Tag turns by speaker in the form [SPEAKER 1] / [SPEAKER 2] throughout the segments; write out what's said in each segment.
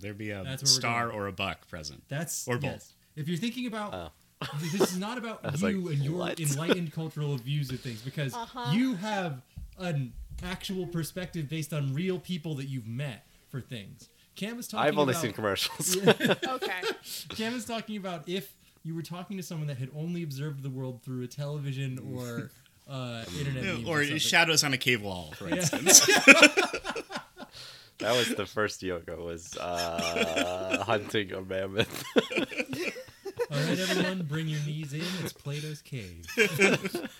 [SPEAKER 1] There'd be a
[SPEAKER 2] That's where we're
[SPEAKER 1] star
[SPEAKER 2] going.
[SPEAKER 1] or a buck present.
[SPEAKER 2] That's
[SPEAKER 1] Or both.
[SPEAKER 2] yes. If you're thinking about
[SPEAKER 3] Oh.
[SPEAKER 2] this is not about
[SPEAKER 3] was
[SPEAKER 2] you
[SPEAKER 3] like,
[SPEAKER 2] and your
[SPEAKER 3] "What?"
[SPEAKER 2] enlightened cultural views of things because
[SPEAKER 4] Uh-huh.
[SPEAKER 2] you have an actual perspective based on real people that you've met for things. Cam is talking
[SPEAKER 3] I've only
[SPEAKER 2] about,
[SPEAKER 3] seen commercials.
[SPEAKER 4] Okay.
[SPEAKER 2] Cam is talking about if you were talking to someone that had only observed the world through a television or uh, internet
[SPEAKER 1] No,
[SPEAKER 2] meme
[SPEAKER 1] or
[SPEAKER 2] something.
[SPEAKER 1] shadows on a cave wall, for instance.
[SPEAKER 3] that was the first yoga was uh, hunting a mammoth.
[SPEAKER 2] All right, everyone, bring your knees in. It's Plato's cave.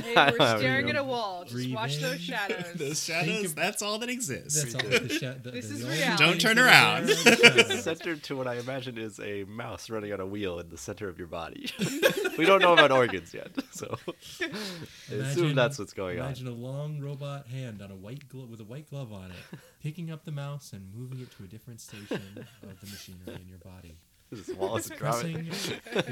[SPEAKER 4] Hey,
[SPEAKER 3] I
[SPEAKER 4] we're
[SPEAKER 3] don't
[SPEAKER 4] staring at
[SPEAKER 3] know.
[SPEAKER 4] a wall. Just watch those
[SPEAKER 2] Breathe in.
[SPEAKER 4] shadows.
[SPEAKER 1] Those
[SPEAKER 2] Think
[SPEAKER 1] shadows,
[SPEAKER 2] of-
[SPEAKER 1] that's all that exists.
[SPEAKER 2] That's all. The sha- the,
[SPEAKER 4] This
[SPEAKER 2] the
[SPEAKER 4] is
[SPEAKER 2] only
[SPEAKER 4] reality.
[SPEAKER 1] Don't turn
[SPEAKER 2] things that are
[SPEAKER 1] around.
[SPEAKER 2] there are the shadows.
[SPEAKER 3] Centered to what I imagine is a mouse running on a wheel in the center of your body. we don't know about organs yet, so I assume
[SPEAKER 2] Imagine-
[SPEAKER 3] that's what's going on.
[SPEAKER 2] Imagine a long robot hand on a white glo- with a white glove on it, picking up the mouse and moving it to a different station of the machinery in your body.
[SPEAKER 3] This wall is
[SPEAKER 2] Pressing,
[SPEAKER 3] drumming.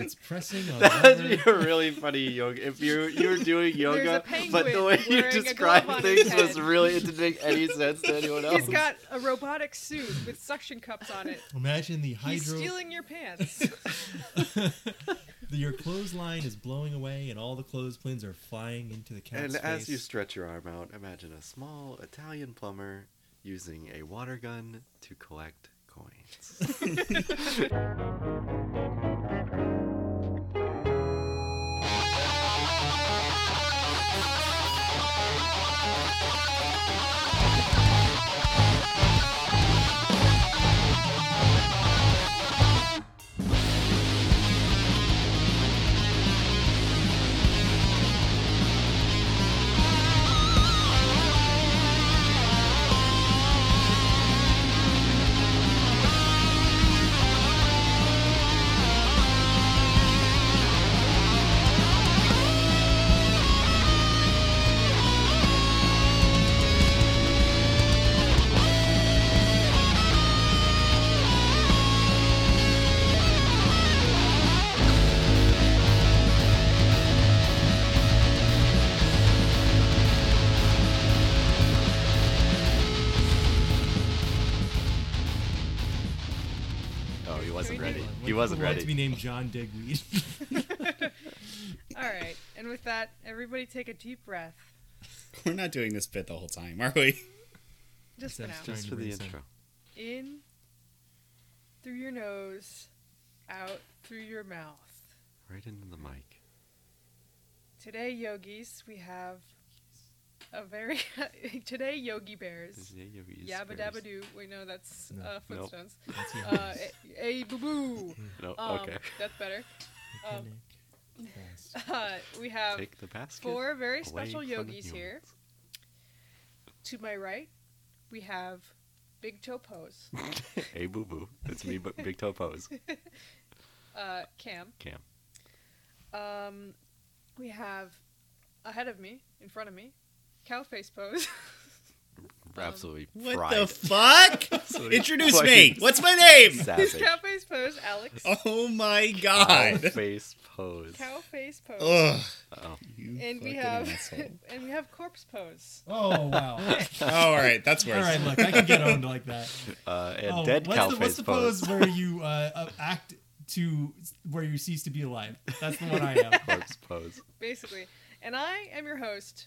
[SPEAKER 2] it's pressing on
[SPEAKER 3] That'd
[SPEAKER 2] whatever-
[SPEAKER 3] be a really funny yoga. If you you're doing yoga, but
[SPEAKER 4] penguin
[SPEAKER 3] the way you
[SPEAKER 4] wearing a glove
[SPEAKER 3] described
[SPEAKER 4] on his
[SPEAKER 3] things was
[SPEAKER 4] head.
[SPEAKER 3] really it didn't make any sense to anyone else.
[SPEAKER 4] He's got a robotic suit with suction cups on it.
[SPEAKER 2] Imagine the
[SPEAKER 4] He's
[SPEAKER 2] hydro.
[SPEAKER 4] stealing your pants.
[SPEAKER 2] the- your clothesline is blowing away, and all the clothespins are flying into the cat's
[SPEAKER 3] And as you
[SPEAKER 2] face.
[SPEAKER 3] stretch your arm out, imagine a small Italian plumber using a water gun to collect coins. Oh, he wasn't
[SPEAKER 4] Can we do-
[SPEAKER 3] ready.
[SPEAKER 2] Like,
[SPEAKER 3] He wasn't
[SPEAKER 2] who wants to be
[SPEAKER 3] ready.
[SPEAKER 2] named John Digweed.
[SPEAKER 4] All right. And with that, everybody take a deep breath.
[SPEAKER 1] We're not doing this bit the whole time, are we?
[SPEAKER 4] Just for now.
[SPEAKER 2] Sounds just-
[SPEAKER 3] Just for the
[SPEAKER 2] Trying to
[SPEAKER 3] intro.
[SPEAKER 4] In through your nose, out through your mouth.
[SPEAKER 3] Right into the mic.
[SPEAKER 4] Today, yogis, we have a very. today, yogi bears.
[SPEAKER 3] Yeah, yo, he's
[SPEAKER 4] Yabba
[SPEAKER 3] very-
[SPEAKER 4] dabba doo. We know that's
[SPEAKER 2] No.
[SPEAKER 4] uh,
[SPEAKER 3] Nope.
[SPEAKER 4] Flintstones.
[SPEAKER 2] That's your
[SPEAKER 4] Uh,
[SPEAKER 2] host.
[SPEAKER 4] a, a boo boo.
[SPEAKER 3] No,
[SPEAKER 4] Um,
[SPEAKER 3] okay.
[SPEAKER 4] That's better. um,
[SPEAKER 2] Mechanic, fast.
[SPEAKER 4] Uh, we have
[SPEAKER 3] Take the basket.
[SPEAKER 4] four very
[SPEAKER 3] away
[SPEAKER 4] special
[SPEAKER 3] from the
[SPEAKER 4] yogis here.
[SPEAKER 3] humans.
[SPEAKER 4] To my right, we have Big Toe Pose,
[SPEAKER 3] Hey, boo boo. That's me, but big toe pose.
[SPEAKER 4] uh, Cam.
[SPEAKER 3] Cam.
[SPEAKER 4] Um, we have ahead of me, in front of me, Cow Face Pose.
[SPEAKER 3] Absolutely
[SPEAKER 1] What
[SPEAKER 3] fried.
[SPEAKER 1] the fuck?
[SPEAKER 3] Absolutely
[SPEAKER 1] Introduce
[SPEAKER 3] fucking
[SPEAKER 1] me. What's my name?
[SPEAKER 4] Who's
[SPEAKER 3] Savage.
[SPEAKER 4] Cow Face Pose? Alex.
[SPEAKER 1] Oh my
[SPEAKER 3] Owl
[SPEAKER 1] god.
[SPEAKER 3] face pose.
[SPEAKER 4] Cow Face Pose.
[SPEAKER 1] Ugh.
[SPEAKER 3] Oh,
[SPEAKER 1] You
[SPEAKER 4] and
[SPEAKER 1] fucking
[SPEAKER 4] we have
[SPEAKER 1] asshole.
[SPEAKER 4] and we have Corpse Pose.
[SPEAKER 2] Oh wow!
[SPEAKER 1] Oh, all right, that's
[SPEAKER 2] All
[SPEAKER 1] worse.
[SPEAKER 2] right, look, I can get owned like that.
[SPEAKER 3] Uh, and
[SPEAKER 2] Oh,
[SPEAKER 3] dead
[SPEAKER 2] what's
[SPEAKER 3] cow
[SPEAKER 2] the,
[SPEAKER 3] face
[SPEAKER 2] what's the
[SPEAKER 3] pose.
[SPEAKER 2] pose where you uh, uh, act to where you cease to be alive? That's the one I have.
[SPEAKER 3] Corpse pose.
[SPEAKER 4] Basically, and I am your host,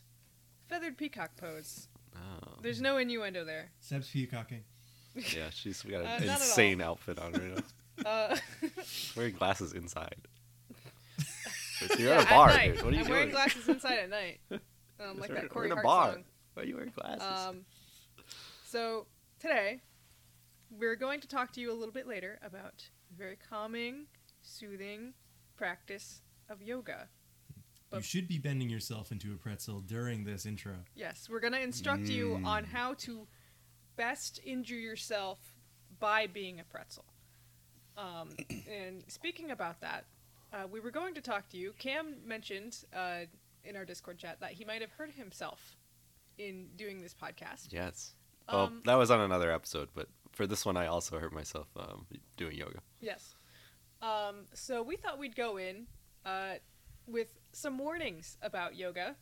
[SPEAKER 4] Feathered Peacock Pose.
[SPEAKER 3] Oh.
[SPEAKER 4] There's no innuendo there.
[SPEAKER 2] Seb's peacocking.
[SPEAKER 3] Yeah, she's got an
[SPEAKER 4] Uh, not at all.
[SPEAKER 3] insane outfit on right now.
[SPEAKER 4] Uh,
[SPEAKER 3] Wearing glasses inside. But You're
[SPEAKER 4] yeah,
[SPEAKER 3] at a bar,
[SPEAKER 4] at night.
[SPEAKER 3] dude. What are you
[SPEAKER 4] I'm
[SPEAKER 3] doing?
[SPEAKER 4] wearing glasses inside at night. Um, like
[SPEAKER 3] We're-
[SPEAKER 4] that Corey
[SPEAKER 3] we're in a
[SPEAKER 4] Hart
[SPEAKER 3] bar.
[SPEAKER 4] song.
[SPEAKER 3] Why are you wearing glasses?
[SPEAKER 4] Um, so today, we're going to talk to you a little bit later about the very calming, soothing practice of yoga.
[SPEAKER 2] You
[SPEAKER 4] But-
[SPEAKER 2] should be bending yourself into a pretzel during this intro.
[SPEAKER 4] Yes, we're going to instruct you on how to best injure yourself by being a pretzel. Um, and speaking about that, uh, we were going to talk to you. Cam mentioned uh, in our Discord chat that he might have hurt himself in doing this podcast.
[SPEAKER 3] yes. Well,
[SPEAKER 4] um,
[SPEAKER 3] that was on another episode, but for this one, I also hurt myself um, doing yoga.
[SPEAKER 4] Yes. Um, so we thought we'd go in uh, with some warnings about yoga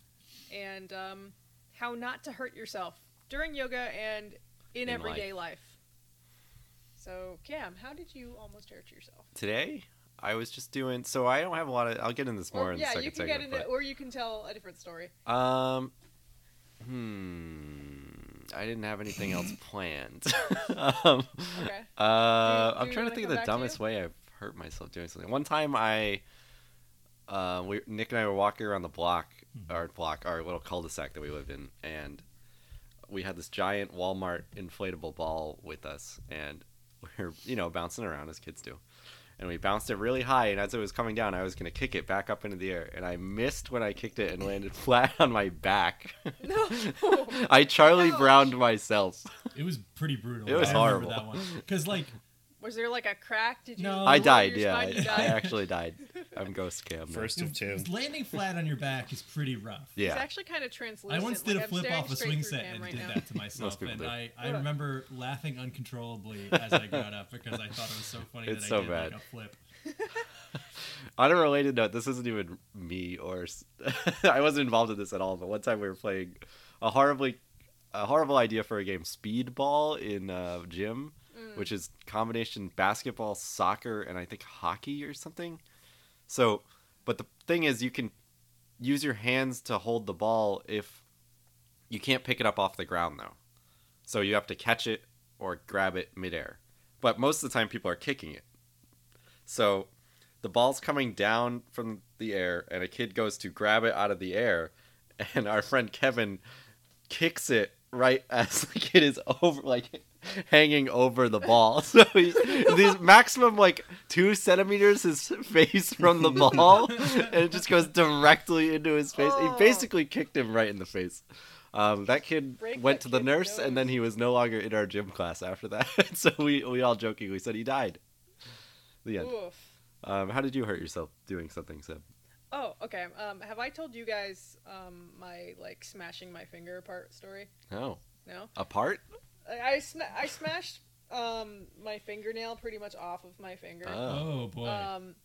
[SPEAKER 4] and um, how not to hurt yourself during yoga and in,
[SPEAKER 3] In
[SPEAKER 4] everyday life. So, Cam, how did you almost hurt yourself?
[SPEAKER 3] Today, I was just doing. So I don't have a lot of. I'll get into this more
[SPEAKER 4] or,
[SPEAKER 3] in the
[SPEAKER 4] yeah,
[SPEAKER 3] second
[SPEAKER 4] you can
[SPEAKER 3] segment.
[SPEAKER 4] get into, or you can tell a different story.
[SPEAKER 3] but, um, hmm. I didn't have anything else planned. um,
[SPEAKER 4] Okay.
[SPEAKER 3] Uh,
[SPEAKER 4] Do-
[SPEAKER 3] I'm trying
[SPEAKER 4] do you
[SPEAKER 3] to
[SPEAKER 4] wanna
[SPEAKER 3] think of
[SPEAKER 4] come
[SPEAKER 3] the
[SPEAKER 4] back to
[SPEAKER 3] dumbest way I've hurt myself doing something. One time, I, uh, we, Nick and I were walking around the block,
[SPEAKER 4] Mm-hmm.
[SPEAKER 3] our block, our little cul-de-sac that we lived in, and we had this giant Walmart inflatable ball with us, and we were, you know, bouncing around as kids do. And we bounced it really high, and as it was coming down, I was going to kick it back up into the air, and I missed when I kicked it and landed flat on my back.
[SPEAKER 4] No.
[SPEAKER 3] I Charlie
[SPEAKER 4] Ouch.
[SPEAKER 3] Browned myself.
[SPEAKER 2] It was pretty brutal.
[SPEAKER 3] It was
[SPEAKER 2] I remember
[SPEAKER 3] horrible.
[SPEAKER 2] that one because like
[SPEAKER 4] Was there like a crack? Did you?
[SPEAKER 2] No.
[SPEAKER 3] I
[SPEAKER 4] lower
[SPEAKER 3] died,
[SPEAKER 4] your
[SPEAKER 3] yeah.
[SPEAKER 4] spine,
[SPEAKER 3] I,
[SPEAKER 4] you died?
[SPEAKER 3] I actually died. I'm ghost cam. now.
[SPEAKER 1] First of two.
[SPEAKER 2] it- landing flat on your back is pretty rough.
[SPEAKER 4] It's
[SPEAKER 3] Yeah.
[SPEAKER 4] actually kind of translucent.
[SPEAKER 2] I once did
[SPEAKER 4] like,
[SPEAKER 2] a
[SPEAKER 4] I'm
[SPEAKER 2] flip
[SPEAKER 4] staring
[SPEAKER 2] off a
[SPEAKER 4] straight
[SPEAKER 2] swing
[SPEAKER 4] through
[SPEAKER 2] set
[SPEAKER 4] Cam
[SPEAKER 2] and
[SPEAKER 4] right
[SPEAKER 2] did
[SPEAKER 4] now.
[SPEAKER 2] that to myself,
[SPEAKER 3] people
[SPEAKER 2] and
[SPEAKER 3] do.
[SPEAKER 2] I, I
[SPEAKER 4] Yeah.
[SPEAKER 2] remember laughing uncontrollably as I got up because I thought it was so funny
[SPEAKER 3] It's
[SPEAKER 2] that
[SPEAKER 3] so
[SPEAKER 2] I did
[SPEAKER 3] bad.
[SPEAKER 2] like a flip.
[SPEAKER 3] On a related note, this isn't even me or s- I wasn't involved in this at all. But one time we were playing a horribly, a horrible idea for a game, speedball in uh, gym, which is combination basketball, soccer, and I think hockey or something. So, but the thing is, you can use your hands to hold the ball if you can't pick it up off the ground though. So you have to catch it or grab it midair. But most of the time, people are kicking it. So the ball's coming down from the air, and a kid goes to grab it out of the air, and our friend Kevin kicks it right as the kid is over, like hanging over the ball. So he's these maximum like two centimeters his face from the ball, and it just goes directly into his face.
[SPEAKER 4] Oh.
[SPEAKER 3] He basically kicked him right in the face. Um, that kid
[SPEAKER 4] Break
[SPEAKER 3] went
[SPEAKER 4] that
[SPEAKER 3] to the
[SPEAKER 4] kid's
[SPEAKER 3] nurse, and then
[SPEAKER 4] nose.
[SPEAKER 3] he was no longer in our gym class after that. so we, we all jokingly said he died. The end.
[SPEAKER 4] Oof.
[SPEAKER 3] Um, how did you hurt yourself doing something, Seb?
[SPEAKER 4] Oh, okay. Um, have I told you guys um, my like smashing my finger apart story?
[SPEAKER 3] Oh,
[SPEAKER 4] No.
[SPEAKER 3] a part?
[SPEAKER 4] Uh, I I, sma- I smashed um, my fingernail pretty much off of my finger.
[SPEAKER 3] Oh.
[SPEAKER 2] Oh boy.
[SPEAKER 4] Um,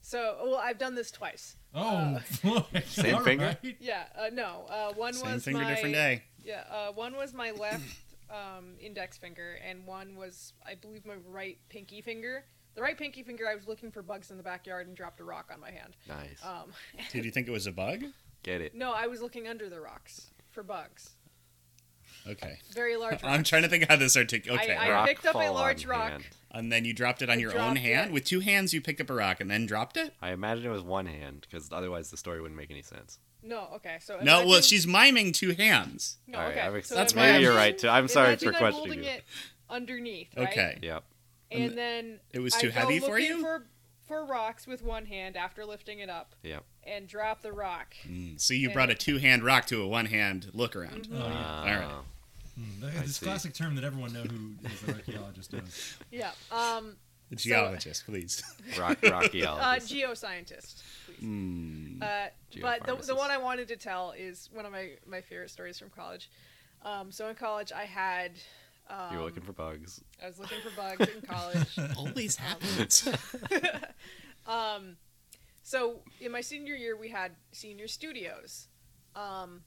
[SPEAKER 4] so well, I've done this twice. Uh,
[SPEAKER 2] oh boy.
[SPEAKER 3] Same
[SPEAKER 2] All
[SPEAKER 3] finger?
[SPEAKER 2] right.
[SPEAKER 4] Yeah. Uh, no. Uh, one
[SPEAKER 1] Same
[SPEAKER 4] was
[SPEAKER 1] finger,
[SPEAKER 4] my
[SPEAKER 1] different day.
[SPEAKER 4] yeah. Uh, one was my left um, index finger, and one was I believe my right pinky finger. The right pinky finger, I was looking for bugs in the backyard and dropped a rock on my hand.
[SPEAKER 3] Nice.
[SPEAKER 4] Um,
[SPEAKER 1] Did you think it was a bug?
[SPEAKER 3] Get it.
[SPEAKER 4] no, I was looking under the rocks for bugs.
[SPEAKER 1] Okay.
[SPEAKER 4] Very large.
[SPEAKER 1] I'm
[SPEAKER 4] rocks.
[SPEAKER 1] trying to think how this articulates. Okay.
[SPEAKER 4] I
[SPEAKER 1] all right.
[SPEAKER 4] picked up a
[SPEAKER 3] fall
[SPEAKER 4] large
[SPEAKER 3] on
[SPEAKER 4] rock.
[SPEAKER 3] hand.
[SPEAKER 1] and then you dropped it on
[SPEAKER 4] I
[SPEAKER 1] your own
[SPEAKER 4] dropped
[SPEAKER 1] hand
[SPEAKER 4] it.
[SPEAKER 1] with two hands. You picked up a rock and then dropped it.
[SPEAKER 3] I imagine it was one hand, because otherwise the story wouldn't make any sense.
[SPEAKER 4] No, okay. So
[SPEAKER 1] No,
[SPEAKER 4] imagine-
[SPEAKER 1] well, she's miming two hands.
[SPEAKER 4] no,
[SPEAKER 3] All right,
[SPEAKER 4] okay.
[SPEAKER 3] I've ex-
[SPEAKER 4] so
[SPEAKER 1] That's
[SPEAKER 4] imagine-
[SPEAKER 1] why I'm-
[SPEAKER 3] Maybe you're right, too. I'm sorry
[SPEAKER 4] imagine
[SPEAKER 3] for
[SPEAKER 4] I'm
[SPEAKER 3] questioning
[SPEAKER 4] holding
[SPEAKER 3] you.
[SPEAKER 4] it underneath, right?
[SPEAKER 1] Okay. um,
[SPEAKER 3] Yep.
[SPEAKER 4] And then
[SPEAKER 1] It was
[SPEAKER 4] I
[SPEAKER 1] too
[SPEAKER 4] go
[SPEAKER 1] heavy for
[SPEAKER 4] looking
[SPEAKER 1] you?
[SPEAKER 4] For, for rocks with one hand after lifting it up
[SPEAKER 3] Yep.
[SPEAKER 4] and drop the rock.
[SPEAKER 1] Mm, so you
[SPEAKER 4] Yeah. Mm-hmm.
[SPEAKER 1] brought a two-hand rock to a one-hand look around. Uh,
[SPEAKER 2] Oh,
[SPEAKER 3] Uh,
[SPEAKER 2] yeah.
[SPEAKER 1] right.
[SPEAKER 2] Hmm, that- this
[SPEAKER 3] see.
[SPEAKER 2] classic term that everyone knows who is an archaeologist knows.
[SPEAKER 4] Yeah. Um.
[SPEAKER 1] The geologist, please.
[SPEAKER 3] Oh, rock, rocky
[SPEAKER 4] Uh, geoscientist. Please.
[SPEAKER 1] Mm.
[SPEAKER 4] Uh, but the, the
[SPEAKER 3] Hmm, Geopharmacist.
[SPEAKER 4] one I wanted to tell is one of my, my favorite stories from college. Um, so in college, I had. Um,
[SPEAKER 3] You're looking for bugs.
[SPEAKER 4] I was looking for bugs in college.
[SPEAKER 1] Always happens.
[SPEAKER 4] Um, so in my senior year, we had senior studios, um,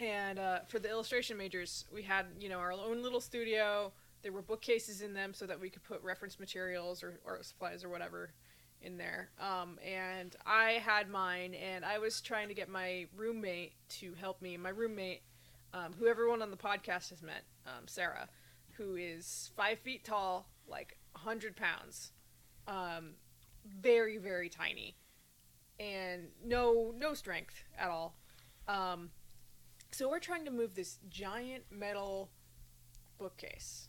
[SPEAKER 4] and uh, for the illustration majors, we had you know our own little studio. There were bookcases in them so that we could put reference materials or, or supplies or whatever in there. Um, and I had mine, and I was trying to get my roommate to help me. My roommate, um, who everyone on the podcast has met, um, Sarah, who is five feet tall, like 100 pounds. Um, very very tiny and no no strength at all um so we're trying to move this giant metal bookcase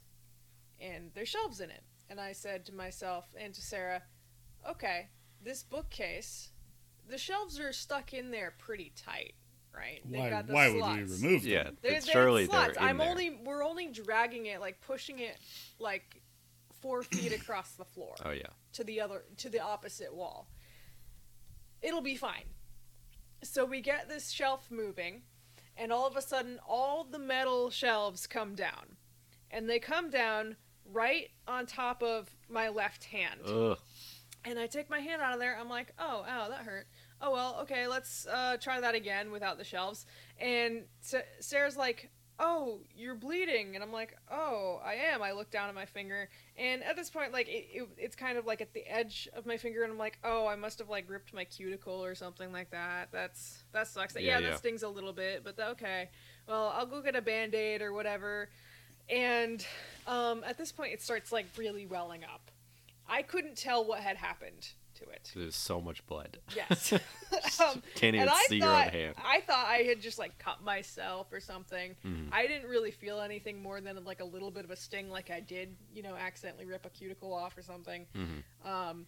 [SPEAKER 4] and there's shelves in it and i said to myself and to sarah okay this bookcase the shelves are stuck in there pretty tight right They've
[SPEAKER 1] why
[SPEAKER 4] got the
[SPEAKER 1] why would we
[SPEAKER 4] slots.
[SPEAKER 1] remove
[SPEAKER 3] Yeah.
[SPEAKER 1] them?
[SPEAKER 4] There-
[SPEAKER 3] but
[SPEAKER 4] there's
[SPEAKER 3] surely they're
[SPEAKER 4] slots.
[SPEAKER 3] in
[SPEAKER 4] I'm
[SPEAKER 3] there.
[SPEAKER 4] only we're only dragging it like pushing it like four feet across the floor
[SPEAKER 3] Oh, yeah.
[SPEAKER 4] to the other to the opposite wall. It'll be fine. So we get this shelf moving, and all of a sudden, all the metal shelves come down, and they come down right on top of my left hand.
[SPEAKER 3] Ugh.
[SPEAKER 4] And I take my hand out of there. I'm like, oh, ow, that hurt. Oh well, okay, let's uh, try that again without the shelves. And Sa- Sarah's like, "Oh, you're bleeding," and I'm like, "Oh, I am." I look down at my finger, and at this point, like it, it, it's kind of like at the edge of my finger, and I'm like, "Oh, I must have like ripped my cuticle or something like that." That's that sucks.
[SPEAKER 3] Yeah,
[SPEAKER 4] Yeah,
[SPEAKER 3] yeah.
[SPEAKER 4] that stings a little bit, but tha- okay. Well, I'll go get a band aid or whatever. And um, at this point, it starts like really welling up. I couldn't tell what had happened to it.
[SPEAKER 3] There's so much blood.
[SPEAKER 4] Yes. um,
[SPEAKER 3] Can't even
[SPEAKER 4] and I
[SPEAKER 3] see your own
[SPEAKER 4] thought,
[SPEAKER 3] hand.
[SPEAKER 4] I thought I had just like cut myself or something.
[SPEAKER 3] Mhm.
[SPEAKER 4] I didn't really feel anything more than like a little bit of a sting, like I did, you know, accidentally rip a cuticle off or something.
[SPEAKER 3] Mhm.
[SPEAKER 4] Um,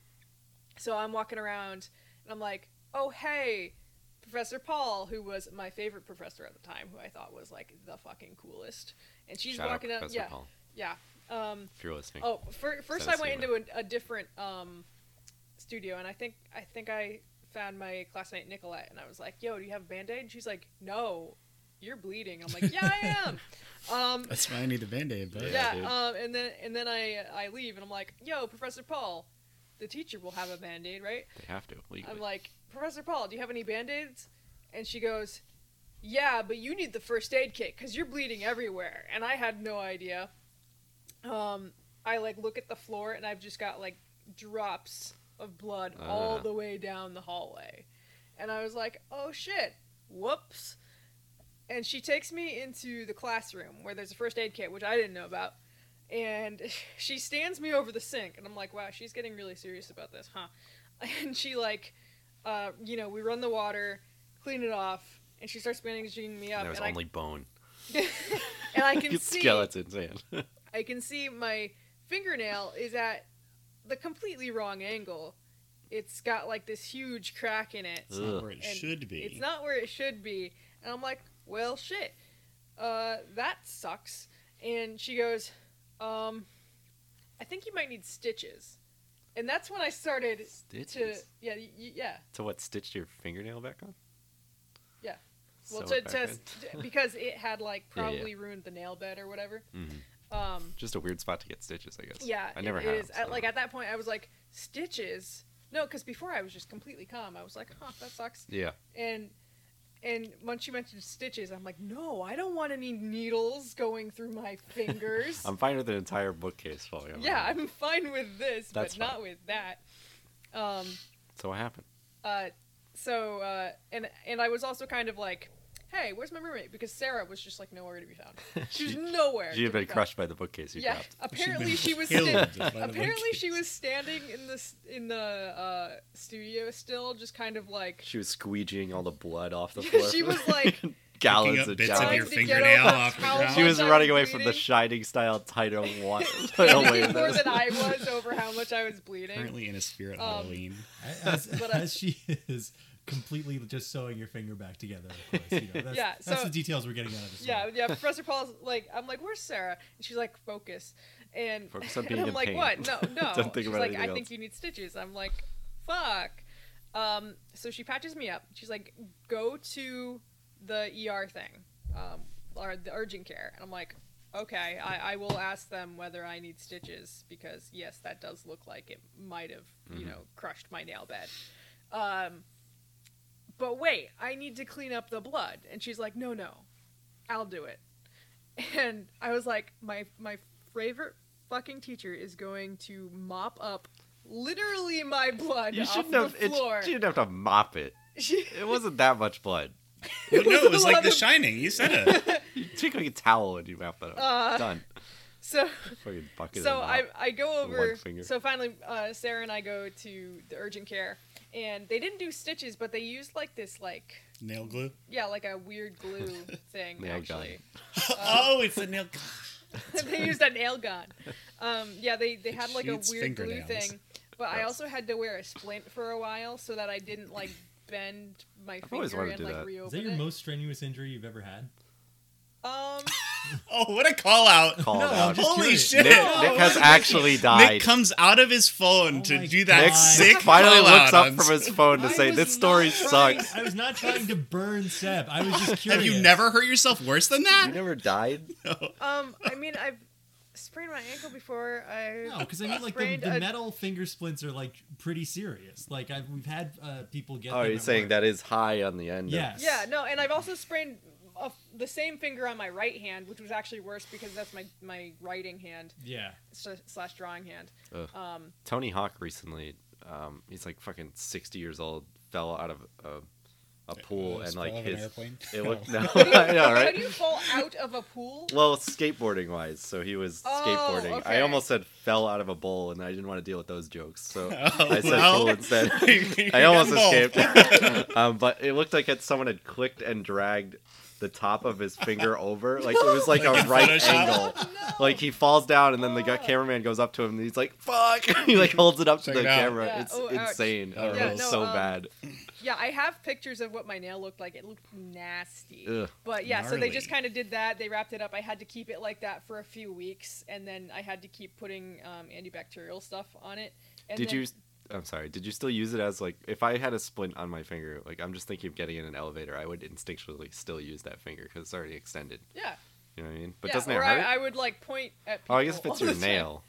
[SPEAKER 4] so I'm walking around and I'm like, oh, hey, Professor Paul, who was my favorite professor at the time, who I thought was like the fucking coolest. And she's
[SPEAKER 3] Shout out
[SPEAKER 4] walking up.
[SPEAKER 3] Professor
[SPEAKER 4] Yeah.
[SPEAKER 3] Paul
[SPEAKER 4] Yeah. Um,
[SPEAKER 3] if you're listening.
[SPEAKER 4] Oh, fir- first
[SPEAKER 3] Send
[SPEAKER 4] I
[SPEAKER 3] us
[SPEAKER 4] went
[SPEAKER 3] an
[SPEAKER 4] into a, a different um, studio, and I think I think I found my classmate Nicolette, and I was like, "Yo, do you have a band aid?" She's like, "No, you're bleeding." I'm like, "Yeah, I am." Um,
[SPEAKER 1] That's why I need the band aid, but
[SPEAKER 3] Yeah,
[SPEAKER 4] yeah.
[SPEAKER 3] dude.
[SPEAKER 4] um, and then and then I I leave, and I'm like, "Yo, Professor Paul, the teacher will have a band aid, right?"
[SPEAKER 3] They have to legally.
[SPEAKER 4] I'm like, Professor Paul, do you have any band aids? And she goes, Yeah, but you need the first aid kit because you're bleeding everywhere. And I had no idea. Um, I like look at the floor and I've just got like drops of blood all
[SPEAKER 3] Ah.
[SPEAKER 4] the way down the hallway. And I was like, Oh shit, whoops. And she takes me into the classroom where there's a first aid kit, which I didn't know about. And she stands me over the sink, and I'm like, wow, she's getting really serious about this, huh? and she like uh you know we run the water clean it off and she starts bandaging me up
[SPEAKER 3] there was
[SPEAKER 4] and,
[SPEAKER 3] only bone.
[SPEAKER 4] I, and i can
[SPEAKER 3] It's
[SPEAKER 4] see
[SPEAKER 3] Skeletons, man.
[SPEAKER 4] i can see my fingernail is at the completely wrong angle it's got like this huge crack in it
[SPEAKER 1] it's not
[SPEAKER 3] Ugh.
[SPEAKER 1] where it
[SPEAKER 4] And
[SPEAKER 1] should be.
[SPEAKER 4] it's not where it should be and i'm like well shit uh that sucks and she goes um i think you might need stitches and that's when i started to
[SPEAKER 3] Stitches.
[SPEAKER 4] yeah y- y- yeah
[SPEAKER 3] To what? Stitched your fingernail back on?
[SPEAKER 4] Yeah. Well,
[SPEAKER 3] Sew
[SPEAKER 4] to
[SPEAKER 3] it back
[SPEAKER 4] test because it had like
[SPEAKER 3] Yeah, yeah.
[SPEAKER 4] probably ruined the nail bed or whatever.
[SPEAKER 3] in. Mhm.
[SPEAKER 4] Um,
[SPEAKER 3] Just a weird spot to get stitches, I guess.
[SPEAKER 4] yeah,
[SPEAKER 3] I never
[SPEAKER 4] it,
[SPEAKER 3] had.
[SPEAKER 4] it is.
[SPEAKER 3] them,
[SPEAKER 4] At,
[SPEAKER 3] so-
[SPEAKER 4] like at that point, I was like stitches. No, because before I was just completely calm. I was like, huh, that sucks.
[SPEAKER 3] yeah.
[SPEAKER 4] And and once you mentioned stitches, I'm like, no, I don't want any needles going through my fingers.
[SPEAKER 3] I'm fine with an entire bookcase falling. out.
[SPEAKER 4] yeah, I'm fine with this,
[SPEAKER 3] That's
[SPEAKER 4] but not
[SPEAKER 3] fine.
[SPEAKER 4] with that. Um,
[SPEAKER 3] So what happened?
[SPEAKER 4] Uh, so uh, and and I was also kind of like, hey, where's my roommate? Because Sarah was just like nowhere to be found. She was
[SPEAKER 3] She-
[SPEAKER 4] nowhere.
[SPEAKER 3] She had
[SPEAKER 4] to be
[SPEAKER 3] been
[SPEAKER 4] found.
[SPEAKER 3] crushed by the bookcase you
[SPEAKER 4] Yeah,
[SPEAKER 3] dropped.
[SPEAKER 4] apparently she was.
[SPEAKER 1] killed
[SPEAKER 4] sta-
[SPEAKER 1] by the
[SPEAKER 4] apparently
[SPEAKER 1] monkey.
[SPEAKER 4] she was standing in the s- in the uh, studio still, just kind of like
[SPEAKER 3] She was squeegeeing all the blood off the
[SPEAKER 4] Yeah,
[SPEAKER 3] floor.
[SPEAKER 4] she
[SPEAKER 3] from-
[SPEAKER 4] was, like,
[SPEAKER 1] Picking
[SPEAKER 3] gallons
[SPEAKER 1] up
[SPEAKER 3] of
[SPEAKER 1] bits
[SPEAKER 4] trying
[SPEAKER 1] of your
[SPEAKER 3] gallons.
[SPEAKER 4] to get
[SPEAKER 1] fingernail
[SPEAKER 4] over
[SPEAKER 1] off the
[SPEAKER 4] how
[SPEAKER 1] ground.
[SPEAKER 3] She was
[SPEAKER 4] Blood
[SPEAKER 3] running
[SPEAKER 4] was
[SPEAKER 3] away from the
[SPEAKER 4] bleeding.
[SPEAKER 3] shining style tidal wa- tidal
[SPEAKER 4] thinking
[SPEAKER 3] wave.
[SPEAKER 4] more than I was over how much I was bleeding.
[SPEAKER 1] currently in a spirit
[SPEAKER 4] Um,
[SPEAKER 1] Halloween.
[SPEAKER 2] As,
[SPEAKER 4] But uh, I-
[SPEAKER 2] as she is completely just sewing your finger back together. Of course, you know, that's,
[SPEAKER 4] Yeah,
[SPEAKER 2] that's
[SPEAKER 4] so-
[SPEAKER 2] the details we're getting out of this.
[SPEAKER 4] Yeah,
[SPEAKER 2] one.
[SPEAKER 4] yeah. Professor Paul's like, I'm like, where's Sarah? And she's like, focus. And,
[SPEAKER 3] Focus on
[SPEAKER 4] and
[SPEAKER 3] being
[SPEAKER 4] I'm
[SPEAKER 3] in
[SPEAKER 4] like,
[SPEAKER 3] pain.
[SPEAKER 4] what? No, no.
[SPEAKER 3] Don't think
[SPEAKER 4] she's
[SPEAKER 3] about
[SPEAKER 4] like, I
[SPEAKER 3] anything
[SPEAKER 4] think
[SPEAKER 3] else.
[SPEAKER 4] you need stitches. I'm like, fuck. Um, so she patches me up. She's like, go to the ER thing, um, or the urgent care. And I'm like, okay, I, I will ask them whether I need stitches because yes, that does look like it might have, you
[SPEAKER 3] Mhm.
[SPEAKER 4] know, crushed my nail bed. Um, but wait, I need to clean up the blood. And she's like, no, no, I'll do it. And I was like, my my favorite fucking teacher is going to mop up literally my blood
[SPEAKER 3] You
[SPEAKER 4] off
[SPEAKER 3] shouldn't
[SPEAKER 4] the
[SPEAKER 3] have. It,
[SPEAKER 4] floor.
[SPEAKER 3] she didn't have to mop it.
[SPEAKER 4] She-
[SPEAKER 3] It wasn't that much blood.
[SPEAKER 1] No, it was like
[SPEAKER 4] Love
[SPEAKER 1] The
[SPEAKER 4] it.
[SPEAKER 1] Shining. You said it.
[SPEAKER 3] You take like a towel and you mop that up.
[SPEAKER 4] Uh,
[SPEAKER 3] Done.
[SPEAKER 4] so
[SPEAKER 3] Fucking bucket.
[SPEAKER 4] so
[SPEAKER 3] of mop.
[SPEAKER 4] I, I go
[SPEAKER 3] with
[SPEAKER 4] over
[SPEAKER 3] one finger.
[SPEAKER 4] so finally uh, sarah and i go to the urgent care and they didn't do stitches but they used like this like
[SPEAKER 1] Nail glue.
[SPEAKER 4] yeah like a weird glue thing
[SPEAKER 3] Nail gun.
[SPEAKER 4] actually Uh,
[SPEAKER 1] oh, it's a nail.
[SPEAKER 4] they used a nail gun um, yeah they, they had like
[SPEAKER 1] She
[SPEAKER 4] a
[SPEAKER 1] eats
[SPEAKER 4] weird glue
[SPEAKER 1] fingernails.
[SPEAKER 4] thing but i
[SPEAKER 3] Gross.
[SPEAKER 4] also had to wear a splint for a while so that i didn't like bend my
[SPEAKER 3] always
[SPEAKER 4] finger
[SPEAKER 3] wanted
[SPEAKER 4] and
[SPEAKER 3] to do
[SPEAKER 4] like
[SPEAKER 3] that.
[SPEAKER 4] reopen
[SPEAKER 2] Is that your
[SPEAKER 4] it
[SPEAKER 2] most strenuous injury you've ever had?
[SPEAKER 4] um
[SPEAKER 1] Oh, what a call out!
[SPEAKER 3] called
[SPEAKER 2] No, I'm
[SPEAKER 3] out.
[SPEAKER 2] just-
[SPEAKER 1] Holy
[SPEAKER 2] curious.
[SPEAKER 1] shit!
[SPEAKER 3] Nick,
[SPEAKER 4] Oh,
[SPEAKER 3] Nick has actually died.
[SPEAKER 1] Nick comes out of his phone
[SPEAKER 2] Oh my
[SPEAKER 1] to do that
[SPEAKER 2] God.
[SPEAKER 1] sick.
[SPEAKER 3] finally
[SPEAKER 1] call out
[SPEAKER 3] looks up
[SPEAKER 1] on-
[SPEAKER 3] from his phone to
[SPEAKER 2] I
[SPEAKER 3] say,
[SPEAKER 2] was
[SPEAKER 3] "This story
[SPEAKER 2] not trying-
[SPEAKER 3] sucks."
[SPEAKER 2] I was not trying to burn Seb. I was just
[SPEAKER 1] Have
[SPEAKER 2] curious.
[SPEAKER 1] you never hurt yourself worse than
[SPEAKER 3] You
[SPEAKER 1] that?
[SPEAKER 3] never died.
[SPEAKER 4] um i mean i've sprained my ankle before i
[SPEAKER 2] No, because I mean, like the,
[SPEAKER 4] sprained
[SPEAKER 2] the
[SPEAKER 4] a-
[SPEAKER 2] metal finger splints are like pretty serious. Like I've, we've had uh, people get.
[SPEAKER 3] Oh,
[SPEAKER 2] them
[SPEAKER 3] you're
[SPEAKER 2] at
[SPEAKER 3] saying
[SPEAKER 2] work.
[SPEAKER 3] that is high on the end. of-
[SPEAKER 2] Yes.
[SPEAKER 4] Yeah, no, and I've also sprained a, the same finger on my right hand, which was actually worse because that's my my writing hand
[SPEAKER 2] Yeah.
[SPEAKER 4] s- slash drawing hand.
[SPEAKER 3] Ugh.
[SPEAKER 4] Um,
[SPEAKER 3] Tony Hawk recently, um, he's like fucking sixty years old, fell out of a, a pool
[SPEAKER 5] Just
[SPEAKER 3] and like
[SPEAKER 5] fall off an
[SPEAKER 3] his
[SPEAKER 5] airplane.
[SPEAKER 3] it looked
[SPEAKER 5] Oh.
[SPEAKER 3] no, I know
[SPEAKER 4] How do
[SPEAKER 3] right.
[SPEAKER 4] you fall out of a pool?
[SPEAKER 3] Well, skateboarding wise, so he was
[SPEAKER 4] Oh,
[SPEAKER 3] skateboarding. I
[SPEAKER 4] okay.
[SPEAKER 3] almost said fell out of a bowl, and I didn't want to deal with those jokes, so
[SPEAKER 1] Oh,
[SPEAKER 3] I said
[SPEAKER 1] well.
[SPEAKER 3] pool instead.
[SPEAKER 1] You
[SPEAKER 3] I almost
[SPEAKER 1] got both.
[SPEAKER 3] escaped. um, but it looked like it, someone had clicked and dragged the top of his finger over. Like it was like,
[SPEAKER 1] Like
[SPEAKER 3] a
[SPEAKER 1] in
[SPEAKER 3] right
[SPEAKER 1] Photoshop?
[SPEAKER 3] angle. Like he falls down, and then the guy, cameraman goes up to him, and he's like, "Fuck!" he like holds it up
[SPEAKER 5] Check
[SPEAKER 3] to the
[SPEAKER 5] it out.
[SPEAKER 3] camera.
[SPEAKER 4] Yeah,
[SPEAKER 3] It's
[SPEAKER 4] oh, ouch.
[SPEAKER 3] insane.
[SPEAKER 5] That
[SPEAKER 3] Oh,
[SPEAKER 5] Yeah,
[SPEAKER 3] it's
[SPEAKER 4] no,
[SPEAKER 3] so
[SPEAKER 4] um,
[SPEAKER 3] bad.
[SPEAKER 4] Yeah, I have pictures of what my nail looked like. It looked nasty.
[SPEAKER 3] Ugh.
[SPEAKER 4] But yeah, so they just
[SPEAKER 1] Gnarly.
[SPEAKER 4] kind of did that. They wrapped it up. I had to keep it like that for a few weeks, and then I had to keep putting um, antibacterial stuff on it. And
[SPEAKER 3] Did
[SPEAKER 4] then-
[SPEAKER 3] you? I'm sorry. Did you still use it as like if I had a splint on my finger? Like I'm just thinking of getting in an elevator. I would instinctually still use that finger because it's already extended.
[SPEAKER 4] Yeah.
[SPEAKER 3] You know what I mean? But
[SPEAKER 4] yeah,
[SPEAKER 3] doesn't it
[SPEAKER 4] or
[SPEAKER 3] hurt?
[SPEAKER 4] I, I would like point at. People
[SPEAKER 3] oh, I guess if it's
[SPEAKER 4] all
[SPEAKER 3] your
[SPEAKER 4] the time.
[SPEAKER 3] nail,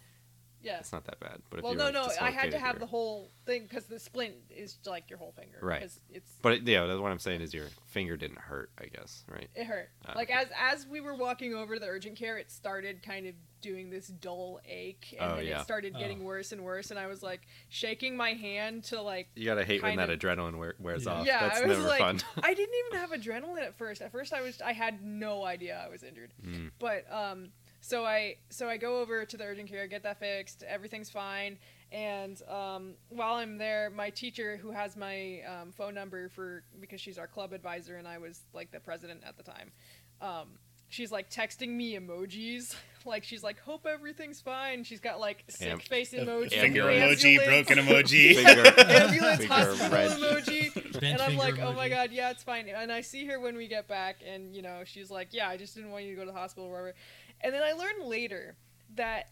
[SPEAKER 4] Yeah.
[SPEAKER 3] it's not that bad. But if
[SPEAKER 4] Well,
[SPEAKER 3] you
[SPEAKER 4] no,
[SPEAKER 3] were
[SPEAKER 4] no. I had
[SPEAKER 3] dislocated
[SPEAKER 4] to have
[SPEAKER 3] your-
[SPEAKER 4] the whole thing because the splint is like your whole finger.
[SPEAKER 3] Right.
[SPEAKER 4] 'cause it's
[SPEAKER 3] But it, yeah, that's what I'm saying is your finger didn't hurt, I guess, right?
[SPEAKER 4] It hurt.
[SPEAKER 3] Ah,
[SPEAKER 4] like
[SPEAKER 3] okay.
[SPEAKER 4] as as we were walking over to the urgent care, it started kind of doing this dull ache, and
[SPEAKER 3] Oh,
[SPEAKER 4] then
[SPEAKER 3] yeah.
[SPEAKER 4] it started
[SPEAKER 2] Oh.
[SPEAKER 4] getting worse and worse. And I was like shaking my hand to like.
[SPEAKER 3] You gotta hate when
[SPEAKER 4] Kind
[SPEAKER 3] that
[SPEAKER 4] of.
[SPEAKER 3] adrenaline wear, wears
[SPEAKER 2] Yeah.
[SPEAKER 3] off.
[SPEAKER 4] yeah,
[SPEAKER 3] that's
[SPEAKER 4] I was
[SPEAKER 3] never
[SPEAKER 4] like,
[SPEAKER 3] fun.
[SPEAKER 4] I didn't even have adrenaline at first. At first, I was I had no idea I was injured.
[SPEAKER 3] Mm.
[SPEAKER 4] But um, so I so I go over to the urgent care, get that fixed. Everything's fine. And um, while I'm there, my teacher, who has my um, phone number for because she's our club advisor and I was like the president at the time, um, she's like texting me emojis. Like she's like, hope everything's fine. She's got like sick
[SPEAKER 3] Am-
[SPEAKER 4] face emoji,
[SPEAKER 1] Finger
[SPEAKER 3] Ambulance.
[SPEAKER 1] emoji,
[SPEAKER 4] ambulance-
[SPEAKER 1] broken emoji.
[SPEAKER 3] Finger,
[SPEAKER 4] ambulance
[SPEAKER 3] Finger
[SPEAKER 4] hospital
[SPEAKER 3] wrench.
[SPEAKER 4] emoji
[SPEAKER 2] Bent
[SPEAKER 4] and i'm
[SPEAKER 2] finger
[SPEAKER 4] like oh my
[SPEAKER 2] emoji.
[SPEAKER 4] god yeah it's fine and i see her when we get back and you know she's like yeah i just didn't want you to go to the hospital or whatever and then i learned later that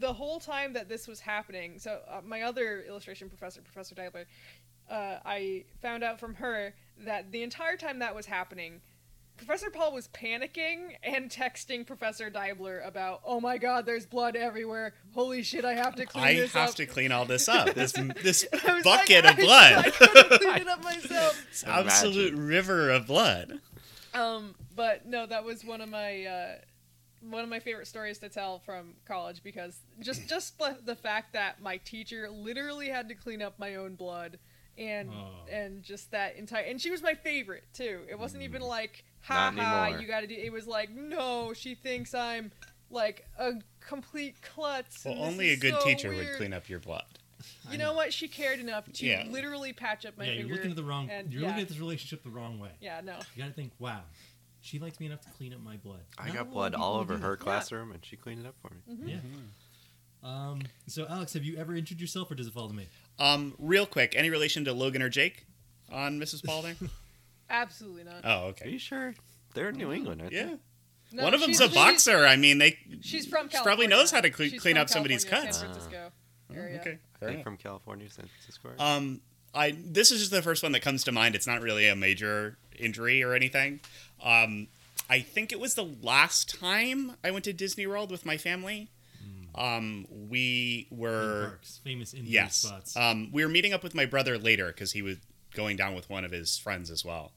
[SPEAKER 4] the whole time that this was happening so uh, my other illustration professor professor Dyler, uh, i found out from her that the entire time that was happening Professor Paul was panicking and texting Professor Dibler about, "Oh my God, there's blood everywhere! Holy shit, I have to clean
[SPEAKER 1] I
[SPEAKER 4] this
[SPEAKER 1] have
[SPEAKER 4] up."
[SPEAKER 1] to clean all this up. This this
[SPEAKER 4] I was
[SPEAKER 1] bucket
[SPEAKER 4] like,
[SPEAKER 1] of blood,
[SPEAKER 4] I, couldn't clean it up myself.
[SPEAKER 1] This absolute river of blood.
[SPEAKER 4] Um, but no, that was one of my uh, one of my favorite stories to tell from college because just just the, the fact that my teacher literally had to clean up my own blood and
[SPEAKER 2] Oh.
[SPEAKER 4] and just that entire and she was my favorite too. It wasn't even
[SPEAKER 1] Mm.
[SPEAKER 4] like ha
[SPEAKER 3] Not
[SPEAKER 4] ha
[SPEAKER 3] anymore.
[SPEAKER 4] you got to do. It was like no, she thinks I'm like a complete klutz.
[SPEAKER 1] Well,
[SPEAKER 4] and this
[SPEAKER 1] only a
[SPEAKER 4] is
[SPEAKER 1] good
[SPEAKER 4] so
[SPEAKER 1] teacher would
[SPEAKER 4] weird.
[SPEAKER 1] clean up your blood.
[SPEAKER 4] You know what? She cared enough to
[SPEAKER 1] Yeah.
[SPEAKER 4] literally patch up my
[SPEAKER 2] yeah,
[SPEAKER 4] finger.
[SPEAKER 2] you're looking at the wrong.
[SPEAKER 4] and-
[SPEAKER 2] you're
[SPEAKER 4] yeah.
[SPEAKER 2] looking at this relationship the wrong way.
[SPEAKER 4] Yeah, no.
[SPEAKER 2] You gotta think, wow, she likes me enough to clean up my blood. Not a
[SPEAKER 3] I
[SPEAKER 2] lot
[SPEAKER 3] got
[SPEAKER 2] of
[SPEAKER 3] blood
[SPEAKER 2] people
[SPEAKER 3] all
[SPEAKER 2] do
[SPEAKER 3] over
[SPEAKER 2] that.
[SPEAKER 3] her classroom, and she cleaned it up for me.
[SPEAKER 4] Mm-hmm.
[SPEAKER 2] Yeah. Um. So, Alex, have you ever injured yourself, or does it fall to me?
[SPEAKER 1] Um, real quick, any relation to Logan or Jake on Mrs. Paul there?
[SPEAKER 4] Absolutely not.
[SPEAKER 1] Oh,
[SPEAKER 3] Are you
[SPEAKER 1] okay.
[SPEAKER 3] sure? They're in New England, aren't
[SPEAKER 1] Yeah.
[SPEAKER 4] No,
[SPEAKER 1] One of
[SPEAKER 4] she-
[SPEAKER 1] them's a
[SPEAKER 4] she-
[SPEAKER 1] boxer. I mean, they.
[SPEAKER 4] She's from
[SPEAKER 1] She
[SPEAKER 4] California.
[SPEAKER 1] probably knows how to cle-
[SPEAKER 4] She's
[SPEAKER 1] clean
[SPEAKER 4] from
[SPEAKER 1] up somebody's
[SPEAKER 4] California,
[SPEAKER 1] cuts.
[SPEAKER 4] San Francisco area.
[SPEAKER 1] oh, Okay.
[SPEAKER 3] they?
[SPEAKER 1] fair
[SPEAKER 3] They're
[SPEAKER 1] enough.
[SPEAKER 3] from California, San Francisco. area?
[SPEAKER 1] Um, I this is just the first one that comes to mind. It's not really a major injury or anything. Um, I think it was the last time I went to Disney World with my family. Um, we
[SPEAKER 2] Theme
[SPEAKER 1] were
[SPEAKER 2] parks, famous injury
[SPEAKER 1] yes,
[SPEAKER 2] spots.
[SPEAKER 3] Uh,
[SPEAKER 1] um, we were meeting up with my brother later because he was going down with one of his friends as well.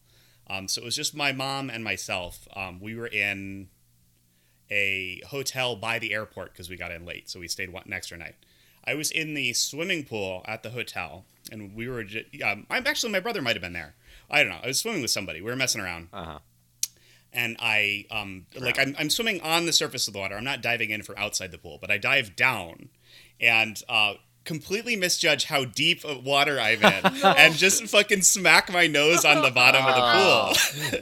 [SPEAKER 1] Um, so it was just my mom and myself. Um, we were in a hotel by the airport because we got in late, so we stayed one an extra night. I was in the swimming pool at the hotel, and we were. Just, um, I'm actually my brother might have been there. I don't know. I was swimming with somebody. We were messing around,
[SPEAKER 3] Uh-huh.
[SPEAKER 1] and I um like I'm I'm swimming on the surface of the water. I'm not diving in from outside the pool, but I dive down, and uh. Completely misjudge how deep of water I'm in, and just fucking smack my nose on the bottom of the pool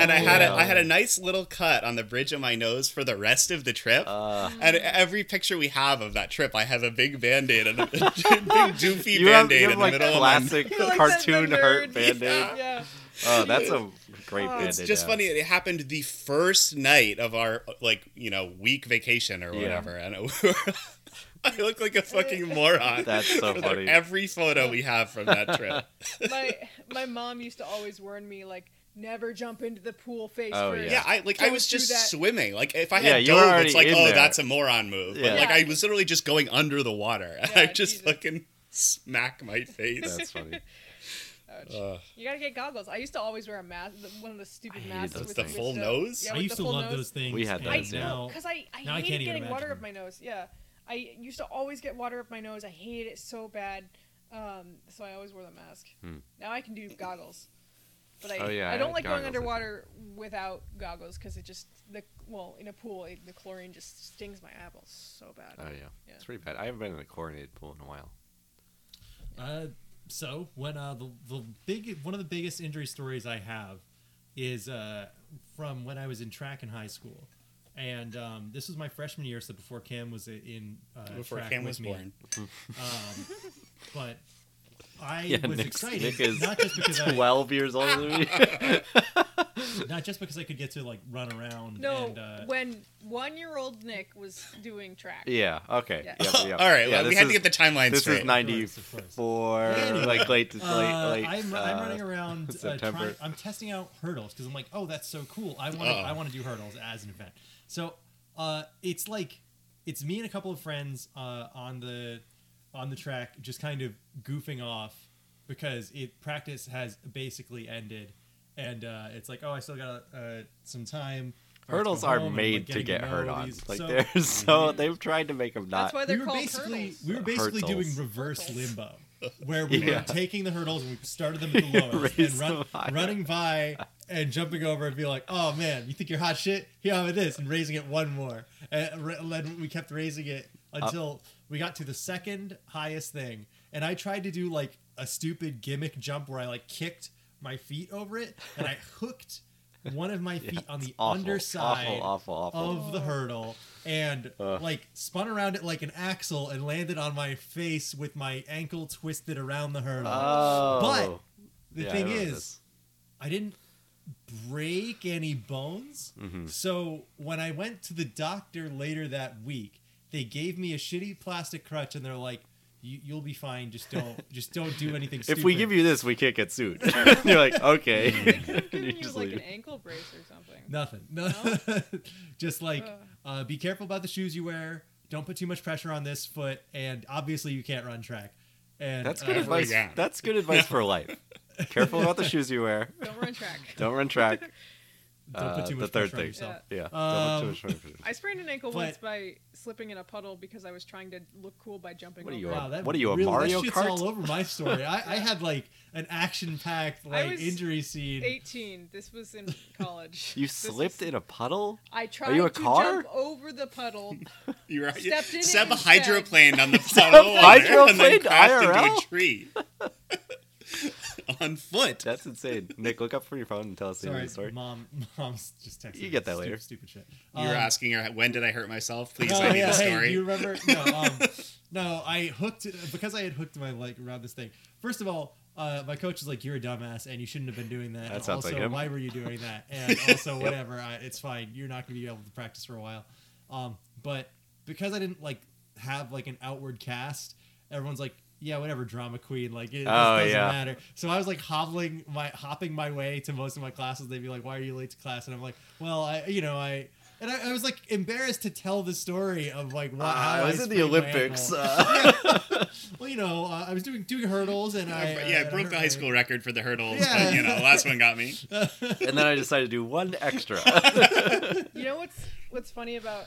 [SPEAKER 1] and I had a,
[SPEAKER 3] no.
[SPEAKER 1] I had a nice little cut on the bridge of my nose for the rest of the trip.
[SPEAKER 3] Uh,
[SPEAKER 1] and every picture we have of that trip, I have a big band-aid and a big doofy
[SPEAKER 3] you have,
[SPEAKER 1] band-aid
[SPEAKER 3] you have
[SPEAKER 1] in
[SPEAKER 3] like
[SPEAKER 1] the middle of my
[SPEAKER 3] classic
[SPEAKER 4] You're like
[SPEAKER 3] cartoon
[SPEAKER 4] the- the
[SPEAKER 3] hurt
[SPEAKER 4] nerd.
[SPEAKER 3] band aid.
[SPEAKER 4] Yeah.
[SPEAKER 3] Oh, that's a great
[SPEAKER 4] Oh.
[SPEAKER 3] band aid.
[SPEAKER 4] It's
[SPEAKER 1] It's just funny. It happened the first night of our like you know week vacation or
[SPEAKER 3] Yeah.
[SPEAKER 1] whatever, and it- I look like a fucking moron.
[SPEAKER 3] That's so
[SPEAKER 1] for
[SPEAKER 3] funny.
[SPEAKER 1] Every photo we have from that trip.
[SPEAKER 4] My my mom used to always warn me like never jump into the pool face
[SPEAKER 3] Oh,
[SPEAKER 4] first.
[SPEAKER 1] Yeah,
[SPEAKER 3] Yeah.
[SPEAKER 1] I like I
[SPEAKER 4] Don't
[SPEAKER 1] was
[SPEAKER 4] do
[SPEAKER 1] just
[SPEAKER 4] that.
[SPEAKER 1] swimming. Like if I
[SPEAKER 3] Yeah,
[SPEAKER 1] had
[SPEAKER 3] you were
[SPEAKER 1] dove, it's
[SPEAKER 3] already
[SPEAKER 1] like,
[SPEAKER 3] in
[SPEAKER 1] oh,
[SPEAKER 3] there.
[SPEAKER 1] that's a moron move.
[SPEAKER 3] Yeah.
[SPEAKER 1] But like
[SPEAKER 4] Yeah.
[SPEAKER 1] I was literally just going under the water, and
[SPEAKER 4] Yeah,
[SPEAKER 1] I just
[SPEAKER 4] Jesus.
[SPEAKER 1] fucking smack my face.
[SPEAKER 3] That's funny.
[SPEAKER 4] That coach.
[SPEAKER 1] Ugh.
[SPEAKER 4] you gotta get goggles. I used to always wear a mask, the- one of the
[SPEAKER 3] I
[SPEAKER 4] stupid
[SPEAKER 3] hated
[SPEAKER 4] masks
[SPEAKER 3] those
[SPEAKER 4] with
[SPEAKER 3] things.
[SPEAKER 4] with
[SPEAKER 1] The full nose?
[SPEAKER 4] Yeah,
[SPEAKER 2] I
[SPEAKER 4] with
[SPEAKER 2] used
[SPEAKER 4] the
[SPEAKER 2] to
[SPEAKER 4] full
[SPEAKER 2] love
[SPEAKER 4] nose.
[SPEAKER 2] those things.
[SPEAKER 3] We had
[SPEAKER 2] and
[SPEAKER 4] I
[SPEAKER 3] those, yeah.
[SPEAKER 2] now-
[SPEAKER 4] know because I I
[SPEAKER 2] now I
[SPEAKER 4] hated
[SPEAKER 2] can't even
[SPEAKER 4] getting water
[SPEAKER 2] imagine
[SPEAKER 4] up my nose. Yeah, I used to always get water up my nose. I hated it so bad. Um, so I always wore the mask.
[SPEAKER 3] Hmm.
[SPEAKER 4] Now I can do goggles, but I
[SPEAKER 3] Oh, yeah, I
[SPEAKER 4] I don't
[SPEAKER 3] had goggles,
[SPEAKER 4] like going
[SPEAKER 3] I think.
[SPEAKER 4] underwater without goggles because it just the well in a pool it, the chlorine just stings my eyeballs so bad.
[SPEAKER 3] Oh yeah.
[SPEAKER 4] Yeah.
[SPEAKER 3] it's pretty bad. I haven't been in a chlorinated pool in a while.
[SPEAKER 2] Uh, so when uh, the the big one of the biggest injury stories I have is uh, from when I was in track in high school, and um, this was my freshman year, so before Cam was in uh,
[SPEAKER 1] Before
[SPEAKER 2] track
[SPEAKER 1] Cam
[SPEAKER 2] with
[SPEAKER 1] was
[SPEAKER 2] me.
[SPEAKER 1] born.
[SPEAKER 2] Um, but I
[SPEAKER 3] Yeah,
[SPEAKER 2] was
[SPEAKER 3] Nick's-
[SPEAKER 2] excited,
[SPEAKER 3] Nick is
[SPEAKER 2] not just because I,
[SPEAKER 3] Twelve years older than me.
[SPEAKER 2] not just because I could get to like run around.
[SPEAKER 4] No,
[SPEAKER 2] and, uh,
[SPEAKER 4] when one-year-old Nick was doing track.
[SPEAKER 3] yeah. Okay.
[SPEAKER 4] Yeah.
[SPEAKER 3] Yeah. yeah.
[SPEAKER 1] All right,
[SPEAKER 3] Yeah,
[SPEAKER 1] well, we
[SPEAKER 3] this
[SPEAKER 1] had
[SPEAKER 3] is-
[SPEAKER 1] to get the timeline
[SPEAKER 3] This
[SPEAKER 1] straight.
[SPEAKER 3] is ninety
[SPEAKER 2] Of course, of
[SPEAKER 3] four.
[SPEAKER 2] Anyway,
[SPEAKER 3] Like late. Late.
[SPEAKER 2] Uh,
[SPEAKER 3] late
[SPEAKER 2] I'm,
[SPEAKER 3] uh,
[SPEAKER 2] I'm running around. Uh,
[SPEAKER 3] September. Oh.
[SPEAKER 2] trying, I'm testing out hurdles because I'm like, oh, that's so cool. I want to.
[SPEAKER 1] Uh-oh.
[SPEAKER 2] I want to do hurdles as an event. So uh, it's like it's me and a couple of friends uh, on the on the track, just kind of goofing off because it practice has basically ended, and uh, it's like, oh, I still got uh, some time. for us to
[SPEAKER 3] Hurdles
[SPEAKER 2] go
[SPEAKER 3] are
[SPEAKER 2] home," and I'm,
[SPEAKER 3] made
[SPEAKER 2] like,
[SPEAKER 3] to
[SPEAKER 2] getting
[SPEAKER 3] get
[SPEAKER 2] know
[SPEAKER 3] hurt
[SPEAKER 2] all
[SPEAKER 3] on.
[SPEAKER 2] these-
[SPEAKER 3] Like
[SPEAKER 2] so-
[SPEAKER 3] they're so they've tried to make them not.
[SPEAKER 4] That's why
[SPEAKER 2] we
[SPEAKER 4] they're
[SPEAKER 2] were
[SPEAKER 4] called
[SPEAKER 2] basically
[SPEAKER 4] turtles.
[SPEAKER 2] we were basically
[SPEAKER 3] Hurdles.
[SPEAKER 2] doing reverse limbo, where we
[SPEAKER 3] Yeah.
[SPEAKER 2] were taking the hurdles and we started them at the lowest
[SPEAKER 3] Raised
[SPEAKER 2] and run,
[SPEAKER 3] them higher.
[SPEAKER 2] running by and jumping over and be like, "Oh man, you think you're hot shit? Here how it is," and raising it one more. And ra- then we kept raising it
[SPEAKER 3] Uh,
[SPEAKER 2] until we got to the second highest thing, and I tried to do like a stupid gimmick jump where I like kicked my feet over it and I hooked one of my feet on
[SPEAKER 3] it's
[SPEAKER 2] the
[SPEAKER 3] awful,
[SPEAKER 2] underside
[SPEAKER 3] awful, awful, awful.
[SPEAKER 2] of the hurdle and
[SPEAKER 3] Uh.
[SPEAKER 2] like spun around it like an axle and landed on my face with my ankle twisted around the hurdle.
[SPEAKER 3] Oh.
[SPEAKER 2] But the
[SPEAKER 3] Yeah, I
[SPEAKER 2] thing
[SPEAKER 3] remember
[SPEAKER 2] is,
[SPEAKER 3] this.
[SPEAKER 2] I didn't break any bones.
[SPEAKER 3] Mm-hmm. Hmm.
[SPEAKER 2] So when I went to the doctor later that week, they gave me a shitty plastic crutch and they're like, "You- "You'll be fine. Just don't, just don't do anything."
[SPEAKER 3] if we
[SPEAKER 2] stupid."
[SPEAKER 3] give you this, we can't get sued. You're like, okay.
[SPEAKER 4] Giving
[SPEAKER 3] You
[SPEAKER 4] you
[SPEAKER 3] just
[SPEAKER 4] like
[SPEAKER 3] leave.
[SPEAKER 4] an ankle brace or something.
[SPEAKER 2] Nothing. No. just like
[SPEAKER 4] Ugh.
[SPEAKER 2] uh, be careful about the shoes you wear. Don't put too much pressure on this foot, and obviously you can't run track. And
[SPEAKER 3] That's
[SPEAKER 2] uh,
[SPEAKER 3] good
[SPEAKER 1] Every
[SPEAKER 3] advice.
[SPEAKER 1] guy.
[SPEAKER 3] That's good advice for life. Careful about the shoes you wear.
[SPEAKER 4] Don't run track.
[SPEAKER 3] Don't run track.
[SPEAKER 2] Don't put
[SPEAKER 3] Uh,
[SPEAKER 2] too
[SPEAKER 3] the
[SPEAKER 2] much
[SPEAKER 3] third
[SPEAKER 2] pressure on
[SPEAKER 3] thing.
[SPEAKER 2] yourself.
[SPEAKER 3] Yeah.
[SPEAKER 2] Um,
[SPEAKER 3] Don't put too much pressure.
[SPEAKER 4] I sprained an ankle
[SPEAKER 2] But-
[SPEAKER 4] once by slipping in a puddle because I was trying to look cool by jumping.
[SPEAKER 3] What are
[SPEAKER 4] over
[SPEAKER 3] you,
[SPEAKER 4] it.
[SPEAKER 3] a-
[SPEAKER 2] Wow, that
[SPEAKER 3] what are you, a
[SPEAKER 2] really, that
[SPEAKER 3] Mario
[SPEAKER 2] shit's
[SPEAKER 3] Kart?
[SPEAKER 2] all over my story. I, I had like an action-packed like
[SPEAKER 4] was
[SPEAKER 2] injury scene.
[SPEAKER 4] 18. This was in college.
[SPEAKER 3] You
[SPEAKER 4] This was-
[SPEAKER 3] slipped in a puddle.
[SPEAKER 4] I tried
[SPEAKER 3] you a
[SPEAKER 4] to
[SPEAKER 3] car?
[SPEAKER 4] jump over the puddle.
[SPEAKER 1] You were
[SPEAKER 4] Stepped in
[SPEAKER 1] Seb
[SPEAKER 4] it instead.
[SPEAKER 1] hydroplaned on the puddle and then
[SPEAKER 3] Hydroplaned
[SPEAKER 1] crashed into
[SPEAKER 3] IRL?
[SPEAKER 1] a tree on foot.
[SPEAKER 3] That's insane. Nick, look up from your phone and tell us the end of
[SPEAKER 2] Sorry,
[SPEAKER 3] the story.
[SPEAKER 2] mom. Mom's just texting.
[SPEAKER 3] You get that
[SPEAKER 2] me
[SPEAKER 3] later.
[SPEAKER 2] Stupid, stupid shit.
[SPEAKER 1] You were
[SPEAKER 2] Um,
[SPEAKER 1] asking her when did I hurt myself? Please,
[SPEAKER 2] No,
[SPEAKER 1] I need
[SPEAKER 2] yeah,
[SPEAKER 1] the
[SPEAKER 2] hey,
[SPEAKER 1] story.
[SPEAKER 2] do you remember? No, um, no, I hooked because I had hooked my leg around this thing. First of all, uh, my coach is like, "You're a dumbass, and you shouldn't have been doing that."
[SPEAKER 3] That
[SPEAKER 2] and
[SPEAKER 3] sounds
[SPEAKER 2] also,
[SPEAKER 3] like him.
[SPEAKER 2] why were you doing that? And also, whatever, I, it's fine. You're not going to be able to practice for a while. Um, but because I didn't like have like an outward cast, everyone's like, "Yeah, whatever, drama queen." Like it, it
[SPEAKER 3] Oh,
[SPEAKER 2] doesn't
[SPEAKER 3] yeah.
[SPEAKER 2] matter. So I was like hobbling my hopping my way to most of my classes. They'd be like, "Why are you late to class?" And I'm like, "Well, I, you know, I." And I, I was like embarrassed to tell the story of like what how
[SPEAKER 3] Ah, I was in the
[SPEAKER 2] sprained my
[SPEAKER 3] Olympics.
[SPEAKER 2] ankle.
[SPEAKER 3] Uh,
[SPEAKER 2] well, you know, uh, I was doing doing hurdles and I uh,
[SPEAKER 1] yeah, I
[SPEAKER 2] and
[SPEAKER 1] broke
[SPEAKER 2] hurt
[SPEAKER 1] the
[SPEAKER 2] my-
[SPEAKER 1] high school record for the hurdles,
[SPEAKER 2] Yeah.
[SPEAKER 1] but you know, last one got me.
[SPEAKER 3] and then I decided to do one extra.
[SPEAKER 4] You know what's what's funny about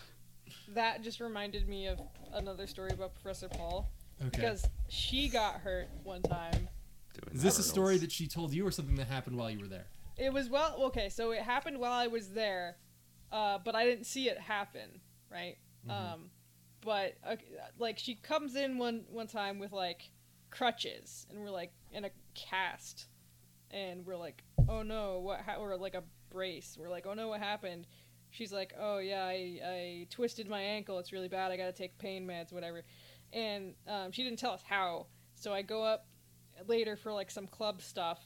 [SPEAKER 4] that? Just reminded me of another story about Professor Paul
[SPEAKER 2] Okay.
[SPEAKER 4] because she got hurt one time
[SPEAKER 2] Is this a story that she told you or something that happened while you were there?
[SPEAKER 4] It was well okay, so it happened while I was there, uh, but I didn't see it happen, right? Um, but uh, like she comes in one one time with like crutches, and we're like in a cast, and we're like, oh no, what? Ha-? Or like a brace. We're like, oh no, what happened? She's like, oh yeah, I, I twisted my ankle. It's really bad. I gotta take pain meds, whatever. And um, she didn't tell us how. So I go up later for like some club stuff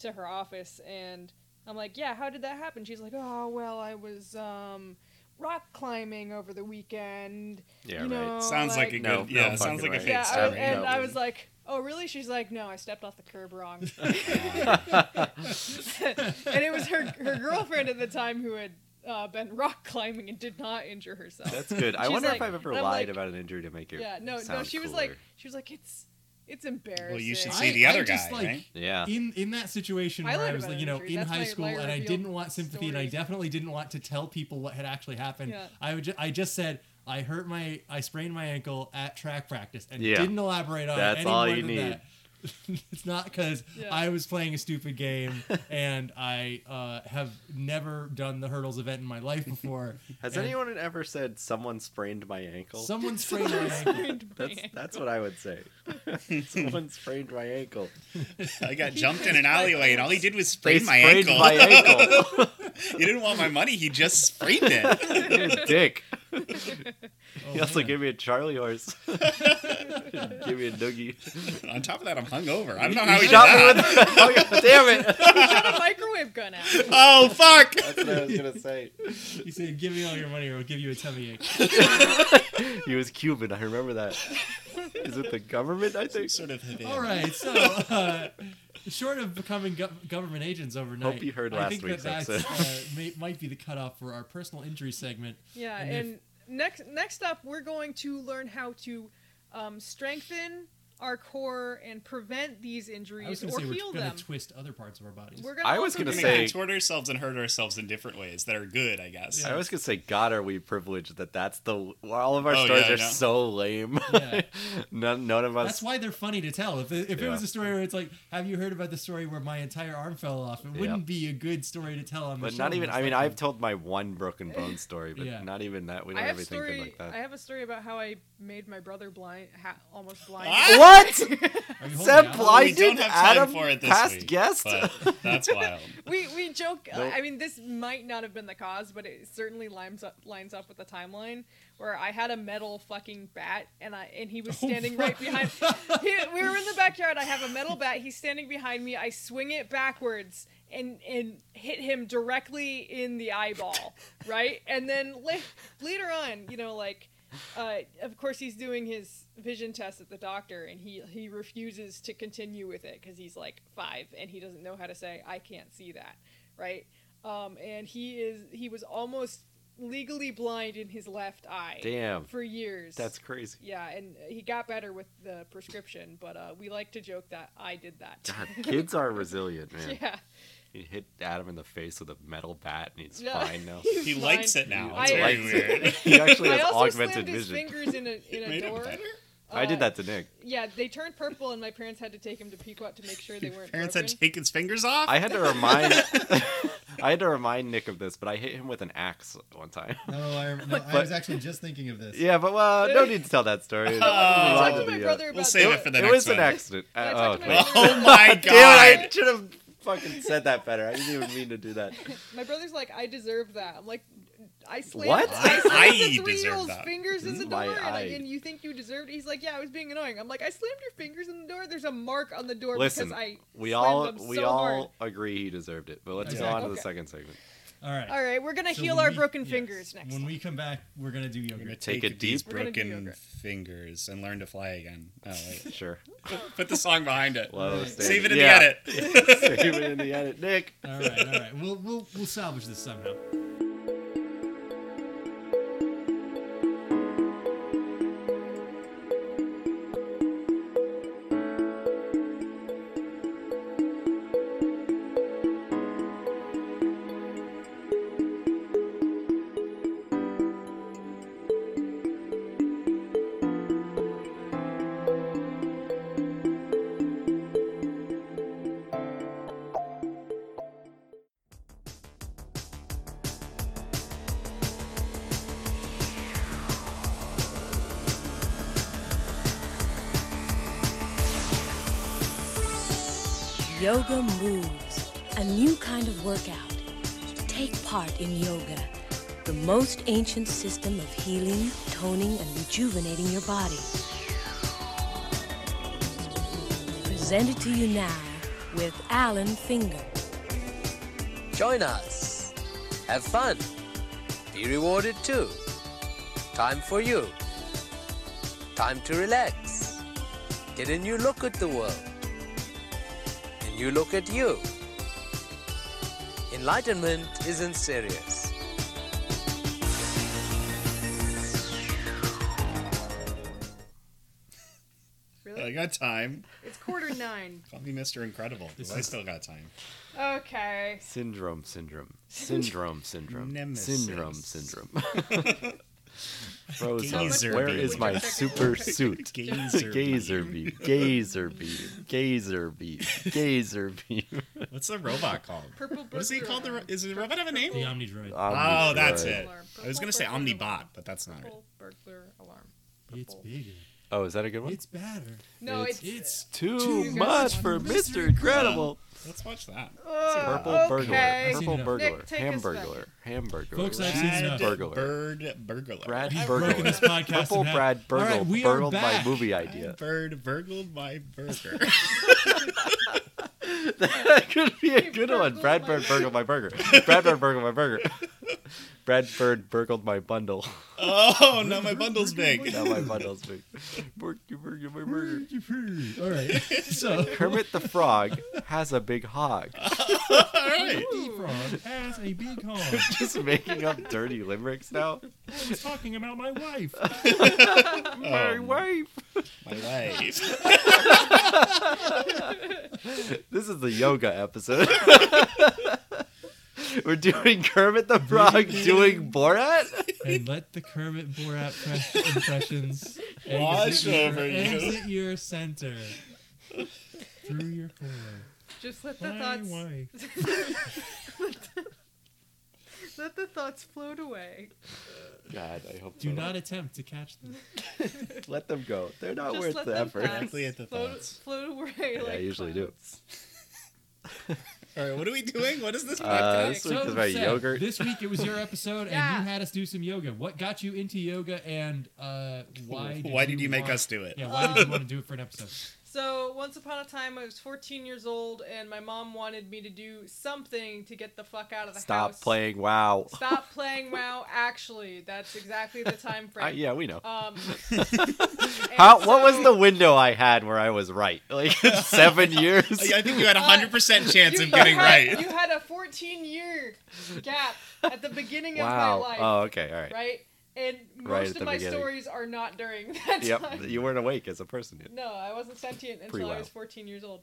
[SPEAKER 4] to her office and I'm like, "Yeah, how did that happen?" She's like, "Oh, well, I was um rock climbing over the weekend."
[SPEAKER 3] Yeah,
[SPEAKER 4] you know,
[SPEAKER 3] right.
[SPEAKER 1] Sounds like, a good,
[SPEAKER 3] No,
[SPEAKER 1] yeah,
[SPEAKER 3] no
[SPEAKER 1] sounds
[SPEAKER 3] fucking
[SPEAKER 1] like a fake
[SPEAKER 3] way.
[SPEAKER 4] Oh, Yeah, I was,
[SPEAKER 1] story.
[SPEAKER 4] and
[SPEAKER 3] No.
[SPEAKER 4] I was like, "Oh, really?" She's like, "No, I stepped off the curb wrong." and it was her her girlfriend at the time who had uh, been rock climbing and did not injure herself.
[SPEAKER 3] That's good. I
[SPEAKER 4] She's
[SPEAKER 3] wonder
[SPEAKER 4] like-
[SPEAKER 3] if I've ever
[SPEAKER 4] and
[SPEAKER 3] lied
[SPEAKER 4] I'm like-
[SPEAKER 3] about an injury to make it.
[SPEAKER 4] yeah, no, no.
[SPEAKER 3] sound
[SPEAKER 4] She was
[SPEAKER 3] cooler.
[SPEAKER 4] like, she was like, "It's It's embarrassing.
[SPEAKER 1] Well, you should see the
[SPEAKER 2] I- I
[SPEAKER 1] other guy,
[SPEAKER 2] just, like,
[SPEAKER 1] right?
[SPEAKER 3] Yeah.
[SPEAKER 4] "E-"
[SPEAKER 2] in in that situation
[SPEAKER 4] I
[SPEAKER 2] where I
[SPEAKER 4] lied
[SPEAKER 2] was
[SPEAKER 4] about
[SPEAKER 2] like, you know
[SPEAKER 4] injury.
[SPEAKER 2] in
[SPEAKER 4] That's
[SPEAKER 2] high
[SPEAKER 4] my
[SPEAKER 2] school
[SPEAKER 4] liar
[SPEAKER 2] and I
[SPEAKER 4] revealed
[SPEAKER 2] didn't want sympathy and I
[SPEAKER 4] story.
[SPEAKER 2] definitely didn't want to tell people what had actually happened.
[SPEAKER 4] Yeah.
[SPEAKER 2] I would ju- I just said I hurt my I sprained my ankle at track practice and
[SPEAKER 3] Yeah.
[SPEAKER 2] didn't elaborate on it
[SPEAKER 3] That's
[SPEAKER 2] any
[SPEAKER 3] all
[SPEAKER 2] more
[SPEAKER 3] you
[SPEAKER 2] than
[SPEAKER 3] need.
[SPEAKER 2] that. it's not because
[SPEAKER 4] Yeah.
[SPEAKER 2] I was playing a stupid game and I uh, have never done the hurdles event in my life before.
[SPEAKER 3] Has
[SPEAKER 2] and
[SPEAKER 3] anyone ever said someone sprained my ankle?
[SPEAKER 2] Someone sprained my ankle.
[SPEAKER 3] that's that's what I would say. someone sprained my ankle.
[SPEAKER 1] I got
[SPEAKER 4] He
[SPEAKER 1] jumped in
[SPEAKER 4] sprained
[SPEAKER 1] an
[SPEAKER 4] my
[SPEAKER 1] alleyway, and all he
[SPEAKER 4] ankles.
[SPEAKER 1] did was
[SPEAKER 3] They
[SPEAKER 1] sprain my
[SPEAKER 3] sprained
[SPEAKER 1] ankle.
[SPEAKER 3] my ankle.
[SPEAKER 1] you didn't want my money; he just sprained it.
[SPEAKER 3] Dick.
[SPEAKER 2] Oh,
[SPEAKER 3] He also
[SPEAKER 2] man.
[SPEAKER 3] gave me a Charlie horse. give me a noogie.
[SPEAKER 1] On top of that, I'm hungover. I don't know
[SPEAKER 3] You
[SPEAKER 1] how he did
[SPEAKER 3] shot me
[SPEAKER 1] that.
[SPEAKER 3] with oh, God damn it.
[SPEAKER 4] He shot a microwave gun at me.
[SPEAKER 1] Oh fuck!
[SPEAKER 3] That's what I was gonna say.
[SPEAKER 2] He said, "Give me all your money, or I'll give you a tummy ache."
[SPEAKER 3] He was Cuban. I remember that. Is it the government? I think.
[SPEAKER 1] Sort of. Hibian.
[SPEAKER 2] All right, so uh, short of becoming gov- government agents overnight,
[SPEAKER 3] Hope you heard
[SPEAKER 2] I
[SPEAKER 3] last
[SPEAKER 2] think
[SPEAKER 3] week's
[SPEAKER 2] that that's,
[SPEAKER 3] episode.
[SPEAKER 2] uh, may, might be the cutoff for our personal injury segment.
[SPEAKER 4] Yeah,
[SPEAKER 2] And
[SPEAKER 4] and,
[SPEAKER 2] if-
[SPEAKER 4] next next up, we're going to learn how to um, strengthen our core and prevent these
[SPEAKER 2] I was
[SPEAKER 4] injuries
[SPEAKER 2] going
[SPEAKER 4] or
[SPEAKER 2] to say
[SPEAKER 4] heal
[SPEAKER 2] we're
[SPEAKER 4] them.
[SPEAKER 2] going to twist other parts of our bodies.
[SPEAKER 4] We're gonna
[SPEAKER 3] I was
[SPEAKER 4] also
[SPEAKER 3] gonna
[SPEAKER 1] We're
[SPEAKER 4] do
[SPEAKER 1] gonna
[SPEAKER 3] say-
[SPEAKER 4] that.
[SPEAKER 1] contort ourselves and hurt ourselves in different ways that are good, I guess.
[SPEAKER 3] I was gonna say, God, are we privileged that that's the all of our
[SPEAKER 1] Oh,
[SPEAKER 3] stories
[SPEAKER 1] yeah, I
[SPEAKER 3] are
[SPEAKER 1] know.
[SPEAKER 3] so lame.
[SPEAKER 2] Yeah.
[SPEAKER 3] none, none of us.
[SPEAKER 2] That's why they're funny to tell. If, it, if it
[SPEAKER 3] Yeah.
[SPEAKER 2] was a story where it's like, "Have you heard about the story where my entire arm fell off?" It wouldn't be a good story to tell on the
[SPEAKER 3] but
[SPEAKER 2] show.
[SPEAKER 3] not even.
[SPEAKER 2] most
[SPEAKER 3] I mean,
[SPEAKER 2] likely.
[SPEAKER 3] I've told my one broken bone story, but
[SPEAKER 2] Yeah.
[SPEAKER 3] not even that. We
[SPEAKER 4] I
[SPEAKER 3] don't have
[SPEAKER 4] have a
[SPEAKER 3] anything
[SPEAKER 4] story.
[SPEAKER 3] good like that.
[SPEAKER 4] I have a story about how I made my brother blind, ha- almost blind.
[SPEAKER 1] Ah!
[SPEAKER 3] What?
[SPEAKER 2] Are you holding out?
[SPEAKER 3] Seb
[SPEAKER 1] Well, we
[SPEAKER 3] blinded
[SPEAKER 1] don't have time
[SPEAKER 3] Adam,
[SPEAKER 1] for it this
[SPEAKER 3] past
[SPEAKER 1] week.
[SPEAKER 3] guest.
[SPEAKER 1] but that's wild.
[SPEAKER 4] we we joke. uh,
[SPEAKER 3] No.
[SPEAKER 4] I mean, this might not have been the cause, but it certainly lines up lines up with the timeline where I had a metal fucking bat, and I and he was standing right behind. He, we were in the backyard. I have a metal bat. He's standing behind me. I swing it backwards and and hit him directly in the eyeball, right? And then la- later on, you know, like. Uh, of course, he's doing his vision test at the doctor, and he he refuses to continue with it because he's like five and he doesn't know how to say I can't see that, right? Um, and he is he was almost legally blind in his left eye
[SPEAKER 3] Damn,
[SPEAKER 4] for years.
[SPEAKER 3] that's crazy.
[SPEAKER 4] yeah, and he got better with the prescription, but uh, we like to joke that I did that.
[SPEAKER 3] God, kids are resilient, man.
[SPEAKER 4] yeah,
[SPEAKER 3] He hit Adam in the face with a metal bat, and he's
[SPEAKER 4] Yeah.
[SPEAKER 3] fine now.
[SPEAKER 1] He
[SPEAKER 4] He's
[SPEAKER 1] likes
[SPEAKER 4] blind.
[SPEAKER 1] it now.
[SPEAKER 4] I-
[SPEAKER 1] It's very
[SPEAKER 3] Likes
[SPEAKER 1] weird.
[SPEAKER 3] it. He actually
[SPEAKER 4] I
[SPEAKER 3] has
[SPEAKER 4] also
[SPEAKER 3] augmented
[SPEAKER 4] slammed his
[SPEAKER 3] vision.
[SPEAKER 4] fingers in a in a
[SPEAKER 1] Made it
[SPEAKER 4] door.
[SPEAKER 1] better?
[SPEAKER 3] I did
[SPEAKER 4] Uh,
[SPEAKER 3] that to Nick.
[SPEAKER 4] Yeah, they turned purple, and my parents had to take him to Pequot to make sure they weren't.
[SPEAKER 1] Parents had
[SPEAKER 4] broken.
[SPEAKER 1] taken his fingers off.
[SPEAKER 3] I had to remind I had to remind Nick of this, but I hit him with an axe one time.
[SPEAKER 2] No, I, no, I
[SPEAKER 3] But-
[SPEAKER 2] was actually just thinking of this.
[SPEAKER 3] Yeah, but well, no need to tell that story.
[SPEAKER 1] Oh.
[SPEAKER 4] I
[SPEAKER 3] Lied
[SPEAKER 4] talked
[SPEAKER 3] to
[SPEAKER 4] to my
[SPEAKER 3] the, uh,
[SPEAKER 4] brother about
[SPEAKER 1] We'll save
[SPEAKER 4] that.
[SPEAKER 1] it for the
[SPEAKER 3] it
[SPEAKER 1] next
[SPEAKER 3] was
[SPEAKER 1] one.
[SPEAKER 3] an accident. Uh,
[SPEAKER 4] I
[SPEAKER 3] oh,
[SPEAKER 4] talked to my
[SPEAKER 3] wait.
[SPEAKER 4] brother-
[SPEAKER 1] oh my
[SPEAKER 3] Damn it! I
[SPEAKER 1] god!
[SPEAKER 3] should have fucking said that better. I didn't even mean to do that.
[SPEAKER 4] My brother's like, I deserve that. I'm like, I slammed,
[SPEAKER 3] What? Mm,
[SPEAKER 4] I slammed
[SPEAKER 1] I
[SPEAKER 4] the
[SPEAKER 1] deserve
[SPEAKER 4] three-year-old's
[SPEAKER 1] that.
[SPEAKER 4] fingers in the door,
[SPEAKER 3] My
[SPEAKER 4] and, I,
[SPEAKER 3] eye.
[SPEAKER 4] and you think you deserved it? He's like, yeah, I was being annoying. I'm like, I slammed your fingers in the door. There's a mark on the door
[SPEAKER 3] Listen,
[SPEAKER 4] because I
[SPEAKER 3] we
[SPEAKER 4] slammed
[SPEAKER 3] all
[SPEAKER 4] them
[SPEAKER 3] we
[SPEAKER 4] so hard.
[SPEAKER 3] all agree he deserved it, but let's
[SPEAKER 2] Okay.
[SPEAKER 3] go on to
[SPEAKER 4] Okay.
[SPEAKER 3] the second segment.
[SPEAKER 2] All right.
[SPEAKER 4] All right, we're gonna
[SPEAKER 2] So
[SPEAKER 4] heal
[SPEAKER 2] when
[SPEAKER 4] our
[SPEAKER 2] we-
[SPEAKER 4] broken
[SPEAKER 2] yes.
[SPEAKER 4] fingers next.
[SPEAKER 2] When
[SPEAKER 4] time.
[SPEAKER 2] we come back, we're going to do
[SPEAKER 1] I'm
[SPEAKER 2] yoga.
[SPEAKER 1] gonna
[SPEAKER 3] Take a
[SPEAKER 1] these
[SPEAKER 3] deep
[SPEAKER 4] We're gonna do
[SPEAKER 1] broken
[SPEAKER 4] yoga.
[SPEAKER 1] fingers and learn to fly again. Oh wait,
[SPEAKER 3] Sure.
[SPEAKER 1] put the song behind it.
[SPEAKER 3] Low
[SPEAKER 2] Right.
[SPEAKER 1] Save it in
[SPEAKER 3] Yeah.
[SPEAKER 1] the edit.
[SPEAKER 3] Save it in the edit, Nick.
[SPEAKER 2] All right, all right. We'll we'll we'll salvage this somehow.
[SPEAKER 5] Yoga Moves, a new kind of workout. Take part in yoga, the most ancient system of healing, toning, and rejuvenating your body. Presented to you now with Alan Finger.
[SPEAKER 6] Join us. Have fun. Be rewarded too. Time for you. Time to relax. Get a new look at the world. A new look at you. Enlightenment isn't serious.
[SPEAKER 4] Really?
[SPEAKER 1] I got time.
[SPEAKER 4] It's quarter nine.
[SPEAKER 1] Call me Mr. Incredible. 'cause I still got time.
[SPEAKER 4] Okay.
[SPEAKER 3] Syndrome, syndrome, syndrome, syndrome,
[SPEAKER 1] Nemesis.
[SPEAKER 3] syndrome, syndrome. Rose,
[SPEAKER 1] Gazer
[SPEAKER 3] where
[SPEAKER 1] beam.
[SPEAKER 3] is my super suit?
[SPEAKER 1] Gazer
[SPEAKER 3] gazer beam, gazer beam, gazer beam, gazer beam.
[SPEAKER 1] What's the robot called?
[SPEAKER 4] Purple
[SPEAKER 1] What is he called? The ro- is the robot have a
[SPEAKER 7] The
[SPEAKER 1] name?
[SPEAKER 7] Omnidroid.
[SPEAKER 3] Uh,
[SPEAKER 1] Oh, that's
[SPEAKER 3] Omnidroid.
[SPEAKER 1] it. I was gonna say Omnibot, but that's not it.
[SPEAKER 4] Purple burglar alarm.
[SPEAKER 2] It's
[SPEAKER 4] Purple.
[SPEAKER 2] bigger.
[SPEAKER 3] Oh, is that a good one?
[SPEAKER 2] It's better.
[SPEAKER 4] No,
[SPEAKER 3] It's-
[SPEAKER 4] it's,
[SPEAKER 2] It's
[SPEAKER 3] Too,
[SPEAKER 4] Too
[SPEAKER 3] much
[SPEAKER 4] much
[SPEAKER 3] for
[SPEAKER 2] for
[SPEAKER 3] Mr.
[SPEAKER 2] Mr.
[SPEAKER 3] Incredible.
[SPEAKER 1] Let's watch that.
[SPEAKER 4] Ugh,
[SPEAKER 3] Purple
[SPEAKER 4] uh, okay.
[SPEAKER 3] burglar. Purple
[SPEAKER 2] Nick,
[SPEAKER 3] burglar.
[SPEAKER 4] take us back.
[SPEAKER 3] Hamburglar. Hamburglar.
[SPEAKER 7] Folks, I've seen
[SPEAKER 1] Brad
[SPEAKER 7] enough.
[SPEAKER 3] Burglar.
[SPEAKER 1] Bird burglar.
[SPEAKER 3] Brad
[SPEAKER 2] I've
[SPEAKER 3] Burglar.
[SPEAKER 2] broken this podcast in
[SPEAKER 3] Purple
[SPEAKER 2] half.
[SPEAKER 3] Brad
[SPEAKER 2] All
[SPEAKER 3] Burgle.
[SPEAKER 2] right, we are
[SPEAKER 3] burgled
[SPEAKER 2] back.
[SPEAKER 3] my movie
[SPEAKER 1] Brad
[SPEAKER 3] idea.
[SPEAKER 1] Bird burgled my burger.
[SPEAKER 3] that could be a
[SPEAKER 4] You
[SPEAKER 3] good one.
[SPEAKER 4] burgled
[SPEAKER 3] Brad
[SPEAKER 4] my
[SPEAKER 3] Bird burgled my burger. Brad Bird burgled my burger. Brad Bird burgled my bundle.
[SPEAKER 1] oh, now my bundle's big.
[SPEAKER 3] now my bundle's big. Burg, you burgled my burger.
[SPEAKER 2] All right. So,
[SPEAKER 3] Kermit the Frog has a big hog.
[SPEAKER 1] All right.
[SPEAKER 7] Frog has a big hog.
[SPEAKER 3] Just making up dirty limericks now.
[SPEAKER 7] I was talking about my wife.
[SPEAKER 4] Oh,
[SPEAKER 3] My wife.
[SPEAKER 1] My wife.
[SPEAKER 3] This is the yoga episode. We're doing Kermit the Frog doing Borat.
[SPEAKER 2] and let the Kermit Borat fresh impressions
[SPEAKER 1] Wash
[SPEAKER 2] exit your-
[SPEAKER 1] over you.
[SPEAKER 2] Exit your center through your core.
[SPEAKER 4] Just let the
[SPEAKER 7] My
[SPEAKER 4] thoughts
[SPEAKER 7] wife.
[SPEAKER 4] let the thoughts float away.
[SPEAKER 3] God, I hope
[SPEAKER 2] Do
[SPEAKER 3] so.
[SPEAKER 2] not attempt to catch them.
[SPEAKER 3] let them go. They're not
[SPEAKER 4] Just
[SPEAKER 3] worth
[SPEAKER 4] let
[SPEAKER 3] the
[SPEAKER 4] them
[SPEAKER 3] effort.
[SPEAKER 4] pass.
[SPEAKER 1] Directly at the
[SPEAKER 4] float,
[SPEAKER 1] thoughts.
[SPEAKER 4] float away.
[SPEAKER 3] Yeah,
[SPEAKER 4] like
[SPEAKER 3] I usually do.
[SPEAKER 4] clouds.
[SPEAKER 1] All right. What are we doing? What is this?
[SPEAKER 3] Uh,
[SPEAKER 1] podcast?
[SPEAKER 3] this week
[SPEAKER 2] So,
[SPEAKER 3] is about
[SPEAKER 2] Seb,
[SPEAKER 3] yogurt.
[SPEAKER 2] This week it was your episode,
[SPEAKER 4] Yeah.
[SPEAKER 2] and you had us do some yoga. What got you into yoga, and uh, why? Did
[SPEAKER 1] Why did you make
[SPEAKER 2] want-
[SPEAKER 1] us do it?
[SPEAKER 2] Yeah, why did you want to do it for an episode?
[SPEAKER 4] So once upon a time, I was 14 years old, and my mom wanted me to do something to get the fuck out of the
[SPEAKER 3] Stop
[SPEAKER 4] house.
[SPEAKER 3] playing WoW.
[SPEAKER 4] Stop playing WoW. Actually, that's exactly the time frame.
[SPEAKER 3] Uh, yeah, we know.
[SPEAKER 4] Um,
[SPEAKER 3] How? What was the window I had where I was right? Like seven years.
[SPEAKER 1] Oh, I think you had a hundred percent chance
[SPEAKER 4] you,
[SPEAKER 1] of getting
[SPEAKER 4] had,
[SPEAKER 1] right.
[SPEAKER 4] You had a 14 year gap at the beginning
[SPEAKER 3] Wow.
[SPEAKER 4] of my life,
[SPEAKER 3] Oh, okay. All right.
[SPEAKER 4] right? And most
[SPEAKER 3] Right at
[SPEAKER 4] of
[SPEAKER 3] the
[SPEAKER 4] my
[SPEAKER 3] beginning.
[SPEAKER 4] stories are not during that
[SPEAKER 3] Yep.
[SPEAKER 4] time.
[SPEAKER 3] You weren't awake as a person yet,
[SPEAKER 4] No, I wasn't sentient until
[SPEAKER 3] Pre-wow.
[SPEAKER 4] I was 14 years old.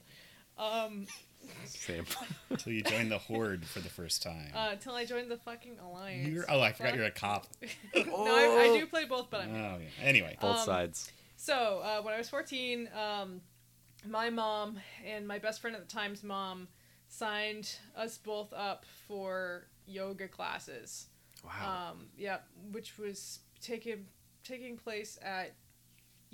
[SPEAKER 4] Um,
[SPEAKER 3] Sam.
[SPEAKER 1] Until you joined the horde for the first time.
[SPEAKER 4] uh, until I joined the fucking alliance.
[SPEAKER 1] You're, oh, I forgot you're a cop.
[SPEAKER 4] no, I, I do play both, but
[SPEAKER 1] Oh,
[SPEAKER 4] I'm
[SPEAKER 1] yeah. Anyway.
[SPEAKER 3] Both
[SPEAKER 4] Um,
[SPEAKER 3] sides.
[SPEAKER 4] So uh, when I was 14, um, my mom and my best friend at the time's mom signed us both up for yoga classes.
[SPEAKER 3] Wow.
[SPEAKER 4] Um, yeah, which was taking taking place at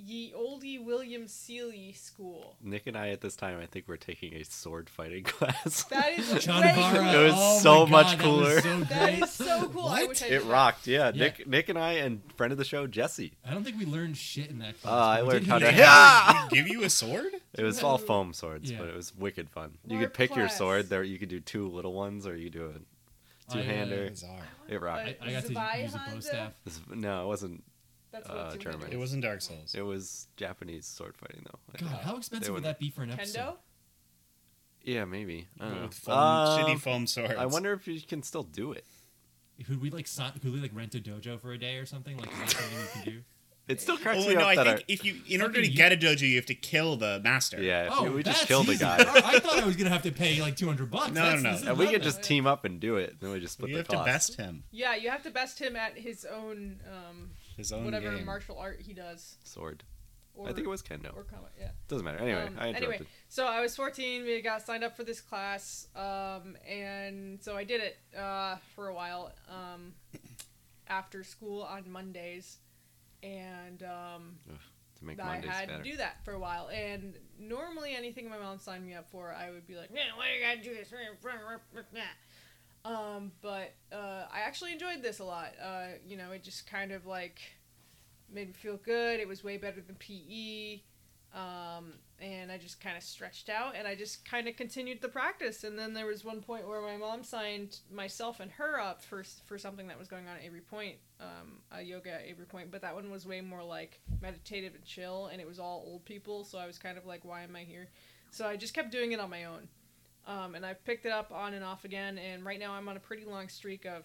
[SPEAKER 4] Ye Oldie William Seeley School.
[SPEAKER 3] Nick and I at this time, I think we're taking a sword fighting class.
[SPEAKER 4] That is
[SPEAKER 2] John
[SPEAKER 4] way-
[SPEAKER 2] Barra,
[SPEAKER 3] It was
[SPEAKER 2] oh my
[SPEAKER 3] so
[SPEAKER 2] God, that
[SPEAKER 3] much
[SPEAKER 2] was
[SPEAKER 3] cooler.
[SPEAKER 2] so
[SPEAKER 4] That
[SPEAKER 2] great.
[SPEAKER 4] is so cool. I wish I did
[SPEAKER 3] it
[SPEAKER 4] that.
[SPEAKER 3] rocked. Yeah.
[SPEAKER 2] Yeah.
[SPEAKER 3] Nick, Nick and I, and friend of the show, Jesse.
[SPEAKER 2] I don't think we learned shit in that class.
[SPEAKER 3] Uh, I
[SPEAKER 2] but we
[SPEAKER 3] learned
[SPEAKER 2] did
[SPEAKER 3] how
[SPEAKER 2] hear
[SPEAKER 3] to.
[SPEAKER 2] that.
[SPEAKER 1] Did we give you a sword?
[SPEAKER 3] It was all foam swords,
[SPEAKER 2] Yeah.
[SPEAKER 3] but it was wicked fun. You
[SPEAKER 4] More
[SPEAKER 3] could pick your
[SPEAKER 4] plus.
[SPEAKER 3] sword. There, you could do two little ones, or you could do a
[SPEAKER 2] I, uh,
[SPEAKER 3] two-hander.
[SPEAKER 1] Bizarre.
[SPEAKER 3] it rocked.
[SPEAKER 2] I, I got to
[SPEAKER 4] Zabai
[SPEAKER 2] use a bow
[SPEAKER 4] Hanzo?
[SPEAKER 2] staff.
[SPEAKER 3] This- no, it wasn't.
[SPEAKER 4] That's
[SPEAKER 3] Uh,
[SPEAKER 4] what
[SPEAKER 3] German.
[SPEAKER 1] It
[SPEAKER 4] it was.
[SPEAKER 1] wasn't Dark Souls.
[SPEAKER 3] It was Japanese sword fighting, though. I
[SPEAKER 2] God,
[SPEAKER 3] think.
[SPEAKER 2] how
[SPEAKER 3] They
[SPEAKER 2] expensive
[SPEAKER 3] would-
[SPEAKER 2] would that be for an episode?
[SPEAKER 4] Kendo?
[SPEAKER 3] Yeah, maybe. I don't know.
[SPEAKER 1] With foam,
[SPEAKER 3] Um,
[SPEAKER 1] shitty foam swords.
[SPEAKER 3] I wonder if you can still do it.
[SPEAKER 2] Could we like sign, could we like rent a dojo for a day or something? Like is that something we can do?
[SPEAKER 3] It still cracks
[SPEAKER 1] Oh
[SPEAKER 3] me
[SPEAKER 1] no!
[SPEAKER 3] up
[SPEAKER 1] I
[SPEAKER 3] that
[SPEAKER 1] think
[SPEAKER 3] our-
[SPEAKER 1] if you, in order to
[SPEAKER 2] Fucking
[SPEAKER 1] get a dojo, you have to kill the master.
[SPEAKER 3] yeah, if you- we just
[SPEAKER 2] Oh, that's
[SPEAKER 3] killed the
[SPEAKER 2] easy.
[SPEAKER 3] guy,
[SPEAKER 2] I, I thought I was gonna have to pay like two hundred bucks.
[SPEAKER 1] No,
[SPEAKER 2] That's-
[SPEAKER 1] no, no.
[SPEAKER 2] this is
[SPEAKER 3] and we could
[SPEAKER 2] nothing.
[SPEAKER 3] just team up and do it. Then we just split
[SPEAKER 1] you
[SPEAKER 3] the
[SPEAKER 1] have
[SPEAKER 3] cost.
[SPEAKER 1] to best him.
[SPEAKER 4] Yeah, you have to best him at his own um,
[SPEAKER 1] His own
[SPEAKER 4] whatever
[SPEAKER 1] game.
[SPEAKER 4] martial art he does.
[SPEAKER 3] sword.
[SPEAKER 4] Or,
[SPEAKER 3] I think it was kendo.
[SPEAKER 4] Or combat, yeah.
[SPEAKER 3] Doesn't matter. Anyway,
[SPEAKER 4] Um,
[SPEAKER 3] I interrupted.
[SPEAKER 4] so I was 14. We got signed up for this class, um, and so I did it uh, for a while um, after school on Mondays, and um,
[SPEAKER 3] to make
[SPEAKER 4] I
[SPEAKER 3] Mondays
[SPEAKER 4] had
[SPEAKER 3] better.
[SPEAKER 4] to do that for a while. And normally, anything my mom signed me up for, I would be like, "Man, why do you gotta do this?" Um, but uh, I actually enjoyed this a lot. Uh, you know, it just kind of like made me feel good. It was way better than PE. Um, and I just kind of stretched out and I just kind of continued the practice. And then there was one point where my mom signed myself and her up for, for something that was going on at Avery Point, um, a yoga at Avery Point. But that one was way more like meditative and chill and it was all old people. So I was kind of like, why am I here? So I just kept doing it on my own. Um, and I've picked it up on and off again. And right now I'm on a pretty long streak of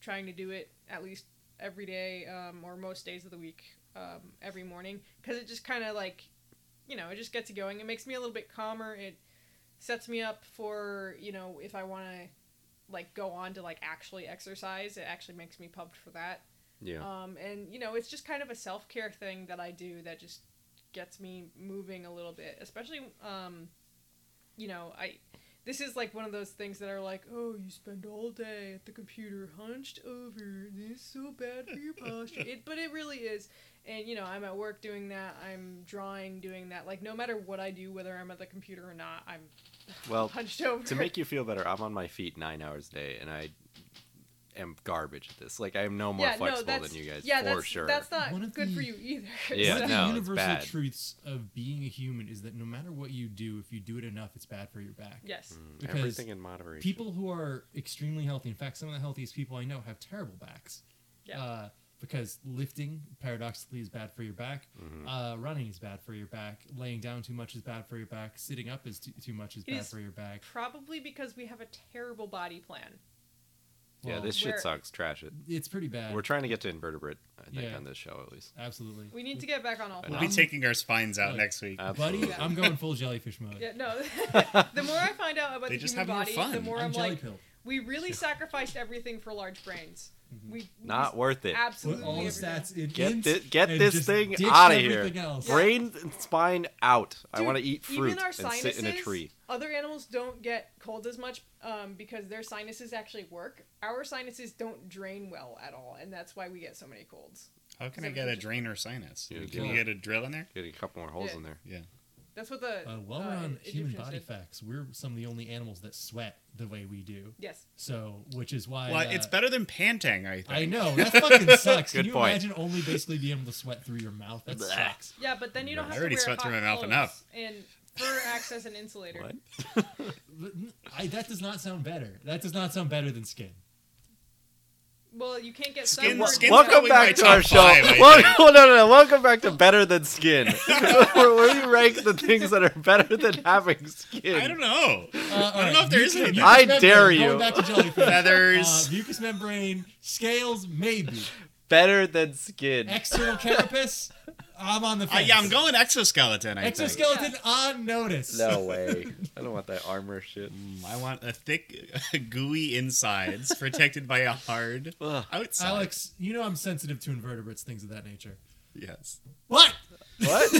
[SPEAKER 4] trying to do it at least every day um, or most days of the week, um, every morning, because it just kind of like you know, it just gets you going. It makes me a little bit calmer. It sets me up for, you know, if I want to like go on to like actually exercise, it actually makes me pumped for that.
[SPEAKER 3] Yeah.
[SPEAKER 4] Um, and you know, it's just kind of a self care thing that I do that just gets me moving a little bit. Especially, um, you know, I this is like one of those things that are like, oh, you spend all day at the computer hunched over. This is so bad for your posture. It, but it really is. And you know, I'm at work doing that. I'm drawing, doing that. Like no matter what I do, whether I'm at the computer or not, I'm
[SPEAKER 3] well,
[SPEAKER 4] hunched over.
[SPEAKER 3] to make you feel better, I'm on my feet nine hours a day, and I am garbage at this. Like I am no more
[SPEAKER 4] yeah, no,
[SPEAKER 3] flexible
[SPEAKER 4] that's
[SPEAKER 3] than you guys
[SPEAKER 4] yeah,
[SPEAKER 3] for
[SPEAKER 4] that's,
[SPEAKER 3] sure.
[SPEAKER 4] That's not
[SPEAKER 2] One of
[SPEAKER 4] good for
[SPEAKER 2] the-
[SPEAKER 4] you either.
[SPEAKER 3] Yeah,
[SPEAKER 2] One of
[SPEAKER 3] no,
[SPEAKER 2] the
[SPEAKER 3] it's
[SPEAKER 2] universal
[SPEAKER 3] bad.
[SPEAKER 2] truths of being a human is that no matter what you do, if you do it enough, it's bad for your back.
[SPEAKER 4] Yes.
[SPEAKER 3] Mm.
[SPEAKER 2] because
[SPEAKER 3] Everything in moderation.
[SPEAKER 2] people who are extremely healthy, in fact, some of the healthiest people I know have terrible backs.
[SPEAKER 4] Yeah.
[SPEAKER 2] Uh, because lifting paradoxically is bad for your back. Uh, running is bad for your back. Laying down too much is bad for your back. Sitting up is too, too much is
[SPEAKER 4] It
[SPEAKER 2] bad
[SPEAKER 4] is
[SPEAKER 2] for your back.
[SPEAKER 4] Probably because we have a terrible body plan.
[SPEAKER 3] yeah,
[SPEAKER 2] Well,
[SPEAKER 3] this shit
[SPEAKER 4] Where-
[SPEAKER 3] sucks. Trash it.
[SPEAKER 2] it's pretty bad.
[SPEAKER 3] We're trying to get to invertebrate, I think,
[SPEAKER 2] Yeah.
[SPEAKER 3] on this show at least.
[SPEAKER 2] Absolutely.
[SPEAKER 4] We need to get back on all
[SPEAKER 1] We'll
[SPEAKER 4] fours.
[SPEAKER 1] be
[SPEAKER 2] Um,
[SPEAKER 1] taking our spines out
[SPEAKER 2] uh,
[SPEAKER 1] next week.
[SPEAKER 3] Absolutely.
[SPEAKER 2] Buddy, I'm going full jellyfish mode.
[SPEAKER 4] Yeah, no. the more I find out about
[SPEAKER 1] They
[SPEAKER 4] the
[SPEAKER 1] just
[SPEAKER 4] human
[SPEAKER 1] have more
[SPEAKER 4] body, the
[SPEAKER 1] fun.
[SPEAKER 2] I'm
[SPEAKER 4] more I'm,
[SPEAKER 2] jelly
[SPEAKER 4] like,
[SPEAKER 2] pilled.
[SPEAKER 4] we really sacrificed everything for large brains. We
[SPEAKER 3] Not worth it.
[SPEAKER 4] absolutely
[SPEAKER 2] Put Mm-hmm. all the
[SPEAKER 4] everything.
[SPEAKER 2] stats in
[SPEAKER 3] Get
[SPEAKER 2] int
[SPEAKER 3] this, get
[SPEAKER 2] and
[SPEAKER 3] this
[SPEAKER 2] just
[SPEAKER 3] thing
[SPEAKER 2] ditch
[SPEAKER 3] out of here.
[SPEAKER 2] everything Else.
[SPEAKER 3] Brain and spine out. I
[SPEAKER 4] Dude,
[SPEAKER 3] want to eat fruit
[SPEAKER 4] even our
[SPEAKER 3] and
[SPEAKER 4] sinuses,
[SPEAKER 3] sit in a tree.
[SPEAKER 4] Other animals don't get cold as much um, because their sinuses actually work. Our sinuses don't drain well at all, and that's why we get so many colds.
[SPEAKER 1] How can I get a drain or sinus?
[SPEAKER 3] Yeah,
[SPEAKER 1] Can you
[SPEAKER 2] yeah.
[SPEAKER 1] get a drill in there?
[SPEAKER 3] Get a couple more holes
[SPEAKER 4] Yeah.
[SPEAKER 3] in there.
[SPEAKER 1] Yeah.
[SPEAKER 4] That's what the
[SPEAKER 2] Uh, while we're on human
[SPEAKER 4] Egyptians
[SPEAKER 2] body
[SPEAKER 4] did.
[SPEAKER 2] facts, we're some of the only animals that sweat the way we do.
[SPEAKER 4] Yes,
[SPEAKER 2] So, which is why.
[SPEAKER 1] Well,
[SPEAKER 2] uh,
[SPEAKER 1] it's better than panting, I think.
[SPEAKER 2] I know that fucking sucks. Can
[SPEAKER 3] Good
[SPEAKER 2] you
[SPEAKER 3] point.
[SPEAKER 2] imagine only basically being able to sweat through your mouth? That
[SPEAKER 3] Blech.
[SPEAKER 2] sucks.
[SPEAKER 4] yeah, but then you don't
[SPEAKER 1] I
[SPEAKER 4] have
[SPEAKER 1] already
[SPEAKER 4] to wear
[SPEAKER 1] sweat
[SPEAKER 4] hot
[SPEAKER 1] through my mouth
[SPEAKER 4] clothes
[SPEAKER 1] enough.
[SPEAKER 4] and fur acts as an insulator.
[SPEAKER 3] What?
[SPEAKER 2] But n- I, that does not sound better. That does not sound better than skin.
[SPEAKER 4] Well, you can't get
[SPEAKER 1] Skin-
[SPEAKER 4] sunburned.
[SPEAKER 1] skin's
[SPEAKER 4] from-
[SPEAKER 1] probably
[SPEAKER 3] Welcome
[SPEAKER 1] my
[SPEAKER 3] back to
[SPEAKER 1] top
[SPEAKER 3] our show.
[SPEAKER 1] five, I think.
[SPEAKER 3] Welcome, no, no, no. Welcome back to Better Than Skin. where, where you rank the things that are better than having skin.
[SPEAKER 1] I don't know.
[SPEAKER 2] Uh, all
[SPEAKER 1] I don't know if there is
[SPEAKER 2] mucous-
[SPEAKER 1] anything.
[SPEAKER 2] mucous
[SPEAKER 3] I
[SPEAKER 2] membrane,
[SPEAKER 3] dare
[SPEAKER 2] going
[SPEAKER 3] you.
[SPEAKER 2] Back to jellyfish.
[SPEAKER 1] Feathers.
[SPEAKER 2] Uh, mucous membrane, scales, maybe.
[SPEAKER 3] Better than skin.
[SPEAKER 2] External carapace. I'm on the
[SPEAKER 1] Uh,
[SPEAKER 2] fence.
[SPEAKER 1] yeah, I'm going exoskeleton. I think.
[SPEAKER 2] Exoskeleton on notice.
[SPEAKER 3] No way. I don't want that armor shit.
[SPEAKER 1] Mm, I want a thick, gooey insides protected by a hard
[SPEAKER 3] Ugh.
[SPEAKER 1] outside.
[SPEAKER 2] Alex, you know I'm sensitive to invertebrates, things of that nature.
[SPEAKER 1] Yes.
[SPEAKER 2] What?
[SPEAKER 3] What?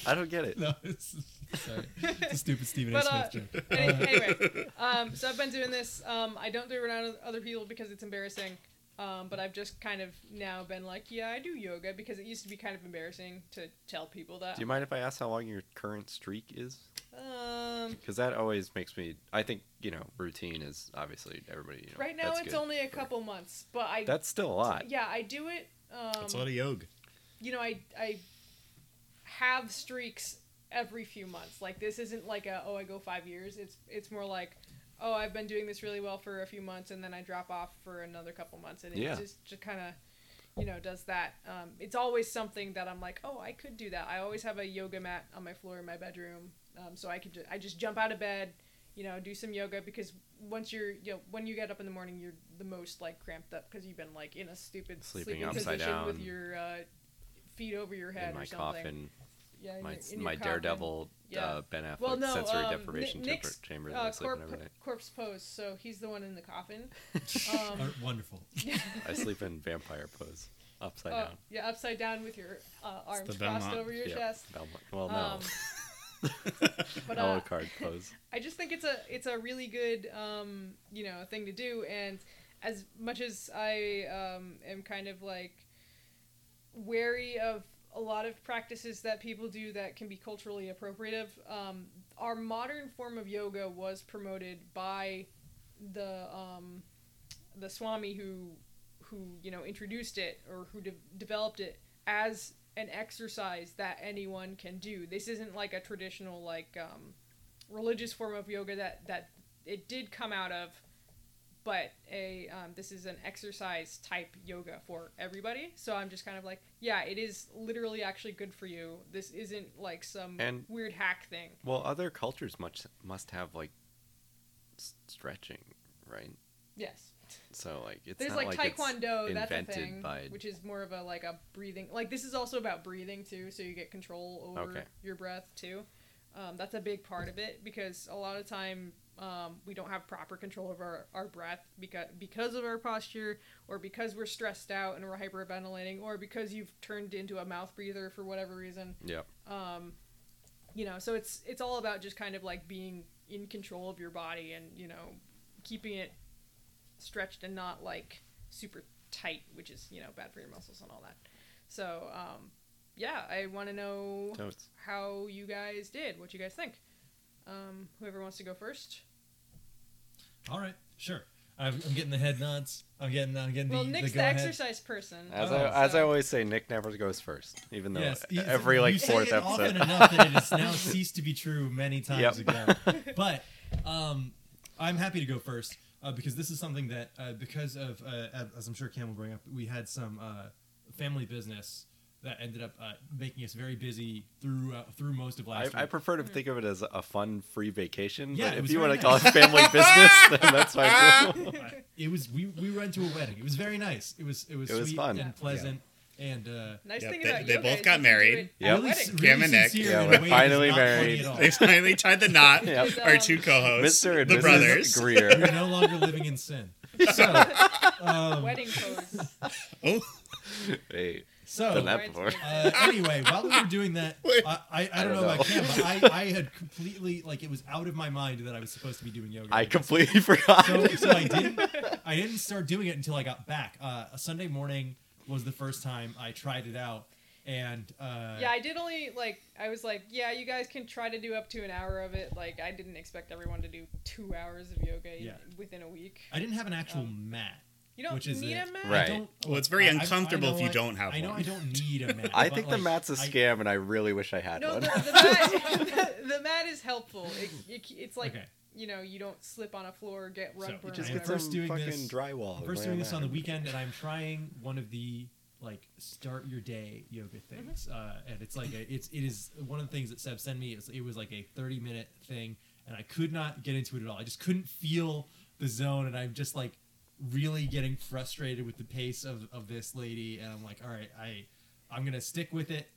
[SPEAKER 3] I don't get it.
[SPEAKER 2] No, it's, sorry. It's a stupid Stephen
[SPEAKER 4] But, uh,
[SPEAKER 2] A. Smith joke.
[SPEAKER 4] Any- anyway, um, so I've been doing this. Um, I don't do it around other people because it's embarrassing. Um, but I've just kind of now been like, yeah, I do yoga because it used to be kind of embarrassing to tell people that.
[SPEAKER 3] Do you mind if I ask how long your current streak is?
[SPEAKER 4] Um,
[SPEAKER 3] Because that always makes me. I think you know, routine is obviously everybody. You know,
[SPEAKER 4] right now
[SPEAKER 3] that's
[SPEAKER 4] it's
[SPEAKER 3] good.
[SPEAKER 4] only a couple months, but I
[SPEAKER 3] That's still a lot.
[SPEAKER 4] yeah I do it. Um,
[SPEAKER 1] That's a lot of yoga.
[SPEAKER 4] you know, I I have streaks every few months. Like this isn't like a oh I go five years. It's it's more like oh I've been doing this really well for a few months and then I drop off for another couple months and it
[SPEAKER 3] Yeah.
[SPEAKER 4] just just kind of you know does that. Um, it's always something that I'm like oh I could do that. I always have a yoga mat on my floor in my bedroom, um, so I could just, I just jump out of bed. You know, do some yoga because once you're, you know, when you get up in the morning, you're the most like cramped up because you've been like in a stupid
[SPEAKER 3] Sleeping
[SPEAKER 4] sleeping,
[SPEAKER 3] upside
[SPEAKER 4] position with
[SPEAKER 3] down.
[SPEAKER 4] your uh, feet over your head
[SPEAKER 3] In my
[SPEAKER 4] or something.
[SPEAKER 3] coffin,
[SPEAKER 4] Yeah, in
[SPEAKER 3] my
[SPEAKER 4] your- in your
[SPEAKER 3] my
[SPEAKER 4] coffin.
[SPEAKER 3] daredevil
[SPEAKER 4] Yeah.
[SPEAKER 3] uh, Ben Affleck
[SPEAKER 4] Well, no,
[SPEAKER 3] sensory
[SPEAKER 4] um,
[SPEAKER 3] deprivation
[SPEAKER 4] Ni- Nick's,
[SPEAKER 3] temper chamber that I
[SPEAKER 4] Uh,
[SPEAKER 3] sleep in
[SPEAKER 4] corp-
[SPEAKER 3] every night.
[SPEAKER 4] corpse pose. So he's the one in the coffin.
[SPEAKER 2] Are
[SPEAKER 4] Um,
[SPEAKER 2] wonderful.
[SPEAKER 3] I sleep in vampire pose, upside
[SPEAKER 4] oh,
[SPEAKER 3] down.
[SPEAKER 4] yeah, upside down with your uh, arms
[SPEAKER 1] Belmont.
[SPEAKER 4] crossed over your
[SPEAKER 3] Yeah,
[SPEAKER 4] chest.
[SPEAKER 3] Belmont- Well, no,
[SPEAKER 4] Um, but uh,
[SPEAKER 3] yellow card pose.
[SPEAKER 4] I just think it's a it's a really good um, you know thing to do, and as much as I um, am kind of like wary of a lot of practices that people do that can be culturally appropriative, um, our modern form of yoga was promoted by the um, the Swami who who you know introduced it or who de- developed it as an exercise that anyone can do. This isn't like a traditional like um, religious form of yoga that that it did come out of, but a um, this is an exercise type yoga for everybody. So I'm just kind of like, yeah, it is literally actually good for you. This isn't like some
[SPEAKER 3] And-
[SPEAKER 4] weird hack thing.
[SPEAKER 3] Well, other cultures much must have like s- stretching, right?
[SPEAKER 4] Yes.
[SPEAKER 3] So like it's
[SPEAKER 4] There's
[SPEAKER 3] not
[SPEAKER 4] like,
[SPEAKER 3] like
[SPEAKER 4] taekwondo,
[SPEAKER 3] it's
[SPEAKER 4] that's a
[SPEAKER 3] invented
[SPEAKER 4] thing,
[SPEAKER 3] by
[SPEAKER 4] which is more of a like a breathing. Like this is also about breathing too, so you get control over
[SPEAKER 3] Okay.
[SPEAKER 4] your breath too. Um, that's a big part of it because a lot of time um, we don't have proper control of our, our breath because because of our posture or because we're stressed out and we're hyperventilating or because you've turned into a mouth breather for whatever reason.
[SPEAKER 3] yeah.
[SPEAKER 4] You know, so it's it's all about just kind of like being in control of your body and you know keeping it stretched and not like super tight, which is you know bad for your muscles and all that. So um, yeah, I want to know
[SPEAKER 3] Totes.
[SPEAKER 4] how you guys did, what you guys think. Um, whoever wants to go first.
[SPEAKER 2] All right, sure. I've, I'm getting the head nods. I'm getting, I'm getting
[SPEAKER 4] well,
[SPEAKER 2] the,
[SPEAKER 4] Nick's
[SPEAKER 2] the
[SPEAKER 4] the,
[SPEAKER 2] go-ahead.
[SPEAKER 4] exercise person.
[SPEAKER 3] As
[SPEAKER 2] Oh,
[SPEAKER 3] I as I
[SPEAKER 4] so-
[SPEAKER 3] always say, Nick never goes first, even though
[SPEAKER 2] Yes, you-
[SPEAKER 3] e-, every
[SPEAKER 2] you
[SPEAKER 3] like
[SPEAKER 2] say
[SPEAKER 3] fourth
[SPEAKER 2] it often
[SPEAKER 3] episode.
[SPEAKER 2] enough that it has now ceased to be true many times
[SPEAKER 3] Yep.
[SPEAKER 2] ago. But um, I'm happy to go first uh, because this is something that, uh, because of uh, as- as I'm sure Cam will bring up, we had some uh, family business that ended up uh, making us very busy through uh, through most of
[SPEAKER 3] I,
[SPEAKER 2] last
[SPEAKER 3] I
[SPEAKER 2] week.
[SPEAKER 3] prefer to think of it as a fun, free vacation.
[SPEAKER 2] Yeah, it
[SPEAKER 3] but if
[SPEAKER 2] was
[SPEAKER 3] you
[SPEAKER 2] very
[SPEAKER 3] want
[SPEAKER 2] nice.
[SPEAKER 3] to call it family business, then that's fine. too.
[SPEAKER 2] it was we, we went to a wedding. It was very nice. It was it was,
[SPEAKER 3] It was
[SPEAKER 2] sweet
[SPEAKER 3] fun. Yeah.
[SPEAKER 2] and pleasant. And uh,
[SPEAKER 4] Nice
[SPEAKER 1] Yep,
[SPEAKER 4] thing
[SPEAKER 1] they-
[SPEAKER 4] about
[SPEAKER 1] they
[SPEAKER 4] yoga
[SPEAKER 1] both got
[SPEAKER 4] is you can do
[SPEAKER 1] married.
[SPEAKER 4] it
[SPEAKER 3] Yeah.
[SPEAKER 4] at a
[SPEAKER 2] really, s-
[SPEAKER 4] wedding.
[SPEAKER 2] really
[SPEAKER 1] Cam and Nick.
[SPEAKER 2] sincere
[SPEAKER 3] Yeah,
[SPEAKER 2] in a
[SPEAKER 3] we're
[SPEAKER 2] way that is
[SPEAKER 3] finally
[SPEAKER 2] not funny
[SPEAKER 3] married.
[SPEAKER 2] at all.
[SPEAKER 1] They finally tied the knot.
[SPEAKER 3] Yep.
[SPEAKER 1] Our two co-hosts,
[SPEAKER 3] Mr. and
[SPEAKER 1] the
[SPEAKER 3] Mrs.
[SPEAKER 1] brothers.
[SPEAKER 2] We're
[SPEAKER 3] Greer.
[SPEAKER 2] no longer living in sin. So, um,
[SPEAKER 4] Wedding pose.
[SPEAKER 1] Oh,
[SPEAKER 3] Hey,
[SPEAKER 2] so
[SPEAKER 3] done that before.
[SPEAKER 2] uh, anyway, while we were doing that,
[SPEAKER 1] Wait.
[SPEAKER 2] I, I, I don't know
[SPEAKER 3] don't
[SPEAKER 2] about Cam, but I, I had completely like it was out of my mind that I was supposed to be doing yoga.
[SPEAKER 3] I completely forgot.
[SPEAKER 2] so, so I didn't I didn't start doing it until I got back. Uh, a Sunday morning was the first time I tried it out, and uh,
[SPEAKER 4] Yeah, I did only like I was like, yeah, you guys can try to do up to an hour of it. Like I didn't expect everyone to do two hours of yoga in-
[SPEAKER 2] Yeah.
[SPEAKER 4] within a week.
[SPEAKER 2] I didn't have an actual mat.
[SPEAKER 4] You don't
[SPEAKER 2] Which is
[SPEAKER 4] need
[SPEAKER 2] it.
[SPEAKER 4] a mat.
[SPEAKER 3] Right.
[SPEAKER 2] I don't,
[SPEAKER 1] Well, it's very
[SPEAKER 2] I- I- I
[SPEAKER 1] uncomfortable
[SPEAKER 2] know
[SPEAKER 1] if you
[SPEAKER 2] I-
[SPEAKER 1] don't have
[SPEAKER 2] I know
[SPEAKER 1] one.
[SPEAKER 2] I don't need a mat.
[SPEAKER 3] I
[SPEAKER 2] but,
[SPEAKER 3] think the
[SPEAKER 2] like,
[SPEAKER 3] mat's a
[SPEAKER 2] I-
[SPEAKER 3] scam, and I really wish I had
[SPEAKER 4] No,
[SPEAKER 3] one.
[SPEAKER 4] the, the mat the, mat is helpful. It, it, it's like
[SPEAKER 2] Okay.
[SPEAKER 4] you know you don't slip on a floor, get rug
[SPEAKER 2] So- You
[SPEAKER 4] burn.
[SPEAKER 3] Just
[SPEAKER 2] I'm
[SPEAKER 3] get
[SPEAKER 4] whatever.
[SPEAKER 3] some
[SPEAKER 2] first doing
[SPEAKER 3] fucking
[SPEAKER 2] this-
[SPEAKER 3] drywall. and
[SPEAKER 2] First
[SPEAKER 3] wear
[SPEAKER 2] doing
[SPEAKER 3] a
[SPEAKER 2] this on the
[SPEAKER 3] mat.
[SPEAKER 2] weekend, and I'm trying one of the like start your day yoga things, uh, and it's like a, it's it is one of the things that Seb sent me. Is it was like a 30 minute thing, and I could not get into it at all. I just couldn't feel the zone, and I'm just like really getting frustrated with the pace of of this lady, and I'm like, all right, I I'm gonna stick with it,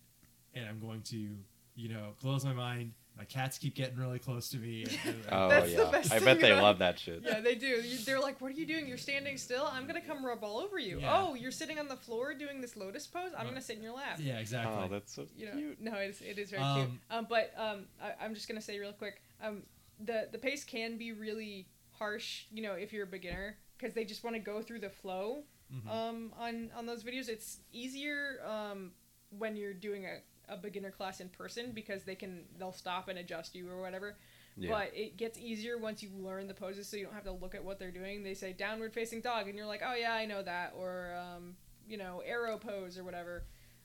[SPEAKER 2] and I'm going to you know close my mind. My cats keep getting really close to me. and- and-
[SPEAKER 3] Oh
[SPEAKER 4] That's the
[SPEAKER 3] yeah,
[SPEAKER 4] best
[SPEAKER 3] I
[SPEAKER 4] thing
[SPEAKER 3] bet they
[SPEAKER 4] about-
[SPEAKER 3] love that shit.
[SPEAKER 4] Yeah, they do. You- They're like, "What are you doing? You're standing still. I'm gonna come rub all over you.
[SPEAKER 2] Yeah.
[SPEAKER 4] Oh, you're sitting on the floor doing this lotus pose. I'm
[SPEAKER 2] Right.
[SPEAKER 4] gonna sit in your lap."
[SPEAKER 2] yeah, exactly.
[SPEAKER 3] Oh, that's so
[SPEAKER 4] you know,
[SPEAKER 3] cute.
[SPEAKER 4] no, it's, it is very
[SPEAKER 2] Um,
[SPEAKER 4] cute. Um, but um, I, I'm just gonna say real quick, um, the the pace can be really harsh, you know, if you're a beginner, because they just want to go through the flow.
[SPEAKER 3] Mm-hmm.
[SPEAKER 4] Um, on on those videos, it's easier um, when you're doing a, a beginner class in person because they can they'll stop and adjust you or whatever.
[SPEAKER 3] Yeah.
[SPEAKER 4] But it gets easier once you learn the poses, so you don't have to look at what they're doing. They say downward facing dog, and you're like, oh yeah, I know that, or um, you know, arrow pose or whatever.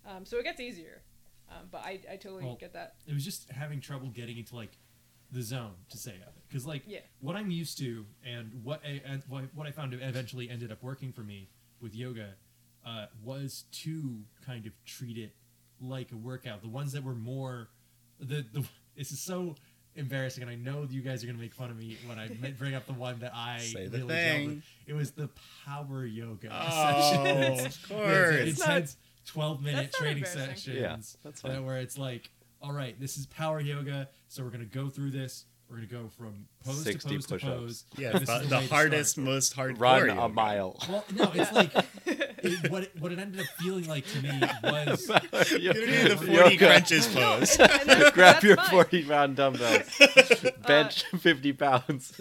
[SPEAKER 4] Um, so it gets easier. Um, but I, I totally
[SPEAKER 2] Well,
[SPEAKER 4] get that.
[SPEAKER 2] it was just having trouble getting into like the zone to say of it because like
[SPEAKER 4] Yeah.
[SPEAKER 2] what i'm used to and what I, and what- what i found eventually ended up working for me with yoga uh, was to kind of treat it like a workout the ones that were more the, the this is so embarrassing and i know you guys are going to make fun of me when i m- bring up the one that i
[SPEAKER 1] Say the
[SPEAKER 2] really dealt with.
[SPEAKER 1] thing.
[SPEAKER 2] it was the power yoga
[SPEAKER 1] Oh,
[SPEAKER 2] sessions.
[SPEAKER 1] of
[SPEAKER 2] Where
[SPEAKER 1] course.
[SPEAKER 2] it's intense 12 minute
[SPEAKER 4] that's not
[SPEAKER 2] training
[SPEAKER 4] embarrassing.
[SPEAKER 2] sessions
[SPEAKER 3] Yeah, that's fine.
[SPEAKER 2] uh, where it's like all right this is power yoga so we're going to go through this we're going to go from pose to
[SPEAKER 3] 60
[SPEAKER 2] pose to
[SPEAKER 3] push-ups.
[SPEAKER 2] pose
[SPEAKER 1] yeah,
[SPEAKER 2] and this
[SPEAKER 1] the,
[SPEAKER 2] is
[SPEAKER 1] the
[SPEAKER 2] way to
[SPEAKER 1] hardest,
[SPEAKER 2] start.
[SPEAKER 1] most hardcore.
[SPEAKER 3] Run a
[SPEAKER 1] yoga.
[SPEAKER 3] mile.
[SPEAKER 2] well no it's like it, what, it, what it ended up feeling like to me was
[SPEAKER 1] You don't need the 40
[SPEAKER 3] Yoga.
[SPEAKER 1] crunches pose.
[SPEAKER 4] And- and that's-
[SPEAKER 3] Grab
[SPEAKER 4] that's
[SPEAKER 3] your
[SPEAKER 4] fine.
[SPEAKER 3] 40 pound dumbbells.
[SPEAKER 1] Uh,
[SPEAKER 3] Bench 50 pounds.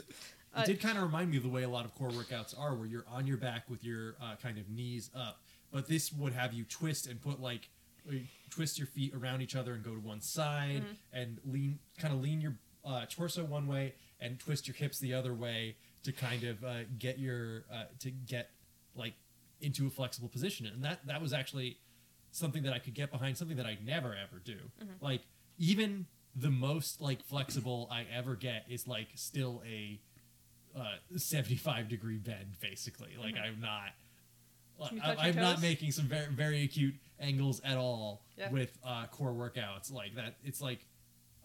[SPEAKER 2] it did kind of remind me of the way a lot of core workouts are, where you're on your back with your uh, kind of knees up. But this would have you twist and put like uh, twist your feet around each other and go to one side and lean, kind of lean your uh, torso one way and twist your hips the other way to kind of uh, get your uh, to get like into a flexible position. And that that was actually something that I could get behind, something that I never ever do.
[SPEAKER 4] Mm-hmm.
[SPEAKER 2] Like even the most like flexible I ever get is like still a uh, 75 degree bend basically like i'm not
[SPEAKER 4] Can you Mm-hmm. touch your
[SPEAKER 2] I, am not
[SPEAKER 4] toes?
[SPEAKER 2] making some very very acute angles at all
[SPEAKER 4] Yeah.
[SPEAKER 2] with uh, core workouts like that it's like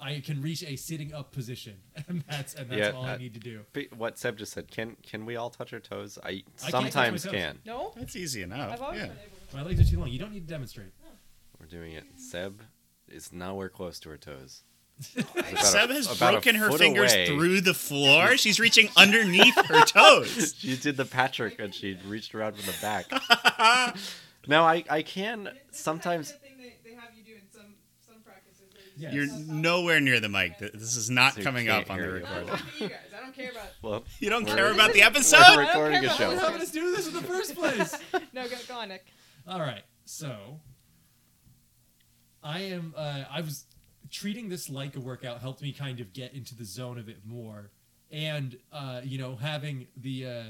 [SPEAKER 2] I can reach a sitting up position, and that's and that's
[SPEAKER 3] Yeah,
[SPEAKER 2] all I
[SPEAKER 3] uh,
[SPEAKER 2] need to do.
[SPEAKER 3] But what Seb just said, can can we all touch our toes? I
[SPEAKER 2] touch
[SPEAKER 3] sometimes
[SPEAKER 2] my toes.
[SPEAKER 3] can.
[SPEAKER 4] No,
[SPEAKER 1] That's easy enough.
[SPEAKER 4] I've always
[SPEAKER 1] Yeah.
[SPEAKER 4] been able. to.
[SPEAKER 2] My legs are too long. You don't need to demonstrate.
[SPEAKER 3] We're doing it. Seb is nowhere close to her toes. About a-
[SPEAKER 1] Seb has
[SPEAKER 3] about a
[SPEAKER 1] broken her
[SPEAKER 3] foot
[SPEAKER 1] fingers
[SPEAKER 3] away.
[SPEAKER 1] through the floor. She's reaching underneath her toes.
[SPEAKER 3] She did the Patrick and she reached around from the back. no, I, I can sometimes.
[SPEAKER 4] That's the thing they, they have you do in some some practices. where you
[SPEAKER 2] Yeah.
[SPEAKER 4] just-
[SPEAKER 1] You're nowhere near the mic. Th- This is not
[SPEAKER 3] So you
[SPEAKER 1] coming
[SPEAKER 3] can't
[SPEAKER 1] up on the
[SPEAKER 3] hear you.
[SPEAKER 4] I'm
[SPEAKER 1] recording.
[SPEAKER 4] talking to you guys. I don't care about.
[SPEAKER 3] Well,
[SPEAKER 1] You don't
[SPEAKER 3] We're-
[SPEAKER 1] care about the
[SPEAKER 3] we're
[SPEAKER 1] episode?
[SPEAKER 3] recording
[SPEAKER 2] What
[SPEAKER 3] a
[SPEAKER 4] care about
[SPEAKER 3] show.
[SPEAKER 4] what
[SPEAKER 2] happened to do this in the first place?
[SPEAKER 4] No, go, go on, Nick.
[SPEAKER 2] All right, so I am. Uh, I was treating this like a workout helped me kind of get into the zone of it more, and uh, you know, having the uh,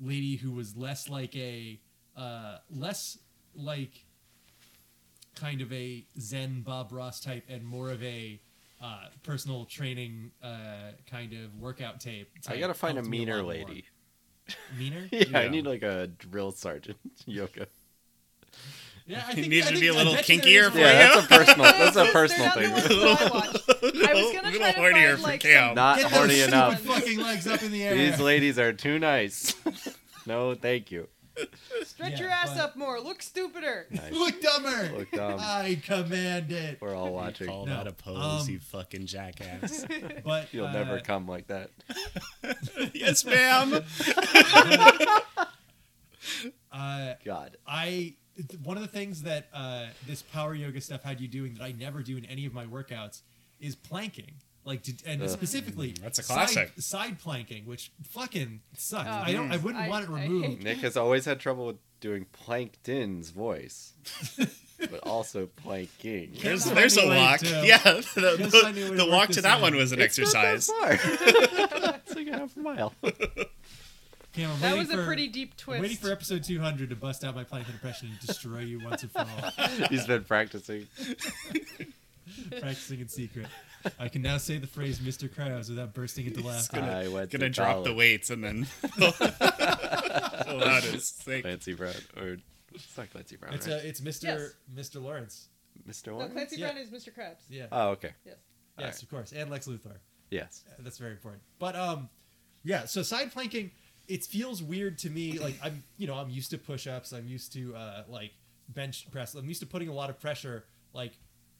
[SPEAKER 2] lady who was less like a uh, less like kind of a Zen Bob Ross type and more of a uh, personal training uh, kind of workout tape.
[SPEAKER 3] I
[SPEAKER 2] type
[SPEAKER 3] gotta find a
[SPEAKER 2] helped me lot
[SPEAKER 3] meaner
[SPEAKER 2] more.
[SPEAKER 3] lady.
[SPEAKER 2] Meaner?
[SPEAKER 3] Yeah, I
[SPEAKER 1] Yeah.
[SPEAKER 3] need like a drill sergeant yoga.
[SPEAKER 2] Yeah, I
[SPEAKER 1] You
[SPEAKER 2] think
[SPEAKER 1] need to
[SPEAKER 2] I think-
[SPEAKER 1] be a
[SPEAKER 2] I
[SPEAKER 1] little
[SPEAKER 2] bet you there
[SPEAKER 1] kinkier
[SPEAKER 2] is
[SPEAKER 1] for
[SPEAKER 2] one.
[SPEAKER 1] you.
[SPEAKER 3] Yeah, that's a personal. That's a
[SPEAKER 4] They're
[SPEAKER 3] personal
[SPEAKER 4] not the
[SPEAKER 3] thing.
[SPEAKER 4] ones that I watch. I was gonna
[SPEAKER 1] Little
[SPEAKER 4] try to
[SPEAKER 1] hornier
[SPEAKER 4] find
[SPEAKER 1] for
[SPEAKER 4] like
[SPEAKER 1] Cam.
[SPEAKER 4] some
[SPEAKER 3] Not
[SPEAKER 2] Get
[SPEAKER 3] horny
[SPEAKER 2] those
[SPEAKER 3] enough.
[SPEAKER 2] Stupid fucking legs up in the air.
[SPEAKER 3] These ladies are too nice. no, thank you.
[SPEAKER 4] stretch
[SPEAKER 2] Yeah,
[SPEAKER 4] your ass
[SPEAKER 2] but-
[SPEAKER 4] up more, look stupider.
[SPEAKER 3] Nice.
[SPEAKER 2] Look um, dumber.
[SPEAKER 3] Look dumb.
[SPEAKER 2] I command it.
[SPEAKER 3] We're all
[SPEAKER 1] You
[SPEAKER 3] watching.
[SPEAKER 1] Call
[SPEAKER 2] No.
[SPEAKER 1] that a pose,
[SPEAKER 2] Um,
[SPEAKER 1] you fucking jackass.
[SPEAKER 2] But
[SPEAKER 3] You'll
[SPEAKER 2] uh,
[SPEAKER 3] never come like that.
[SPEAKER 1] yes, ma'am.
[SPEAKER 2] Uh,
[SPEAKER 3] God.
[SPEAKER 2] I th- one of the things that uh, this power yoga stuff had you doing that I never do in any of my workouts is planking. Like to, and
[SPEAKER 3] Ugh.
[SPEAKER 2] specifically,
[SPEAKER 1] that's a
[SPEAKER 2] Side,
[SPEAKER 1] classic.
[SPEAKER 2] side planking, which fucking sucks.
[SPEAKER 4] Oh,
[SPEAKER 2] I don't. I wouldn't
[SPEAKER 4] I-
[SPEAKER 2] want it
[SPEAKER 4] I hate
[SPEAKER 2] removed.
[SPEAKER 3] Nick has always had trouble with doing Plankton's voice, but also planking.
[SPEAKER 1] There's,
[SPEAKER 2] That's
[SPEAKER 1] there's a
[SPEAKER 2] funny way
[SPEAKER 1] walk.
[SPEAKER 2] to-
[SPEAKER 1] Yeah, the,
[SPEAKER 2] that's
[SPEAKER 1] the-
[SPEAKER 2] funny way to
[SPEAKER 1] the
[SPEAKER 2] work
[SPEAKER 1] walk to
[SPEAKER 2] this
[SPEAKER 1] that
[SPEAKER 2] in.
[SPEAKER 1] one was an
[SPEAKER 3] It's not
[SPEAKER 1] exercise.
[SPEAKER 3] that far. it's like a half mile.
[SPEAKER 2] Cam, I'm
[SPEAKER 4] That
[SPEAKER 2] waiting
[SPEAKER 4] was a
[SPEAKER 2] for-
[SPEAKER 4] pretty deep
[SPEAKER 2] I'm waiting
[SPEAKER 4] twist.
[SPEAKER 2] for episode 200 to bust out my planking impression and destroy you once and for all.
[SPEAKER 3] He's been practicing.
[SPEAKER 2] practicing in secret. I can now say the phrase Mr. Krabs without bursting into laughter.
[SPEAKER 3] I went
[SPEAKER 1] Gonna
[SPEAKER 3] to
[SPEAKER 1] drop
[SPEAKER 3] college.
[SPEAKER 1] the weights and then. Pull out his snake.
[SPEAKER 3] Clancy Brown, or it's not Clancy Brown,
[SPEAKER 2] It's
[SPEAKER 3] right?
[SPEAKER 2] a, it's Mr.
[SPEAKER 4] Yes.
[SPEAKER 2] Mr. Lawrence.
[SPEAKER 3] Mr.
[SPEAKER 4] No,
[SPEAKER 3] Warren?
[SPEAKER 4] Clancy
[SPEAKER 2] Yeah.
[SPEAKER 4] Brown is Mr. Krabs.
[SPEAKER 2] Yeah.
[SPEAKER 3] Oh, okay.
[SPEAKER 4] Yes.
[SPEAKER 2] yes, of course. And Lex Luthor.
[SPEAKER 3] Yes.
[SPEAKER 2] Uh, That's very important. But um, yeah. So side planking, it feels weird to me. Like I'm, you know, I'm used to push-ups. I'm used to uh, like bench press. I'm used to putting a lot of pressure like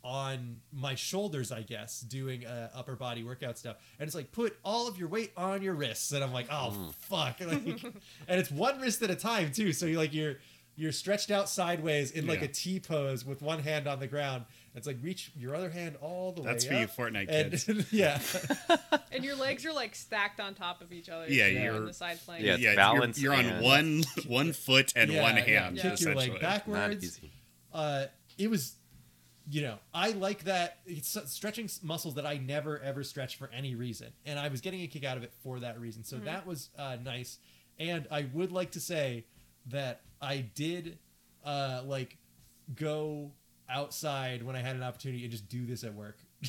[SPEAKER 2] on my shoulders. I guess doing uh, upper body workout stuff. And it's like put all of your weight on your wrists. And I'm like, oh
[SPEAKER 1] Hmm.
[SPEAKER 2] fuck. Like, and it's one wrist at a time too. So you're like you're you're stretched out sideways in like
[SPEAKER 1] Yeah.
[SPEAKER 2] a T pose with one hand on the ground. It's like reach your other hand all the
[SPEAKER 1] That's for
[SPEAKER 2] way
[SPEAKER 1] you
[SPEAKER 2] up.
[SPEAKER 1] Fortnite
[SPEAKER 2] And-
[SPEAKER 1] kids.
[SPEAKER 2] yeah.
[SPEAKER 4] And your legs are like stacked on top of each other.
[SPEAKER 1] Yeah,
[SPEAKER 4] if you're
[SPEAKER 1] you're-
[SPEAKER 4] on the side plank.
[SPEAKER 3] Yeah, it's
[SPEAKER 1] you're-
[SPEAKER 3] balance
[SPEAKER 1] You're,
[SPEAKER 3] and-
[SPEAKER 1] on one one foot and
[SPEAKER 2] Yeah,
[SPEAKER 1] one
[SPEAKER 2] yeah,
[SPEAKER 1] hand,
[SPEAKER 2] Kick your
[SPEAKER 1] essentially.
[SPEAKER 2] leg backwards.
[SPEAKER 3] Not easy.
[SPEAKER 2] Uh, it was, you know, I like that. It's s- stretching s- muscles that I never ever stretch for any reason, and I was getting a kick out of it for that reason.
[SPEAKER 4] Mm-hmm.
[SPEAKER 2] So that was uh, nice. And I would like to say that I did, uh, like, go outside when I had an opportunity and just do this at work.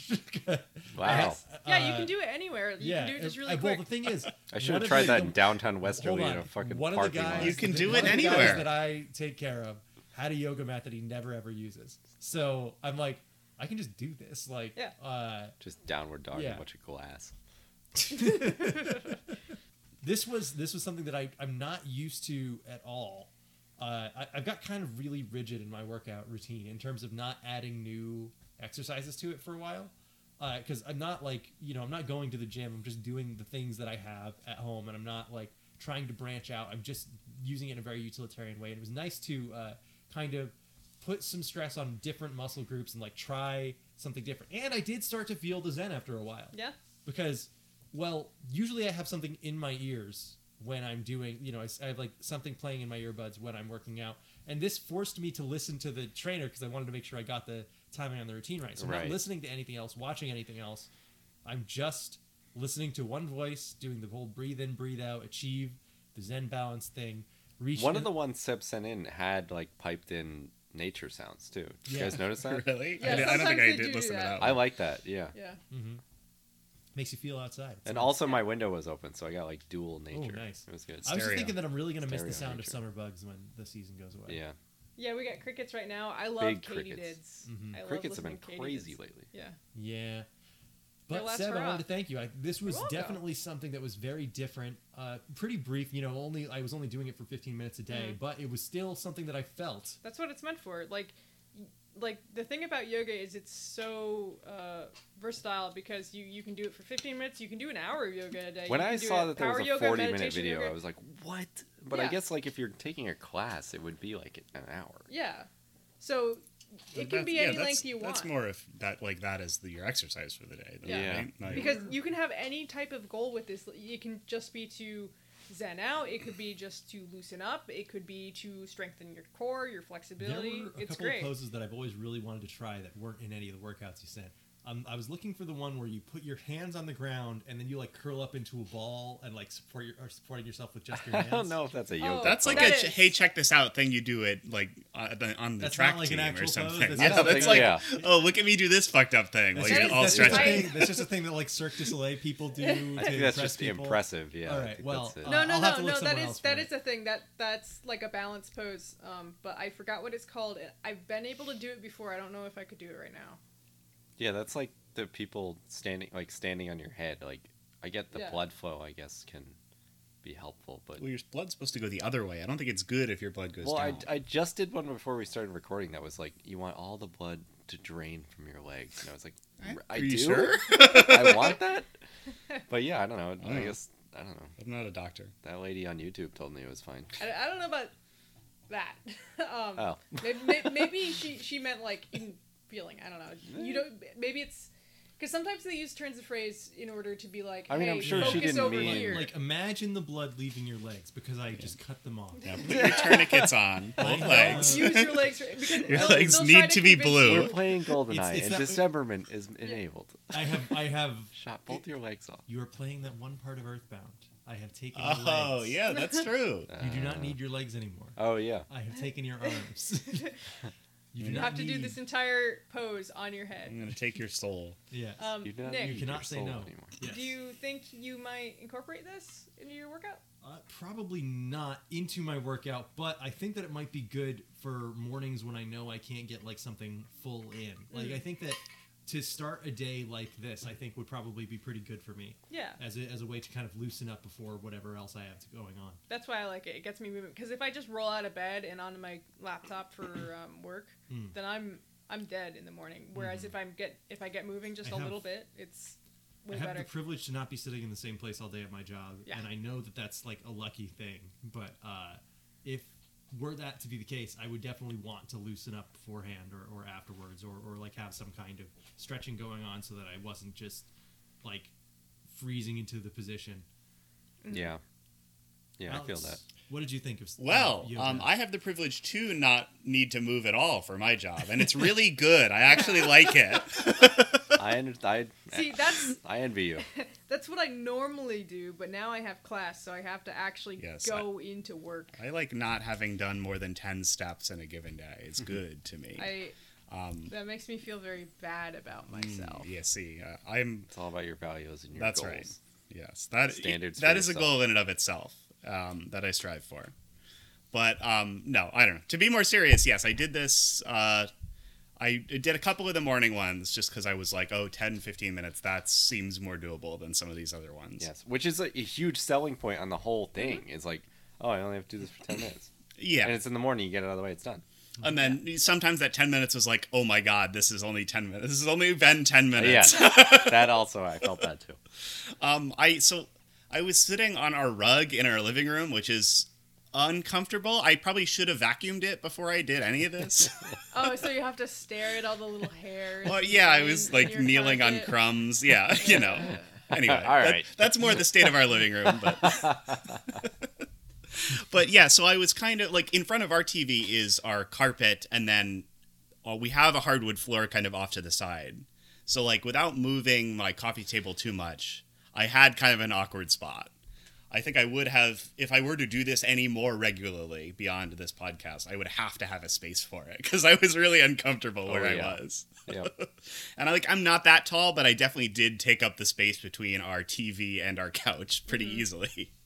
[SPEAKER 3] Wow.
[SPEAKER 4] Yeah, you
[SPEAKER 2] Uh,
[SPEAKER 4] can do it anywhere. You
[SPEAKER 2] yeah,
[SPEAKER 4] can do it just
[SPEAKER 2] and-
[SPEAKER 4] really
[SPEAKER 2] and-
[SPEAKER 4] quick.
[SPEAKER 2] Well, the thing is,
[SPEAKER 3] I should
[SPEAKER 2] one
[SPEAKER 3] have
[SPEAKER 2] of
[SPEAKER 3] tried
[SPEAKER 2] the-
[SPEAKER 3] that
[SPEAKER 2] the-
[SPEAKER 3] in downtown Westerly
[SPEAKER 2] Hold
[SPEAKER 3] in a
[SPEAKER 2] on.
[SPEAKER 3] fucking
[SPEAKER 2] one of the
[SPEAKER 3] parking
[SPEAKER 2] guys,
[SPEAKER 3] lot.
[SPEAKER 1] You can
[SPEAKER 2] the-
[SPEAKER 1] do
[SPEAKER 2] one
[SPEAKER 1] it
[SPEAKER 2] of the guys
[SPEAKER 1] anywhere.
[SPEAKER 2] that I take care of had a yoga mat that he never ever uses. So I'm like, I can just do this. Like,
[SPEAKER 4] Yeah.
[SPEAKER 2] uh,
[SPEAKER 3] Just downward dog and
[SPEAKER 2] Yeah.
[SPEAKER 3] a bunch of glass.
[SPEAKER 2] this was this was something that I I'm not used to at all. Uh, I, I've got kind of really rigid in my workout routine in terms of not adding new exercises to it for a while. Because I'm not like you know I'm not going to the gym. I'm just doing the things that I have at home, and I'm not like trying to branch out. I'm just using it in a very utilitarian way. And it was nice to uh, kind of put some stress on different muscle groups and like try something different. And I did start to feel the zen after a while
[SPEAKER 4] yeah.
[SPEAKER 2] because well usually i have something in my ears when i'm doing you know I, s- I have like something playing in my earbuds when i'm working out and this forced me to listen to the trainer because i wanted to make sure i got the timing on the routine right so i'm
[SPEAKER 3] Right.
[SPEAKER 2] not listening to anything else watching anything else i'm just listening to one voice doing the whole breathe in breathe out achieve the zen balance thing reach
[SPEAKER 3] One of the ones Seb sent in had like piped in nature sounds too. Did you
[SPEAKER 2] Yeah.
[SPEAKER 3] guys notice that?
[SPEAKER 1] Really?
[SPEAKER 4] Yeah,
[SPEAKER 1] I, don't- I don't think
[SPEAKER 4] sometimes
[SPEAKER 1] I
[SPEAKER 4] they
[SPEAKER 1] did
[SPEAKER 4] do
[SPEAKER 1] listen
[SPEAKER 4] that.
[SPEAKER 1] to that.
[SPEAKER 3] I like that. Yeah.
[SPEAKER 4] Yeah.
[SPEAKER 2] Mm-hmm. makes you feel outside It's
[SPEAKER 3] And
[SPEAKER 2] nice.
[SPEAKER 3] also my window was open, so I got like dual nature.
[SPEAKER 2] nice.
[SPEAKER 3] It was good.
[SPEAKER 2] i was just
[SPEAKER 1] stereo.
[SPEAKER 2] thinking that i'm really going to miss the
[SPEAKER 3] Stereo
[SPEAKER 2] sound of
[SPEAKER 3] nature.
[SPEAKER 2] summer bugs when the season goes away
[SPEAKER 3] Yeah.
[SPEAKER 4] Yeah, we got crickets right now. I love
[SPEAKER 3] Big
[SPEAKER 4] katydids.
[SPEAKER 3] crickets.
[SPEAKER 4] I love
[SPEAKER 3] Crickets have been
[SPEAKER 4] listening to
[SPEAKER 3] crazy
[SPEAKER 4] katydids.
[SPEAKER 3] lately.
[SPEAKER 4] Yeah.
[SPEAKER 2] Yeah.
[SPEAKER 4] Your
[SPEAKER 2] But
[SPEAKER 4] last
[SPEAKER 2] Seb, I
[SPEAKER 4] hurrah.
[SPEAKER 2] wanted to thank you. I, this was
[SPEAKER 4] welcome.
[SPEAKER 2] definitely something that was very different, uh, pretty brief. You know, only I was only doing it for 15 minutes a day,
[SPEAKER 3] Mm-hmm.
[SPEAKER 2] but it was still something that I felt.
[SPEAKER 4] That's what it's meant for. Like, y- like the thing about yoga is it's so uh, versatile because you you can do it for 15 minutes. You can do an hour of yoga a day.
[SPEAKER 3] When
[SPEAKER 4] you
[SPEAKER 3] I
[SPEAKER 4] can do
[SPEAKER 3] saw
[SPEAKER 4] it-
[SPEAKER 3] that there was
[SPEAKER 4] power
[SPEAKER 3] a
[SPEAKER 4] yoga,
[SPEAKER 3] 40 minute
[SPEAKER 4] meditation
[SPEAKER 3] video,
[SPEAKER 4] yoga.
[SPEAKER 3] I was like, what? But I
[SPEAKER 4] Yeah.
[SPEAKER 3] guess like if you're taking a class, it would be like an hour.
[SPEAKER 4] yeah. So it can
[SPEAKER 1] That-
[SPEAKER 4] be
[SPEAKER 1] yeah,
[SPEAKER 4] any
[SPEAKER 1] that's-
[SPEAKER 4] length you want.
[SPEAKER 1] That's more if that like that is the, your exercise for the day. though,
[SPEAKER 4] Yeah.
[SPEAKER 1] right? Like-
[SPEAKER 4] because you can have any type of goal with this. It can just be to zen out. It could be just to loosen up. It could be to strengthen your core, your flexibility.
[SPEAKER 2] There were a
[SPEAKER 4] It's
[SPEAKER 2] couple
[SPEAKER 4] great.
[SPEAKER 2] of poses that I've always really wanted to try that weren't in any of the workouts you sent. Um, I was looking for the one where you put your hands on the ground and then you like curl up into a ball and like support your are supporting yourself with just your
[SPEAKER 3] I
[SPEAKER 2] hands.
[SPEAKER 3] don't know if that's a yoga.
[SPEAKER 1] that's like
[SPEAKER 4] That
[SPEAKER 1] a
[SPEAKER 4] is-
[SPEAKER 1] ch hey, check this out thing you do it like on the, on the
[SPEAKER 2] That's
[SPEAKER 1] track
[SPEAKER 2] not like an
[SPEAKER 1] team
[SPEAKER 2] actual
[SPEAKER 1] or
[SPEAKER 2] pose,
[SPEAKER 1] something.
[SPEAKER 2] that's
[SPEAKER 1] yeah,
[SPEAKER 3] not
[SPEAKER 1] that's
[SPEAKER 3] something-
[SPEAKER 1] like
[SPEAKER 3] yeah.
[SPEAKER 1] oh look at me do this fucked up thing
[SPEAKER 2] That's
[SPEAKER 1] while Oh, you're
[SPEAKER 2] just-
[SPEAKER 1] all
[SPEAKER 2] that's just a
[SPEAKER 1] stretching.
[SPEAKER 2] thing- that's just a thing that like Cirque du Soleil people do.
[SPEAKER 3] I
[SPEAKER 2] to
[SPEAKER 3] think that's
[SPEAKER 2] impress
[SPEAKER 3] just
[SPEAKER 2] people.
[SPEAKER 3] impressive. Yeah.
[SPEAKER 2] All
[SPEAKER 3] I
[SPEAKER 2] right,
[SPEAKER 3] think
[SPEAKER 2] well,
[SPEAKER 3] that's it.
[SPEAKER 2] uh,
[SPEAKER 4] no, no,
[SPEAKER 2] I'll have
[SPEAKER 4] no,
[SPEAKER 2] to look
[SPEAKER 4] no. That
[SPEAKER 2] somewhere
[SPEAKER 4] is
[SPEAKER 2] else
[SPEAKER 4] that
[SPEAKER 2] for
[SPEAKER 4] is
[SPEAKER 2] it.
[SPEAKER 4] a thing that that's like a balance pose. Um, but I forgot what it's called. I've been able to do it before. I don't know if I could do it right now.
[SPEAKER 3] yeah, that's like the people standing like standing on your head. Like I get the
[SPEAKER 4] Yeah.
[SPEAKER 3] blood flow, I guess, can be helpful, but
[SPEAKER 1] Well, your blood's supposed to go the other way. I don't think it's good if your blood goes
[SPEAKER 3] Well, I,
[SPEAKER 1] down.
[SPEAKER 3] I just did one before we started recording that was like, you want all the blood to drain from your legs. And I was like, "R- I
[SPEAKER 1] Are
[SPEAKER 3] do.
[SPEAKER 1] you sure?
[SPEAKER 3] I want that. But yeah, I don't know. I
[SPEAKER 2] Mm.
[SPEAKER 1] don't know.
[SPEAKER 3] guess, I don't know.
[SPEAKER 1] I'm not a doctor.
[SPEAKER 3] That lady on YouTube told me it was fine.
[SPEAKER 4] I, I don't know about that. um,
[SPEAKER 3] Oh.
[SPEAKER 4] maybe, maybe she she meant like in feeling. I don't know. You don't. Maybe it's because sometimes they use turns of phrase in order to be like.
[SPEAKER 3] I mean,
[SPEAKER 4] hey,
[SPEAKER 3] I'm sure she
[SPEAKER 4] focus
[SPEAKER 3] didn't
[SPEAKER 4] over
[SPEAKER 3] mean-
[SPEAKER 4] here.
[SPEAKER 2] Like imagine the blood leaving your legs because I just cut them off.
[SPEAKER 1] Now put your tourniquets on, both
[SPEAKER 2] know.
[SPEAKER 1] legs.
[SPEAKER 4] use your legs for- because
[SPEAKER 1] Your
[SPEAKER 4] they'll-
[SPEAKER 1] legs
[SPEAKER 4] they'll
[SPEAKER 1] need
[SPEAKER 4] try
[SPEAKER 1] to be
[SPEAKER 4] convince
[SPEAKER 1] blue.
[SPEAKER 4] you-
[SPEAKER 3] We're playing GoldenEye,
[SPEAKER 2] it's
[SPEAKER 3] and
[SPEAKER 2] not-
[SPEAKER 3] dismemberment is enabled.
[SPEAKER 2] I have I have
[SPEAKER 3] Shot both your legs off.
[SPEAKER 2] you are playing that one part of Earthbound. I have taken your
[SPEAKER 1] Oh,
[SPEAKER 2] legs.
[SPEAKER 1] yeah, that's true.
[SPEAKER 2] You do not need your legs anymore.
[SPEAKER 3] Oh, yeah.
[SPEAKER 2] I have taken your arms. you do
[SPEAKER 4] You
[SPEAKER 2] not
[SPEAKER 4] have to do
[SPEAKER 2] need-
[SPEAKER 4] this entire pose on your head.
[SPEAKER 1] I'm going to take your soul.
[SPEAKER 2] Yes.
[SPEAKER 4] Um,
[SPEAKER 3] You do not
[SPEAKER 4] Nick,
[SPEAKER 2] you
[SPEAKER 3] need your
[SPEAKER 2] cannot say
[SPEAKER 3] soul
[SPEAKER 2] no.
[SPEAKER 3] anymore.
[SPEAKER 2] Yes.
[SPEAKER 4] do you think you might incorporate this into your workout?
[SPEAKER 2] Uh, probably not into my workout, but I think that it might be good for mornings when I know I can't get like something full in. Like
[SPEAKER 4] Mm.
[SPEAKER 2] I think that to start a day like this, I think would probably be pretty good for me
[SPEAKER 4] Yeah,
[SPEAKER 2] as a, as a way to kind of loosen up before whatever else I have going on.
[SPEAKER 4] that's why I like it. It gets me moving. Because if I just roll out of bed and onto my laptop for um, work,
[SPEAKER 1] Hmm.
[SPEAKER 2] Mm.
[SPEAKER 4] then I'm I'm dead in the morning. Whereas if I'm get if I get moving just
[SPEAKER 2] I
[SPEAKER 4] a
[SPEAKER 2] have-
[SPEAKER 4] little bit, it's way
[SPEAKER 2] I have
[SPEAKER 4] better.
[SPEAKER 2] the privilege to not be sitting in the same place all day at my job,
[SPEAKER 4] Yeah.
[SPEAKER 2] and I know that that's like a lucky thing. But uh, if were that to be the case, I would definitely want to loosen up beforehand or, or afterwards, or, or like have some kind of stretching going on so that I wasn't just like freezing into the position.
[SPEAKER 3] Yeah. Yeah, I feel
[SPEAKER 2] Alex,
[SPEAKER 3] that.
[SPEAKER 2] What did you think of? uh,
[SPEAKER 1] Well,
[SPEAKER 2] yoga?
[SPEAKER 1] um, I have the privilege to not need to move at all for my job, and it's really good. I actually like it.
[SPEAKER 3] I, under- I,
[SPEAKER 4] See, that's
[SPEAKER 3] I envy you.
[SPEAKER 4] that's what I normally do, but now I have class, so I have to actually
[SPEAKER 1] Yes,
[SPEAKER 4] go into work.
[SPEAKER 1] I like not having done more than 10 steps in a given day. It's good to me.
[SPEAKER 4] Mm-hmm. I that makes me feel very bad about
[SPEAKER 1] um,
[SPEAKER 4] myself.
[SPEAKER 1] Hmm, Mm, Yeah, see, uh, I'm.
[SPEAKER 3] It's all about your values and your
[SPEAKER 1] That's
[SPEAKER 3] goals.
[SPEAKER 1] right. Yes, that
[SPEAKER 3] Standards
[SPEAKER 1] That
[SPEAKER 3] for
[SPEAKER 1] is a
[SPEAKER 3] yourself.
[SPEAKER 1] goal in and of itself um, that I strive for. But um, no, I don't know. To be more serious, yes, I did this. Uh, I did a couple of the morning ones just because I was like, oh, 10, 15 minutes. That seems more doable than some of these other ones.
[SPEAKER 3] Yes, which is a, a huge selling point on the whole thing. It's like, oh, I only have to do this for ten minutes,
[SPEAKER 1] Yeah.
[SPEAKER 3] and it's in the morning. You get it out of the way, it's done.
[SPEAKER 1] And then sometimes that 10 minutes was like, oh my God, this is only 10 minutes. This has only been 10 minutes.
[SPEAKER 3] Yeah, that also I felt that too.
[SPEAKER 1] um, I, so I was sitting on our rug in our living room, which is uncomfortable. I probably should have vacuumed it before I did any of this.
[SPEAKER 4] Oh, so you have to stare at all the little hairs.
[SPEAKER 1] well, yeah, I
[SPEAKER 4] in-
[SPEAKER 1] was
[SPEAKER 4] in
[SPEAKER 1] like
[SPEAKER 4] your
[SPEAKER 1] kneeling on
[SPEAKER 4] carpet.
[SPEAKER 1] crumbs. Yeah, you know. Anyway,
[SPEAKER 3] All
[SPEAKER 1] that-
[SPEAKER 3] right.
[SPEAKER 1] that's more the state of our living room, but. But yeah, so I was kind of like in front of our TV is our carpet, and then uh, we have a hardwood floor kind of off to the side. So like without moving my coffee table too much, I had kind of an awkward spot. I think I would have if I were to do this any more regularly beyond this podcast, I would have to have a space for it because I was really uncomfortable where
[SPEAKER 3] Oh, yeah.
[SPEAKER 1] I was.
[SPEAKER 3] Yeah,
[SPEAKER 1] And I like I'm not that tall, but I definitely did take up the space between our TV and our couch pretty
[SPEAKER 4] Mm-hmm.
[SPEAKER 1] easily.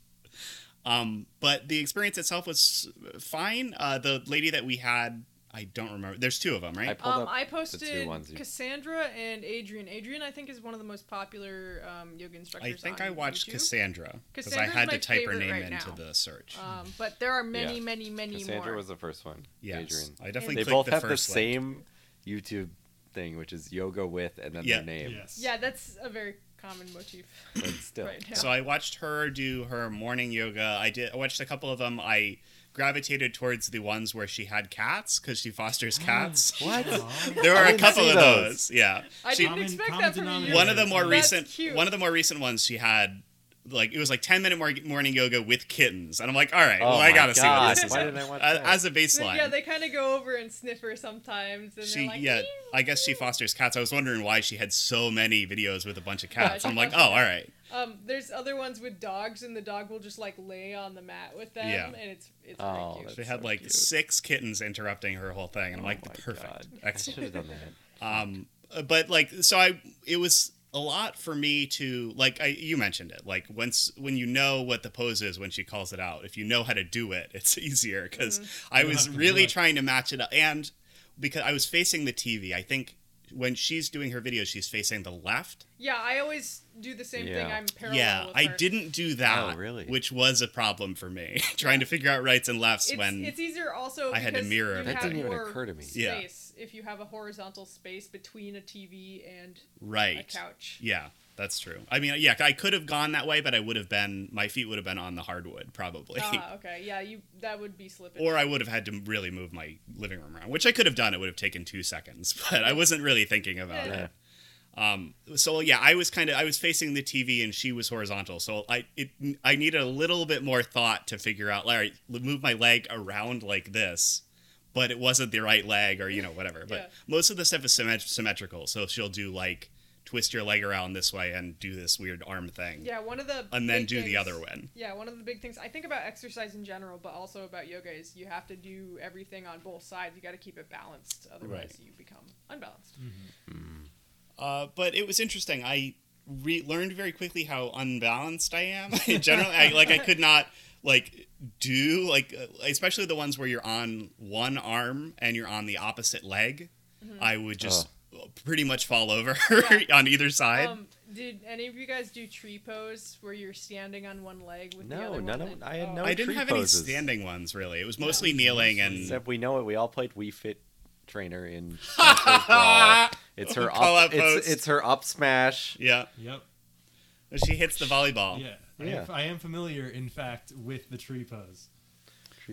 [SPEAKER 1] Um, but the experience itself was fine. Uh, the lady that we had I don't remember. There's two of them, right?
[SPEAKER 3] I pulled
[SPEAKER 4] Um,
[SPEAKER 3] up
[SPEAKER 4] I
[SPEAKER 3] the two
[SPEAKER 4] posted
[SPEAKER 3] ones. You,
[SPEAKER 4] Cassandra and Adrian. Adrian, I think, is one of the most popular um, yoga
[SPEAKER 1] I,
[SPEAKER 4] instructors.
[SPEAKER 1] think
[SPEAKER 4] on
[SPEAKER 1] I watched
[SPEAKER 4] YouTube.
[SPEAKER 1] Cassandra because I
[SPEAKER 4] Cassandra's
[SPEAKER 1] had
[SPEAKER 4] my
[SPEAKER 1] to type her
[SPEAKER 4] favorite
[SPEAKER 1] name
[SPEAKER 4] right
[SPEAKER 1] into
[SPEAKER 4] now.
[SPEAKER 1] the search.
[SPEAKER 4] Um, but there are many,
[SPEAKER 3] Yeah.
[SPEAKER 4] many, many
[SPEAKER 3] Cassandra
[SPEAKER 4] more.
[SPEAKER 3] was the first one.
[SPEAKER 1] yes,
[SPEAKER 3] Adrian.
[SPEAKER 1] I definitely
[SPEAKER 3] They
[SPEAKER 1] clicked
[SPEAKER 3] both
[SPEAKER 1] the
[SPEAKER 3] have the
[SPEAKER 1] first link.
[SPEAKER 3] same YouTube thing, which is yoga with and then
[SPEAKER 1] Yeah.
[SPEAKER 3] their name.
[SPEAKER 8] Yes.
[SPEAKER 4] Yeah, that's a very common motif
[SPEAKER 3] But still,
[SPEAKER 4] right now.
[SPEAKER 1] So I watched her do her morning yoga. I did. I watched a couple of them. I gravitated towards the ones where she had cats because she fosters cats.
[SPEAKER 3] what?
[SPEAKER 1] there were a
[SPEAKER 3] didn't
[SPEAKER 1] couple
[SPEAKER 3] see
[SPEAKER 1] of
[SPEAKER 3] those.
[SPEAKER 1] those. Yeah.
[SPEAKER 4] I
[SPEAKER 1] She-
[SPEAKER 4] didn't
[SPEAKER 8] Common-
[SPEAKER 4] expect
[SPEAKER 8] common
[SPEAKER 4] that from you.
[SPEAKER 8] denominator.
[SPEAKER 1] one of the more
[SPEAKER 4] That's
[SPEAKER 1] recent
[SPEAKER 4] cute.
[SPEAKER 1] one of the more recent ones she had like it was like 10 minute mor- morning yoga with kittens and i'm like all right well
[SPEAKER 3] Oh
[SPEAKER 1] i
[SPEAKER 3] my
[SPEAKER 1] gotta see what
[SPEAKER 3] God,
[SPEAKER 1] this is
[SPEAKER 3] why did I want
[SPEAKER 1] A-
[SPEAKER 3] that?
[SPEAKER 1] as a baseline
[SPEAKER 4] Yeah, they kind of go over and sniffer sometimes, and
[SPEAKER 1] she
[SPEAKER 4] they're like,
[SPEAKER 1] yeah
[SPEAKER 4] "Meow."
[SPEAKER 1] i guess she fosters cats i was wondering why she had so many videos with a bunch of cats
[SPEAKER 4] she
[SPEAKER 1] i'm like oh
[SPEAKER 4] fosters
[SPEAKER 1] all right
[SPEAKER 4] Um, there's other ones with dogs, and the dog will just like lay on the mat with them,
[SPEAKER 1] Yeah.
[SPEAKER 4] and it's it's
[SPEAKER 3] Oh,
[SPEAKER 4] very
[SPEAKER 3] that's
[SPEAKER 4] cute.
[SPEAKER 1] she had
[SPEAKER 3] so
[SPEAKER 1] like
[SPEAKER 3] cute. Oh
[SPEAKER 1] six kittens interrupting her whole thing and i'm like
[SPEAKER 3] my
[SPEAKER 1] perfect
[SPEAKER 3] God.
[SPEAKER 1] excellent
[SPEAKER 3] Should have done that.
[SPEAKER 1] um but like so i it was a lot for me to like i you mentioned it like once when you know what the pose is when she calls it out if you know how to do it it's easier because
[SPEAKER 4] Mm-hmm.
[SPEAKER 1] i was
[SPEAKER 8] have to
[SPEAKER 1] really
[SPEAKER 8] do it.
[SPEAKER 1] trying to match it up and because i was facing the tv i think when she's doing her videos she's facing the left
[SPEAKER 4] Yeah, I always do the same thing.
[SPEAKER 3] Yeah.
[SPEAKER 4] I'm parallel.
[SPEAKER 1] yeah
[SPEAKER 4] with
[SPEAKER 1] i
[SPEAKER 4] her.
[SPEAKER 1] didn't do that
[SPEAKER 3] Oh, really?
[SPEAKER 1] which was a problem for me trying to figure out rights and lefts
[SPEAKER 4] It's,
[SPEAKER 1] when
[SPEAKER 4] it's easier also.
[SPEAKER 1] I had to
[SPEAKER 4] because
[SPEAKER 1] mirror
[SPEAKER 4] you
[SPEAKER 1] That
[SPEAKER 4] have
[SPEAKER 1] didn't
[SPEAKER 3] even
[SPEAKER 4] more
[SPEAKER 3] occur to me.
[SPEAKER 1] Yeah.
[SPEAKER 4] Space if you have a horizontal space between a TV and a
[SPEAKER 1] right
[SPEAKER 4] couch.
[SPEAKER 1] yeah that's true i mean yeah i could have gone that way but i would have been my feet would have been on the hardwood probably
[SPEAKER 4] Ah, okay. Yeah, you that would be slipping.
[SPEAKER 1] or I would have had to really move my living room around, which I could have done. It would have taken two seconds, but I wasn't really thinking about
[SPEAKER 4] Yeah.
[SPEAKER 1] it. Um, so yeah, I was kind of I was facing the TV and she was horizontal, so I it I needed a little bit more thought to figure out. All right, l- move my leg around like this, but it wasn't the right leg or you know whatever. But
[SPEAKER 4] Yeah.
[SPEAKER 1] most of the stuff is symmet- symmetrical, so she'll do like twist your leg around this way and do this weird arm thing,
[SPEAKER 4] yeah, one of the
[SPEAKER 1] and then
[SPEAKER 4] big
[SPEAKER 1] do the
[SPEAKER 4] things-
[SPEAKER 1] other one.
[SPEAKER 4] Yeah, one of the big things I think about exercise in general, but also about yoga is you have to do everything on both sides. You got to keep it balanced, otherwise
[SPEAKER 1] Right.
[SPEAKER 4] you become unbalanced.
[SPEAKER 1] Uh, but it was interesting. I re- learned very quickly how unbalanced I am. Generally, I, like I could not like do like uh, especially the ones where you're on one arm and you're on the opposite leg. I would just pretty much fall over
[SPEAKER 4] Mm-hmm. Yeah.
[SPEAKER 1] on either side.
[SPEAKER 4] Um, did any of you guys do tree pose where you're standing on one leg with the
[SPEAKER 3] No,
[SPEAKER 4] other
[SPEAKER 3] none
[SPEAKER 4] one?
[SPEAKER 3] of-
[SPEAKER 4] in-
[SPEAKER 3] I had
[SPEAKER 4] oh.
[SPEAKER 3] no-
[SPEAKER 1] I didn't
[SPEAKER 3] tree
[SPEAKER 1] have
[SPEAKER 3] poses.
[SPEAKER 1] any standing ones really. It was mostly kneeling and
[SPEAKER 3] Except we know it. We all played We Fit Trainer in. Smash Bros. Brawl. it's her
[SPEAKER 1] Call
[SPEAKER 3] up.
[SPEAKER 1] out
[SPEAKER 3] It's,
[SPEAKER 1] post.
[SPEAKER 3] it's her up smash.
[SPEAKER 1] yeah,
[SPEAKER 8] Yep.
[SPEAKER 1] she hits the volleyball.
[SPEAKER 8] Yeah. I,
[SPEAKER 3] Yeah.
[SPEAKER 8] Am, I am familiar, in fact, with the tree pose.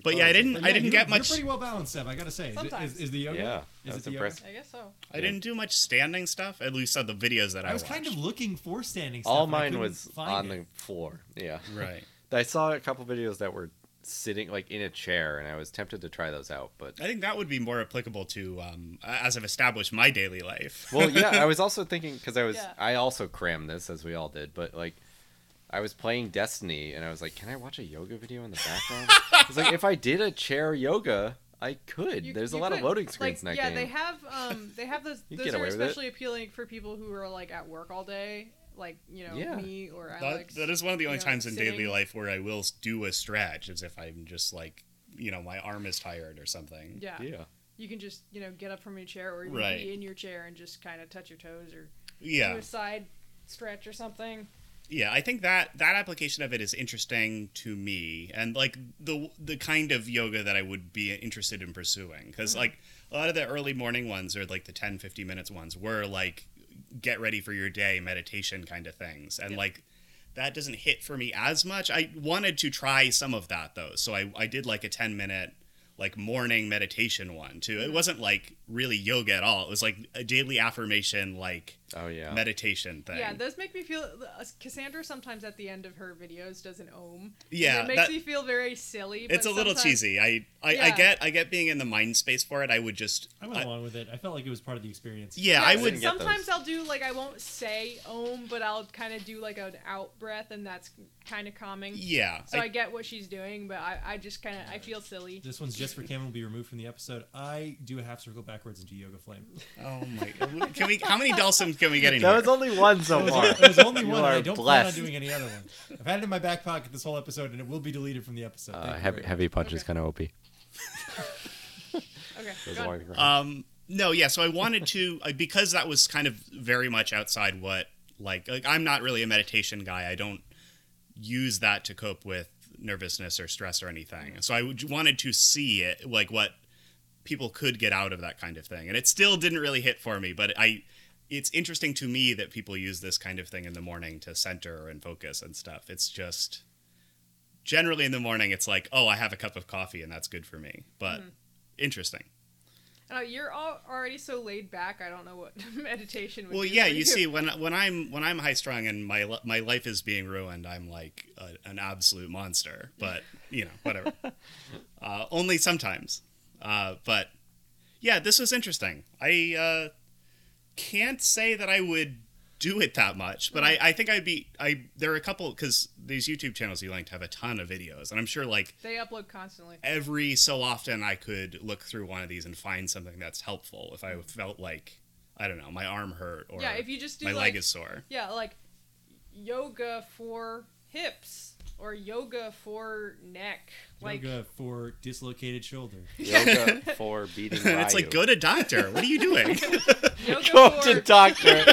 [SPEAKER 1] But yeah, I didn't.
[SPEAKER 8] But
[SPEAKER 1] I
[SPEAKER 8] yeah,
[SPEAKER 1] didn't
[SPEAKER 8] you're-
[SPEAKER 1] get
[SPEAKER 8] You're
[SPEAKER 1] much.
[SPEAKER 8] pretty well balanced, Seb. I gotta say. Is it-
[SPEAKER 4] Sometimes.
[SPEAKER 8] Is, is the yoga?
[SPEAKER 3] Yeah, that
[SPEAKER 8] Is
[SPEAKER 3] was
[SPEAKER 8] it the yoga?
[SPEAKER 3] impressive.
[SPEAKER 4] I guess so.
[SPEAKER 1] I didn't do much standing stuff. At least on the videos that I,
[SPEAKER 8] I was
[SPEAKER 1] watched.
[SPEAKER 8] kind of looking for standing stuff.
[SPEAKER 3] All
[SPEAKER 8] and I
[SPEAKER 3] mine
[SPEAKER 8] couldn't
[SPEAKER 3] was
[SPEAKER 8] find
[SPEAKER 3] on
[SPEAKER 8] it.
[SPEAKER 3] the floor. Yeah.
[SPEAKER 1] right.
[SPEAKER 3] I saw a couple videos that were sitting like in a chair, and I was tempted to try those out, but
[SPEAKER 1] I think that would be more applicable to um, as I've established my daily life.
[SPEAKER 3] well, yeah, I was also thinking because I was
[SPEAKER 4] Yeah.
[SPEAKER 3] I also crammed this as we all did, but like I was playing Destiny, and I was like, can I watch a yoga video in the background? It's like if I did a chair yoga, I could.
[SPEAKER 4] You-
[SPEAKER 3] There's a
[SPEAKER 4] you
[SPEAKER 3] lot of
[SPEAKER 4] could-
[SPEAKER 3] loading screens in that
[SPEAKER 4] like, yeah,
[SPEAKER 3] game.
[SPEAKER 4] they have um, they have those.
[SPEAKER 3] You
[SPEAKER 4] those
[SPEAKER 3] get
[SPEAKER 4] are
[SPEAKER 3] away with it.
[SPEAKER 4] especially appealing for people who are like at work all day, like you know
[SPEAKER 3] Yeah.
[SPEAKER 4] me or
[SPEAKER 1] that,
[SPEAKER 4] Alex.
[SPEAKER 1] that is one of the only
[SPEAKER 4] you know,
[SPEAKER 1] times in daily
[SPEAKER 4] sitting.
[SPEAKER 1] life where I will do a stretch, as if I'm just like, you know, my arm is tired or something.
[SPEAKER 4] Yeah.
[SPEAKER 3] yeah.
[SPEAKER 4] you can just you know get up from your chair or you
[SPEAKER 1] Right.
[SPEAKER 4] can be in your chair and just kind of touch your toes or do
[SPEAKER 1] Yeah,
[SPEAKER 4] a side stretch or something.
[SPEAKER 1] yeah. I think that that application of it is interesting to me, and like the the kind of yoga that I would be interested in pursuing, because
[SPEAKER 4] Hmm.
[SPEAKER 1] like a lot of the early morning ones or like the 10, 15 minutes ones were like get ready for your day meditation kind of things, and like that doesn't hit for me as much. I wanted to try some of that though. So I, I did like a 10 minute like morning meditation one too.
[SPEAKER 4] Hmm.
[SPEAKER 1] It wasn't like really yoga at all. It was like a daily affirmation like
[SPEAKER 3] Oh yeah.
[SPEAKER 1] meditation thing.
[SPEAKER 4] Yeah, those make me feel. uh, Cassandra sometimes at the end of her videos does an ohm. and
[SPEAKER 1] Yeah,
[SPEAKER 4] it makes
[SPEAKER 1] that-
[SPEAKER 4] me feel very silly.
[SPEAKER 1] it's a
[SPEAKER 4] but
[SPEAKER 1] little
[SPEAKER 4] sometimes-
[SPEAKER 1] cheesy. I I, I
[SPEAKER 4] Yeah.
[SPEAKER 1] get I get being in the mind space for it. I would just
[SPEAKER 8] I went
[SPEAKER 1] I-
[SPEAKER 8] along with it. I felt like it was part of the experience.
[SPEAKER 1] yeah, I
[SPEAKER 4] but
[SPEAKER 1] would
[SPEAKER 3] get those.
[SPEAKER 4] Sometimes I'll do like I won't say ohm, but I'll kind of do like an out breath, and that's kind of calming.
[SPEAKER 1] yeah.
[SPEAKER 4] So
[SPEAKER 1] I-
[SPEAKER 4] I, get what she's doing, but I, I just kind of I feel silly.
[SPEAKER 8] This one's just for Cam. Will be removed from the episode. I do a half circle backwards into yoga flame.
[SPEAKER 1] oh my can we how many Dalsums can we get in
[SPEAKER 3] That
[SPEAKER 1] here?
[SPEAKER 3] was only one so
[SPEAKER 8] There's
[SPEAKER 3] far. Uh,
[SPEAKER 8] only- There's only
[SPEAKER 3] You
[SPEAKER 8] one. and I
[SPEAKER 3] are
[SPEAKER 8] don't
[SPEAKER 3] blessed.
[SPEAKER 8] plan on doing any other one. I've had it in my back pocket this whole episode, and it will be deleted from the episode. Thank
[SPEAKER 3] Uh,
[SPEAKER 8] you
[SPEAKER 3] heavy
[SPEAKER 8] very
[SPEAKER 3] heavy punch is
[SPEAKER 4] Okay.
[SPEAKER 3] kind of op.
[SPEAKER 4] Okay.
[SPEAKER 3] Goes
[SPEAKER 4] go on.
[SPEAKER 3] along the ground.
[SPEAKER 1] Um, no, yeah. So I wanted to I- because that was kind of very much outside what like, like I'm not really a meditation guy. I don't use that to cope with nervousness or stress or anything. So I would- wanted to see it like what people could get out of that kind of thing, and it still didn't really hit for me. But I, it's interesting to me that people use this kind of thing in the morning to center and focus and stuff. It's just generally in the morning it's like oh i have a cup of coffee and that's good for me but interesting
[SPEAKER 4] I know, Oh, you're all already so laid back. I don't know what meditation. Would
[SPEAKER 1] Well,
[SPEAKER 4] do
[SPEAKER 1] yeah,
[SPEAKER 4] for
[SPEAKER 1] you see, when when I'm when I'm high strung and my li- my life is being ruined, I'm like a, an absolute monster. But you know, whatever. uh, only sometimes. Uh, but yeah, this was interesting. I uh, can't say that I would do it that much, but I, I think I'd be I. There are a couple because these YouTube channels you linked have a ton of videos, and I'm sure like
[SPEAKER 4] They upload constantly.
[SPEAKER 1] every so often I could look through one of these and find something that's helpful if I felt like I don't know my arm hurt or
[SPEAKER 4] Yeah, if you just do,
[SPEAKER 1] my
[SPEAKER 4] like-
[SPEAKER 1] leg is sore.
[SPEAKER 4] Yeah, like yoga for hips or yoga for neck. Like
[SPEAKER 8] Yoga for dislocated shoulder.
[SPEAKER 3] Yoga for beating
[SPEAKER 1] And it's like
[SPEAKER 3] Ryu.
[SPEAKER 1] go to doctor. What are you doing?
[SPEAKER 4] yoga
[SPEAKER 3] Go
[SPEAKER 4] for
[SPEAKER 3] to doctor.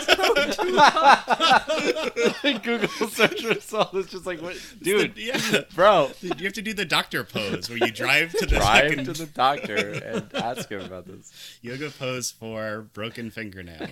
[SPEAKER 3] Google search result is just like, what, dude,
[SPEAKER 1] yeah,
[SPEAKER 3] bro,
[SPEAKER 1] you have to do the doctor pose where you drive to the
[SPEAKER 3] drive
[SPEAKER 1] fucking
[SPEAKER 3] to the doctor and ask him about this.
[SPEAKER 1] yoga pose for broken fingernail.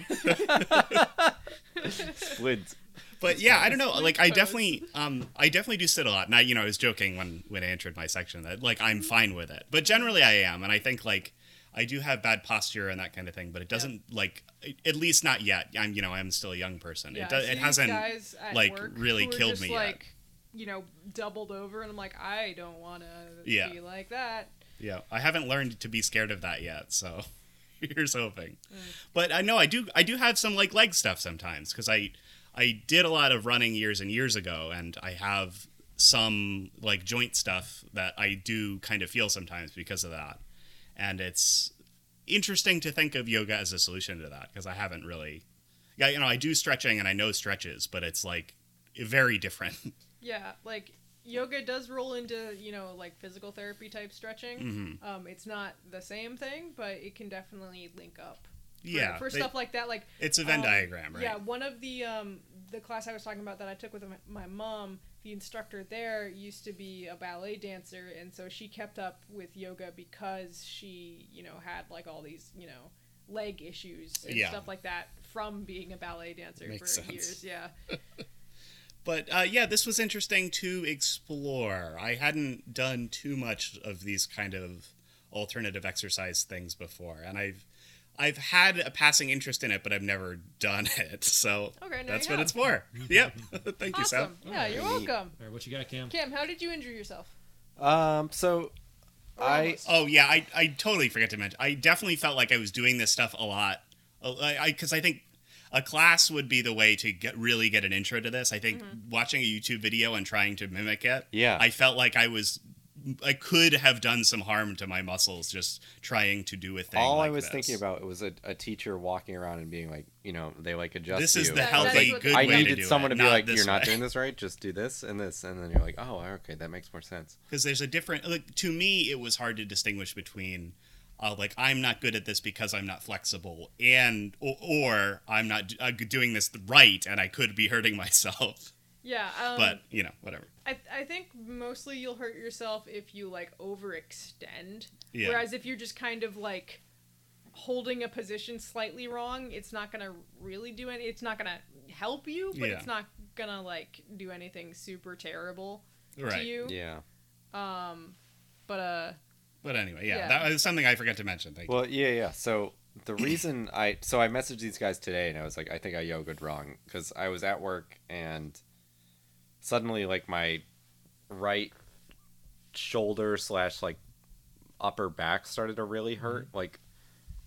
[SPEAKER 3] Splint.
[SPEAKER 1] But yeah, I don't know. Like I
[SPEAKER 4] pose.
[SPEAKER 1] definitely, um, I definitely do sit a lot. And I, you know, I was joking when when I entered my section that like I'm
[SPEAKER 4] Mm-hmm.
[SPEAKER 1] fine with it, but generally I am, and I think like I do have bad posture and that kind of thing, but it doesn't like at least not yet. I'm you know I'm still a young person.
[SPEAKER 4] Yeah,
[SPEAKER 1] it does,
[SPEAKER 4] I see
[SPEAKER 1] it
[SPEAKER 4] these
[SPEAKER 1] hasn't.
[SPEAKER 4] guys at
[SPEAKER 1] like,
[SPEAKER 4] work
[SPEAKER 1] really
[SPEAKER 4] who are
[SPEAKER 1] killed
[SPEAKER 4] just,
[SPEAKER 1] me yet.
[SPEAKER 4] Like you know, doubled over, and I'm like, I don't want to
[SPEAKER 1] Yeah.
[SPEAKER 4] be like that.
[SPEAKER 1] Yeah, I haven't learned to be scared of that yet, so here's hoping.
[SPEAKER 4] Mm.
[SPEAKER 1] But I know I do I do have some like leg stuff sometimes because I I did a lot of running years and years ago, and I have some like joint stuff that I do kind of feel sometimes because of that, and it's interesting to think of yoga as a solution to that because I haven't really. Yeah, you know, I do stretching and I know stretches, but it's like very different.
[SPEAKER 4] Yeah, like yoga does roll into you know like physical therapy type stretching.
[SPEAKER 1] Mm-hmm.
[SPEAKER 4] Um, it's not the same thing, but it can definitely link up. For,
[SPEAKER 1] yeah,
[SPEAKER 4] for
[SPEAKER 1] they-
[SPEAKER 4] stuff like that, like
[SPEAKER 1] it's a Venn
[SPEAKER 4] um,
[SPEAKER 1] diagram, right?
[SPEAKER 4] Yeah, one of the um the class I was talking about that I took with my, my mom, the instructor there used to be a ballet dancer, and so she kept up with yoga because she you know had like all these you know leg issues and
[SPEAKER 1] Yeah.
[SPEAKER 4] stuff like that from being a ballet dancer
[SPEAKER 1] Makes
[SPEAKER 4] for
[SPEAKER 1] sense.
[SPEAKER 4] years. Yeah,
[SPEAKER 1] but uh, yeah, this was interesting to explore. I hadn't done too much of these kind of alternative exercise things before, and I've I've had a passing interest in it, but I've never done it. So
[SPEAKER 4] Okay, now
[SPEAKER 1] that's
[SPEAKER 4] you
[SPEAKER 1] what
[SPEAKER 4] have.
[SPEAKER 1] it's for. yep. Thank you, Seth.
[SPEAKER 4] awesome. Yeah, you're welcome.
[SPEAKER 8] All right, what you got, Cam?
[SPEAKER 4] Cam, how did you injure yourself?
[SPEAKER 3] Um, so
[SPEAKER 4] Or
[SPEAKER 3] I
[SPEAKER 4] almost.
[SPEAKER 1] Oh yeah, I, I totally forgot to mention. I definitely felt like I was doing this stuff a lot. Uh, I because I, think a class would be the way to get really get an intro to this. I think watching a YouTube video and trying to mimic it.
[SPEAKER 3] Yeah.
[SPEAKER 1] I felt like I was. I could have done some harm to my muscles just trying to do a thing.
[SPEAKER 3] all I
[SPEAKER 1] like
[SPEAKER 3] was
[SPEAKER 1] this.
[SPEAKER 3] thinking about was a, a teacher walking around and being like, you know, they like adjust.
[SPEAKER 1] This is
[SPEAKER 3] you.
[SPEAKER 1] the
[SPEAKER 4] That- that's
[SPEAKER 1] healthy,
[SPEAKER 4] what
[SPEAKER 1] good
[SPEAKER 4] they-
[SPEAKER 3] I
[SPEAKER 1] way
[SPEAKER 3] needed
[SPEAKER 1] to do
[SPEAKER 3] someone
[SPEAKER 1] it,
[SPEAKER 3] to be like,
[SPEAKER 1] this
[SPEAKER 3] "You're not
[SPEAKER 1] way.
[SPEAKER 3] doing this right. Just do this and this," and then you're like, "Oh, okay, that makes more sense."
[SPEAKER 1] because there's a different like to me it was hard to distinguish between uh, like i'm not good at this because i'm not flexible and or, or i'm not d- uh, doing this right and i could be hurting myself
[SPEAKER 4] Yeah, um,
[SPEAKER 1] but you know whatever
[SPEAKER 4] I, I think mostly you'll hurt yourself if you like overextend.
[SPEAKER 1] Yeah.
[SPEAKER 4] Whereas if you're just kind of like holding a position slightly wrong, it's not gonna really do any. It's not gonna help you, but
[SPEAKER 1] Yeah.
[SPEAKER 4] it's not gonna like do anything super terrible
[SPEAKER 1] right
[SPEAKER 4] to you.
[SPEAKER 3] Yeah.
[SPEAKER 4] But uh,
[SPEAKER 1] but anyway yeah,
[SPEAKER 4] Yeah.
[SPEAKER 1] that was something i forgot to mention thank you
[SPEAKER 3] Well, yeah, yeah. So the reason I so I messaged these guys today and I was like, I think I yogaed wrong because I was at work and suddenly like my right shoulder slash like upper back started to really hurt, like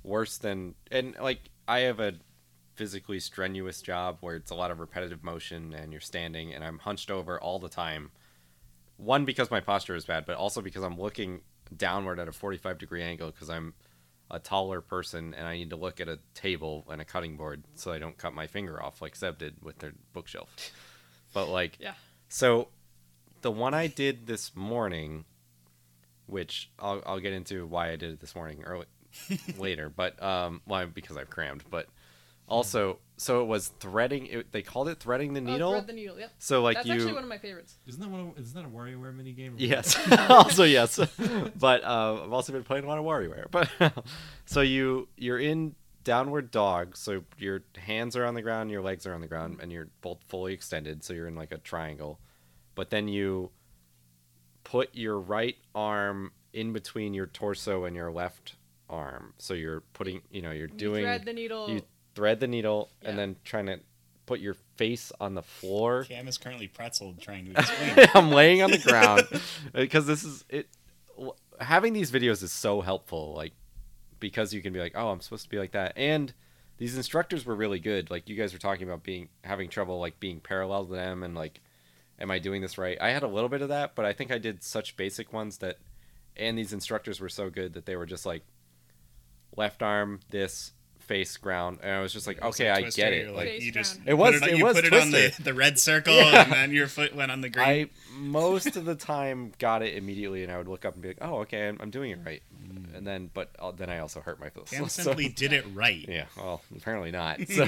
[SPEAKER 3] worse than and like I have a physically strenuous job where it's a lot of repetitive motion and you're standing and I'm hunched over all the time. One because my posture is bad, but also because I'm looking downward at a 45 degree angle because I'm a taller person and I need to look at a table and a cutting board so I don't cut my finger off like Seb did with their bookshelf. But like
[SPEAKER 4] yeah,
[SPEAKER 3] so, the one I did this morning, which I'll, I'll get into why I did it this morning early later, but um, why? because I've crammed. But also, so it was threading. It, they called it threading the needle.
[SPEAKER 4] Oh, thread the needle. Yep.
[SPEAKER 3] So like
[SPEAKER 4] That's
[SPEAKER 3] you,
[SPEAKER 4] actually one of my favorites.
[SPEAKER 8] Isn't that one? Of, isn't that a WarioWare minigame?
[SPEAKER 3] Yes. also yes. But uh, I've also been playing a lot of WarioWare. But so you you're in downward dog. So your hands are on the ground, your legs are on the ground, and you're both fully extended. So you're in like a triangle. But then you put your right arm in between your torso and your left arm. So you're putting you know you're doing
[SPEAKER 4] you thread the needle.
[SPEAKER 3] you thread the needle
[SPEAKER 4] Yeah.
[SPEAKER 3] and then trying to put your face on the floor.
[SPEAKER 1] Cam is currently pretzeled trying to explain.
[SPEAKER 3] I'm laying on the ground because this is it. w- Having these videos is so helpful, like because you can be like, oh, I'm supposed to be like that, and these instructors were really good. Like you guys were talking about being having trouble like being parallel to them and like, am I doing this right? I had a little bit of that, but I think I did such basic ones that, and these instructors were so good that they were just like, left arm this face ground, and I was just like,
[SPEAKER 1] It's
[SPEAKER 3] okay,
[SPEAKER 1] like
[SPEAKER 3] I
[SPEAKER 1] Twister,
[SPEAKER 3] get
[SPEAKER 1] you're
[SPEAKER 3] it. Like
[SPEAKER 4] Face
[SPEAKER 1] you just
[SPEAKER 4] down.
[SPEAKER 1] put
[SPEAKER 3] It was-
[SPEAKER 1] on-
[SPEAKER 3] it
[SPEAKER 1] you
[SPEAKER 3] was
[SPEAKER 1] put it on the,
[SPEAKER 3] Twister.
[SPEAKER 1] the red circle,
[SPEAKER 3] Yeah.
[SPEAKER 1] and then your foot went on the green.
[SPEAKER 3] I most of the time got it immediately, and I would look up and be like, "Oh, okay, I'm, I'm doing it right." And then, but uh, then I also hurt my foot.
[SPEAKER 1] Cam
[SPEAKER 3] so-
[SPEAKER 1] simply did it right.
[SPEAKER 3] yeah. Well, apparently not. So,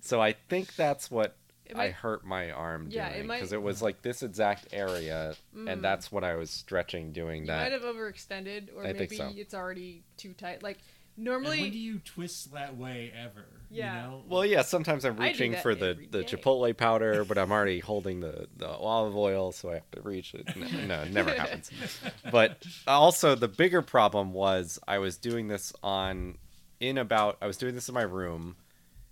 [SPEAKER 3] so I think that's what
[SPEAKER 4] It
[SPEAKER 3] I
[SPEAKER 4] might-
[SPEAKER 3] hurt my arm
[SPEAKER 4] Yeah, it
[SPEAKER 3] doing
[SPEAKER 4] might-
[SPEAKER 3] because it, was like this exact area,
[SPEAKER 4] Mm.
[SPEAKER 3] and that's what I was stretching doing
[SPEAKER 4] You
[SPEAKER 3] that.
[SPEAKER 4] might have overextended, or
[SPEAKER 3] I think
[SPEAKER 4] maybe
[SPEAKER 3] so.
[SPEAKER 4] it's already too tight. Like
[SPEAKER 8] And when do
[SPEAKER 4] normally,
[SPEAKER 8] you twist that way ever?
[SPEAKER 4] Yeah.
[SPEAKER 8] You know?
[SPEAKER 3] Well, yeah. Sometimes I'm
[SPEAKER 4] I do
[SPEAKER 3] reaching
[SPEAKER 4] that
[SPEAKER 3] for the
[SPEAKER 4] every
[SPEAKER 3] the
[SPEAKER 4] day.
[SPEAKER 3] chipotle powder, but I'm already holding the the olive oil, so I have to reach it. No, no it never happens. But also, the bigger problem was I was doing this on in about I was doing this in my room,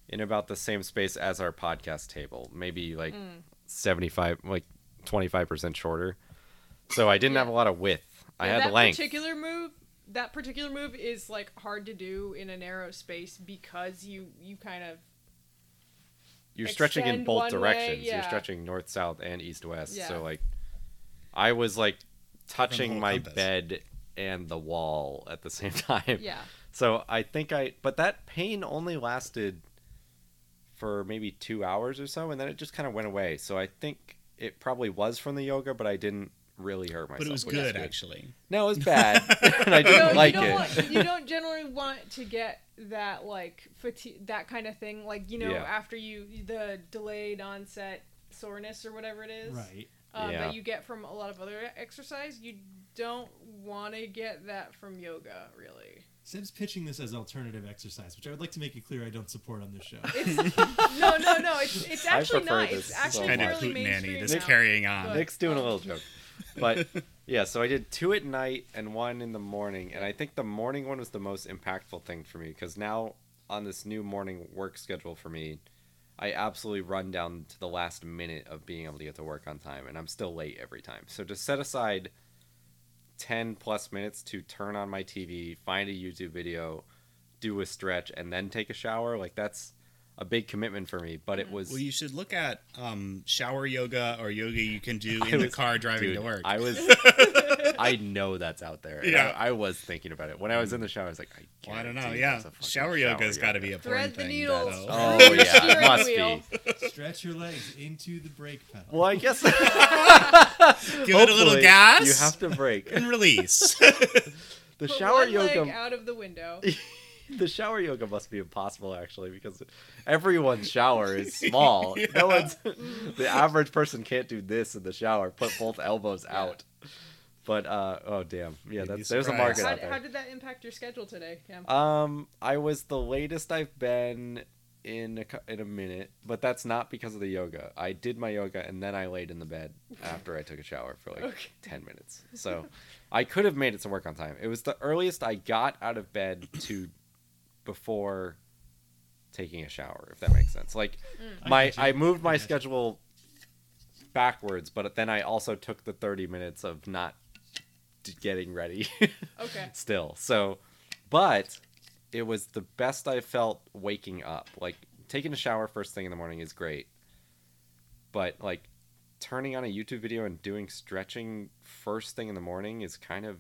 [SPEAKER 3] in about the same space as our podcast table, maybe like
[SPEAKER 4] Hmm.
[SPEAKER 3] seventy five, like twenty five percent shorter. So I didn't have a lot of width. I
[SPEAKER 4] Yeah,
[SPEAKER 3] had
[SPEAKER 4] that
[SPEAKER 3] length.
[SPEAKER 4] particular move. That particular move is like hard to do in a narrow space because you you kind of
[SPEAKER 3] you're stretching in
[SPEAKER 4] extend
[SPEAKER 3] both
[SPEAKER 4] one way,
[SPEAKER 3] directions. You're
[SPEAKER 4] yeah.
[SPEAKER 3] stretching north, south, and east, west.
[SPEAKER 4] Yeah.
[SPEAKER 3] So like, I was like touching
[SPEAKER 1] whole
[SPEAKER 3] my
[SPEAKER 1] compass.
[SPEAKER 3] bed and the wall at the same time.
[SPEAKER 4] yeah
[SPEAKER 3] So I think I, but that pain only lasted for maybe two hours or so, and then it just kind of went away. So I think it probably was from the yoga, but I didn't really hurt myself.
[SPEAKER 1] But it was
[SPEAKER 3] which is
[SPEAKER 1] good, actually.
[SPEAKER 3] No, it was bad, and I didn't
[SPEAKER 4] No,
[SPEAKER 3] like
[SPEAKER 4] you
[SPEAKER 3] it.
[SPEAKER 4] don't want- you don't generally want to get that like fatigue, that kind of thing. Like you know,
[SPEAKER 3] Yeah.
[SPEAKER 4] after you the delayed onset soreness or whatever it is
[SPEAKER 8] Right.
[SPEAKER 4] um,
[SPEAKER 3] Yeah.
[SPEAKER 4] that you get from a lot of other exercise, you don't want to get that from yoga. Really,
[SPEAKER 8] Seb's pitching this as alternative exercise, which I would like to make it clear I don't support on this show.
[SPEAKER 4] no, no, no. It's it's
[SPEAKER 3] I
[SPEAKER 4] actually
[SPEAKER 3] prefer
[SPEAKER 4] not.
[SPEAKER 3] this
[SPEAKER 4] It's
[SPEAKER 3] so
[SPEAKER 4] actually
[SPEAKER 3] much.
[SPEAKER 1] Kind of
[SPEAKER 4] really
[SPEAKER 1] hootenanny,
[SPEAKER 4] mainstream
[SPEAKER 1] this
[SPEAKER 4] now.
[SPEAKER 1] carrying on.
[SPEAKER 4] Good.
[SPEAKER 3] Nick's doing a little joke. But yeah, so I did two at night and one in the morning. And I think the morning one was the most impactful thing for me because now on this new morning work schedule for me, I absolutely run down to the last minute of being able to get to work on time. And I'm still late every time. So to set aside 10 plus minutes to turn on my TV, find a YouTube video, do a stretch, and then take a shower, like that's a big commitment for me. But it was.
[SPEAKER 1] Mm-hmm. Well, you should look at um, shower yoga or yoga you can do
[SPEAKER 3] I
[SPEAKER 1] in the
[SPEAKER 3] was-
[SPEAKER 1] car driving
[SPEAKER 3] Dude,
[SPEAKER 1] to work.
[SPEAKER 3] I was, I know that's out there. and
[SPEAKER 1] Yeah.
[SPEAKER 3] I, I was thinking about it when I was in the shower. I was like, I,
[SPEAKER 1] Well, I don't know.
[SPEAKER 3] guarantee
[SPEAKER 1] Yeah,
[SPEAKER 3] that's a fucking
[SPEAKER 1] shower yoga's got to be a porn
[SPEAKER 4] Thread the
[SPEAKER 1] thing.
[SPEAKER 4] needle.
[SPEAKER 1] though.
[SPEAKER 3] Oh
[SPEAKER 4] Through the
[SPEAKER 3] yeah, it
[SPEAKER 4] steering
[SPEAKER 3] must
[SPEAKER 4] wheel.
[SPEAKER 3] be.
[SPEAKER 8] Stretch your legs into the brake pedal.
[SPEAKER 3] Well, I guess
[SPEAKER 1] Give it a little
[SPEAKER 3] hopefully
[SPEAKER 1] gas
[SPEAKER 3] You have to break
[SPEAKER 1] and release.
[SPEAKER 3] the
[SPEAKER 4] Put
[SPEAKER 3] shower
[SPEAKER 4] one leg
[SPEAKER 3] yoga.
[SPEAKER 4] out of the window.
[SPEAKER 3] The shower yoga must be impossible actually because everyone's shower is small. No one's the average person can't do this in the shower. Put both elbows out. But uh, oh damn, yeah,
[SPEAKER 1] You'd be
[SPEAKER 3] that's, there's a
[SPEAKER 1] surprised.
[SPEAKER 3] market
[SPEAKER 4] How,
[SPEAKER 3] out there.
[SPEAKER 4] how did that impact your schedule today, Cam?
[SPEAKER 3] Um, I was the latest I've been in a, cou- in a minute, but that's not because of the yoga. I did my yoga and then I laid in the bed after I took a shower for like
[SPEAKER 4] Okay.
[SPEAKER 3] 10 minutes. So I could have made it to work on time. It was the earliest I got out of bed to before taking a shower, if that makes sense. Like my
[SPEAKER 8] get you.
[SPEAKER 3] I moved my
[SPEAKER 8] get you.
[SPEAKER 3] schedule backwards, but then I also took the 30 minutes of not d- getting ready.
[SPEAKER 4] Okay.
[SPEAKER 3] still. So, but it was the best I felt waking up. Like taking a shower first thing in the morning is great, but like turning on a YouTube video and doing stretching first thing in the morning is kind of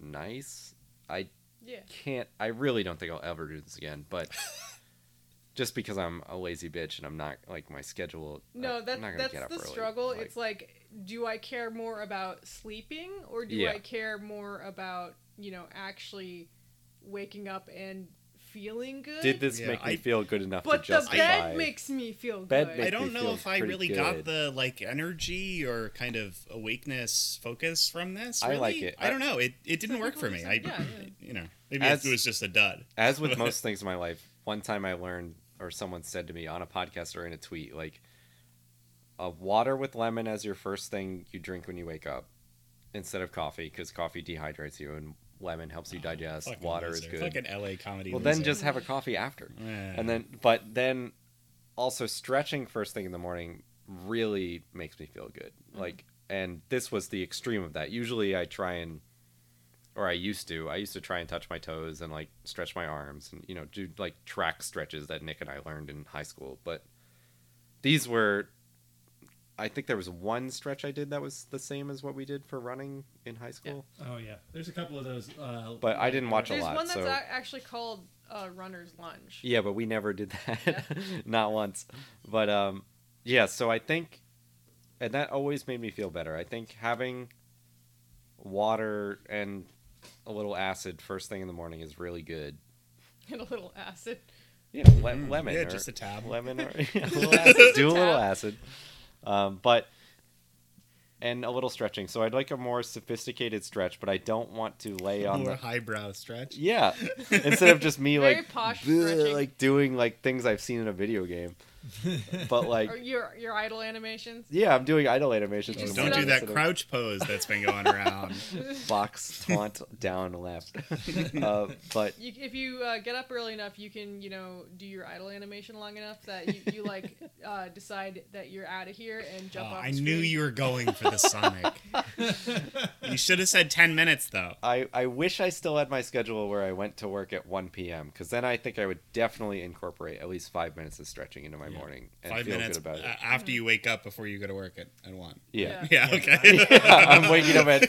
[SPEAKER 3] nice. I
[SPEAKER 4] Yeah.
[SPEAKER 3] can't. I really don't think I'll ever do this again, but. Just because I'm a lazy bitch and I'm not like my schedule.
[SPEAKER 4] No,
[SPEAKER 3] I'm
[SPEAKER 4] that,
[SPEAKER 3] not gonna
[SPEAKER 4] that's
[SPEAKER 3] get up
[SPEAKER 4] the
[SPEAKER 3] early.
[SPEAKER 4] struggle.
[SPEAKER 3] Like,
[SPEAKER 4] it's like, do I care more about sleeping or do
[SPEAKER 3] Yeah.
[SPEAKER 4] I care more about, you know, actually waking up and feeling good.
[SPEAKER 3] Did this
[SPEAKER 1] Yeah,
[SPEAKER 3] make me
[SPEAKER 1] I-
[SPEAKER 3] feel good enough
[SPEAKER 4] but
[SPEAKER 3] to
[SPEAKER 4] the
[SPEAKER 3] justify?
[SPEAKER 4] bed makes me feel
[SPEAKER 3] Bed makes-
[SPEAKER 4] good.
[SPEAKER 1] I
[SPEAKER 3] Make me
[SPEAKER 1] don't know
[SPEAKER 3] feel
[SPEAKER 1] if I
[SPEAKER 3] pretty
[SPEAKER 1] really got
[SPEAKER 3] good.
[SPEAKER 1] the like energy or kind of awakeness focus from this.
[SPEAKER 3] I
[SPEAKER 1] Really.
[SPEAKER 3] like it.
[SPEAKER 1] I don't know. It it didn't work for me. I
[SPEAKER 4] Yeah, yeah.
[SPEAKER 1] you know maybe
[SPEAKER 3] As-
[SPEAKER 1] it was just a dud.
[SPEAKER 3] As with most things in my life, one time I learned, or someone said to me on a podcast or in a tweet, like, a water with lemon as your first thing you drink when you wake up, instead of coffee, because coffee dehydrates you and lemon helps you digest.
[SPEAKER 1] Ah, Fucking
[SPEAKER 3] water
[SPEAKER 1] loser.
[SPEAKER 3] is good.
[SPEAKER 1] Fucking L.A. comedy.
[SPEAKER 3] well, then
[SPEAKER 1] loser.
[SPEAKER 3] just have a coffee after,
[SPEAKER 1] Yeah.
[SPEAKER 3] and then but then also stretching first thing in the morning really makes me feel good. Like, and this was the extreme of that. Usually, I try and or I used to. I used to try and touch my toes and like stretch my arms and you know do like track stretches that Nick and I learned in high school. But these were, I think there was one stretch I did that was the same as what we did for running in high school.
[SPEAKER 8] Oh yeah, there's a couple of those. Uh,
[SPEAKER 3] But I didn't watch a
[SPEAKER 4] There's
[SPEAKER 3] lot.
[SPEAKER 4] one that's
[SPEAKER 3] so
[SPEAKER 4] a- actually called uh, runner's lunge.
[SPEAKER 3] Yeah, but we never did that. Not once. But um yeah, so I think and that always made me feel better. I think having water and a little acid first thing in the morning is really good.
[SPEAKER 4] and a little acid.
[SPEAKER 3] You know, le- lemon.
[SPEAKER 1] Hmm. Mm-hmm. yeah,
[SPEAKER 3] or-
[SPEAKER 1] just a tab.
[SPEAKER 3] Lemon or yeah, a little acid. Do a little
[SPEAKER 4] Tap.
[SPEAKER 3] acid. Um, but and a little stretching. So I'd like a more sophisticated stretch, but I don't want to lay on
[SPEAKER 1] More
[SPEAKER 3] the
[SPEAKER 1] highbrow stretch.
[SPEAKER 3] yeah. Instead of just me
[SPEAKER 4] Very
[SPEAKER 3] like
[SPEAKER 4] posh
[SPEAKER 3] bleh,
[SPEAKER 4] stretching.
[SPEAKER 3] like doing like things I've seen in a video game. But
[SPEAKER 4] or
[SPEAKER 3] like
[SPEAKER 4] your your idle animations.
[SPEAKER 3] yeah, I'm doing idle animations.
[SPEAKER 4] You
[SPEAKER 3] in
[SPEAKER 4] just
[SPEAKER 3] the
[SPEAKER 1] Don't
[SPEAKER 4] sit
[SPEAKER 1] do
[SPEAKER 3] morning
[SPEAKER 4] on
[SPEAKER 1] that
[SPEAKER 3] instead of
[SPEAKER 1] crouch pose that's been going around.
[SPEAKER 3] Box taunt down left. Uh, but
[SPEAKER 4] You, if you uh, get up early enough, you can you know do your idle animation long enough that you, you like uh, decide that you're out of here and
[SPEAKER 1] Oh,
[SPEAKER 4] jump
[SPEAKER 3] Ah,
[SPEAKER 4] off.
[SPEAKER 1] I
[SPEAKER 4] the
[SPEAKER 1] knew
[SPEAKER 4] screen.
[SPEAKER 1] you were going for the Sonic. you should have said ten minutes though.
[SPEAKER 3] I, I wish I still had my schedule where I went to work at 1 p.m. because then I think I would definitely incorporate at least five minutes of stretching into my morning and
[SPEAKER 1] Five
[SPEAKER 3] feel
[SPEAKER 1] minutes
[SPEAKER 3] good about it.
[SPEAKER 1] uh, after you wake up before you go to work at, at one.
[SPEAKER 3] yeah.
[SPEAKER 1] Yeah, okay.
[SPEAKER 3] Yeah, I'm waking up at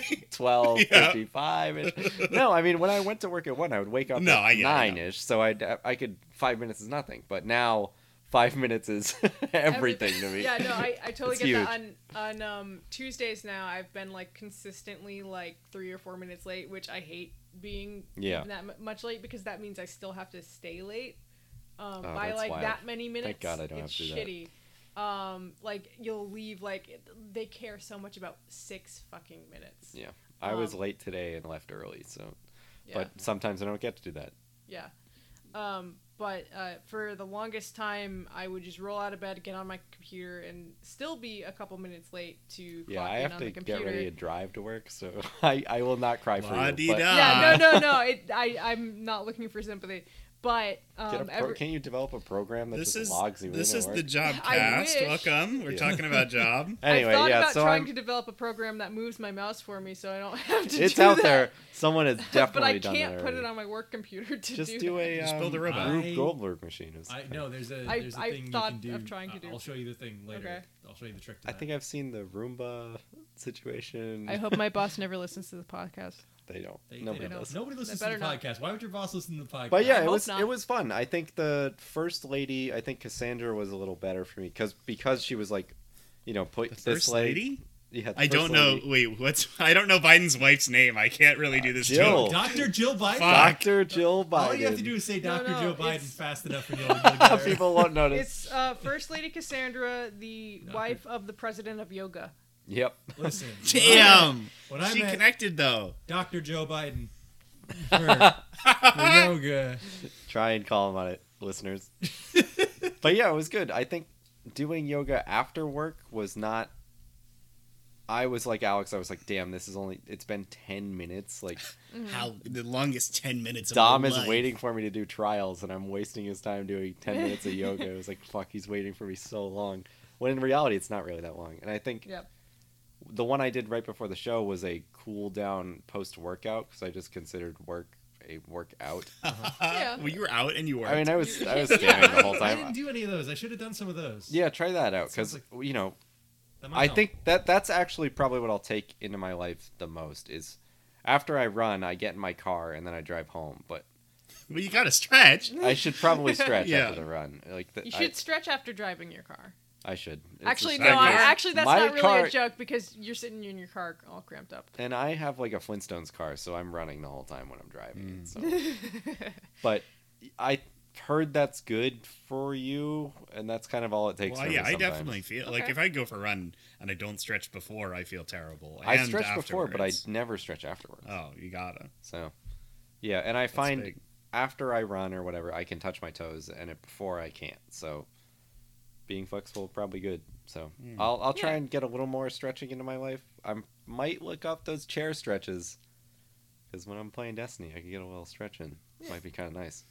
[SPEAKER 3] 12:55. No, I mean when I went to work at one, I would wake up
[SPEAKER 1] No,
[SPEAKER 3] at
[SPEAKER 1] I get it, I know.
[SPEAKER 3] nine ish, so I I could five minutes is nothing, but now five minutes is everything to me.
[SPEAKER 4] Yeah, no, I, I totally
[SPEAKER 3] It's
[SPEAKER 4] get that. On on um, Tuesdays now, I've been like consistently like three or four minutes late, which I hate being
[SPEAKER 3] Yeah.
[SPEAKER 4] that mu- much late because that means I still have to stay late. Um,
[SPEAKER 3] Oh,
[SPEAKER 4] by
[SPEAKER 3] that's
[SPEAKER 4] like
[SPEAKER 3] wild.
[SPEAKER 4] that many minutes,
[SPEAKER 3] God I don't
[SPEAKER 4] it's
[SPEAKER 3] have to do that.
[SPEAKER 4] shitty. Um, like you'll leave like it- they care so much about six fucking minutes.
[SPEAKER 3] Yeah. I was
[SPEAKER 4] Um,
[SPEAKER 3] late today and left early, so
[SPEAKER 4] Yeah.
[SPEAKER 3] but sometimes I don't get to do that.
[SPEAKER 4] Yeah. Um, but uh, for the longest time, I would just roll out of bed, get on my computer, and still be a couple minutes late to
[SPEAKER 3] Yeah,
[SPEAKER 4] clock
[SPEAKER 3] I
[SPEAKER 4] in
[SPEAKER 3] have
[SPEAKER 4] on
[SPEAKER 3] to
[SPEAKER 4] the computer.
[SPEAKER 3] get ready and drive to work, so I, I will not cry for you. But
[SPEAKER 1] La-di-da.
[SPEAKER 4] yeah, no, no, no. It, I, I'm not looking for sympathy, but
[SPEAKER 3] get a
[SPEAKER 4] um,
[SPEAKER 3] pro-
[SPEAKER 4] every,
[SPEAKER 3] can you develop a program that
[SPEAKER 1] This
[SPEAKER 3] just
[SPEAKER 1] is
[SPEAKER 3] logs you
[SPEAKER 1] this
[SPEAKER 3] in at
[SPEAKER 1] is
[SPEAKER 3] work?
[SPEAKER 1] the job
[SPEAKER 4] I
[SPEAKER 1] cast.
[SPEAKER 4] wish.
[SPEAKER 1] Welcome. We're
[SPEAKER 3] Yeah.
[SPEAKER 1] talking about job.
[SPEAKER 3] Anyway,
[SPEAKER 4] I thought
[SPEAKER 3] yeah,
[SPEAKER 4] about
[SPEAKER 3] so
[SPEAKER 4] trying
[SPEAKER 3] I'm,
[SPEAKER 4] to develop a program that moves my mouse for me, so I don't have to.
[SPEAKER 3] it's
[SPEAKER 4] do
[SPEAKER 3] out
[SPEAKER 4] that.
[SPEAKER 3] there. Someone has definitely
[SPEAKER 4] but I
[SPEAKER 3] done
[SPEAKER 4] can't
[SPEAKER 3] that
[SPEAKER 4] put
[SPEAKER 3] already.
[SPEAKER 4] it on my work computer to
[SPEAKER 3] just
[SPEAKER 4] do.
[SPEAKER 3] do
[SPEAKER 4] that.
[SPEAKER 3] a
[SPEAKER 1] Just
[SPEAKER 3] um,
[SPEAKER 1] build a robot.
[SPEAKER 3] Rube
[SPEAKER 8] I-
[SPEAKER 3] Goldberg machine. Is
[SPEAKER 8] I no, there's a
[SPEAKER 4] I-
[SPEAKER 8] there's a
[SPEAKER 4] I
[SPEAKER 8] thing
[SPEAKER 4] thought
[SPEAKER 8] you can do.
[SPEAKER 4] of trying to do
[SPEAKER 8] I'll
[SPEAKER 4] that.
[SPEAKER 8] show you the thing later.
[SPEAKER 4] Okay.
[SPEAKER 8] I'll show you the trick. To
[SPEAKER 3] I
[SPEAKER 8] that.
[SPEAKER 3] think I've seen the Roomba situation.
[SPEAKER 4] I hope my boss never listens to the podcast.
[SPEAKER 3] they don't.
[SPEAKER 8] They- they
[SPEAKER 3] Nobody
[SPEAKER 8] don't.
[SPEAKER 3] does.
[SPEAKER 8] Nobody listens to
[SPEAKER 4] better
[SPEAKER 8] the
[SPEAKER 4] not.
[SPEAKER 8] podcast. Why would your boss listen to the podcast?
[SPEAKER 3] But
[SPEAKER 4] I
[SPEAKER 3] yeah, it
[SPEAKER 4] hope
[SPEAKER 3] was
[SPEAKER 4] not.
[SPEAKER 3] it was fun. I think the first lady, I think Cassandra was a little better for me because because she was like, you know, put
[SPEAKER 1] The
[SPEAKER 3] this
[SPEAKER 1] first
[SPEAKER 3] leg-
[SPEAKER 1] lady.
[SPEAKER 3] Yeah, the
[SPEAKER 1] I don't
[SPEAKER 3] first
[SPEAKER 1] know.
[SPEAKER 3] lady.
[SPEAKER 1] Wait, what's? I don't know Biden's wife's name. I can't really do this.
[SPEAKER 3] Jill.
[SPEAKER 1] joke.
[SPEAKER 8] Dr. Jill Biden.
[SPEAKER 1] Fuck.
[SPEAKER 3] Dr. Jill Biden.
[SPEAKER 8] All you have to do is say
[SPEAKER 4] No,
[SPEAKER 8] Dr.
[SPEAKER 4] no,
[SPEAKER 8] Joe Biden
[SPEAKER 4] it's-
[SPEAKER 8] fast enough and you'll, you'll get her.
[SPEAKER 3] People won't notice.
[SPEAKER 4] It's uh, First Lady Cassandra, the wife of the president of yoga.
[SPEAKER 3] Yep.
[SPEAKER 8] Listen,
[SPEAKER 1] Damn.
[SPEAKER 8] When I
[SPEAKER 1] she
[SPEAKER 8] met
[SPEAKER 1] connected though.
[SPEAKER 8] Dr. Joe Biden for, for yoga,
[SPEAKER 3] Try and call him on it, listeners. but yeah, it was good. I think doing yoga after work was not. I was like Alex. I was like, damn, this is only. It's been ten minutes. Like
[SPEAKER 4] Mm-hmm.
[SPEAKER 1] How the longest ten minutes. of
[SPEAKER 3] Dom
[SPEAKER 1] my
[SPEAKER 3] is
[SPEAKER 1] life.
[SPEAKER 3] waiting for me to do trials, and I'm wasting his time doing 10 minutes of yoga. It was like, fuck, he's waiting for me so long. When in reality, it's not really that long. And I think
[SPEAKER 4] Yep.
[SPEAKER 3] the one I did right before the show was a cool down post workout because I just considered work a workout.
[SPEAKER 4] Yeah.
[SPEAKER 1] Uh, Well, you were out and you were.
[SPEAKER 3] I mean, I was I was
[SPEAKER 4] Yeah.
[SPEAKER 3] standing the whole
[SPEAKER 8] I didn't
[SPEAKER 3] time.
[SPEAKER 8] do any of those. I should have done some of those.
[SPEAKER 3] Yeah, try that out because
[SPEAKER 8] Sounds
[SPEAKER 3] you know
[SPEAKER 8] That might
[SPEAKER 3] I
[SPEAKER 8] help.
[SPEAKER 3] think that that's actually probably what I'll take into my life the most is after I run, I get in my car and then I drive home. But
[SPEAKER 1] well, you got to stretch.
[SPEAKER 3] I should probably stretch
[SPEAKER 1] Yeah.
[SPEAKER 3] after the run. Like the,
[SPEAKER 4] You
[SPEAKER 3] I-
[SPEAKER 4] should stretch after driving your car.
[SPEAKER 3] I should. It's a
[SPEAKER 4] Actually, no.
[SPEAKER 3] shame.
[SPEAKER 4] I,
[SPEAKER 1] Car-
[SPEAKER 4] actually, that's
[SPEAKER 3] My
[SPEAKER 4] not really
[SPEAKER 3] car-
[SPEAKER 4] a joke because you're sitting in your car all cramped up.
[SPEAKER 3] And I have like a Flintstones car, so I'm running the whole time when I'm driving.
[SPEAKER 1] Mm.
[SPEAKER 3] So. but I heard that's good for you, and that's kind of all it takes.
[SPEAKER 1] Well,
[SPEAKER 3] for
[SPEAKER 1] yeah,
[SPEAKER 3] me
[SPEAKER 1] I
[SPEAKER 3] sometimes.
[SPEAKER 1] definitely feel like
[SPEAKER 4] Okay.
[SPEAKER 1] if I go for a run and I don't stretch before, I feel terrible.
[SPEAKER 3] I
[SPEAKER 1] and
[SPEAKER 3] stretch before, but I
[SPEAKER 1] afterwards.
[SPEAKER 3] never stretch afterwards.
[SPEAKER 1] Oh, you gotta.
[SPEAKER 3] So, yeah, and I find
[SPEAKER 1] big.
[SPEAKER 3] after I run or whatever, I can touch my toes, and it, before I can't. So, being flexible probably good. So
[SPEAKER 2] Hmm.
[SPEAKER 3] I'll I'll try
[SPEAKER 4] Yeah.
[SPEAKER 3] and get a little more stretching into my life. I might look up those chair stretches because when I'm playing Destiny, I can get a little stretch in. Might be kind of nice.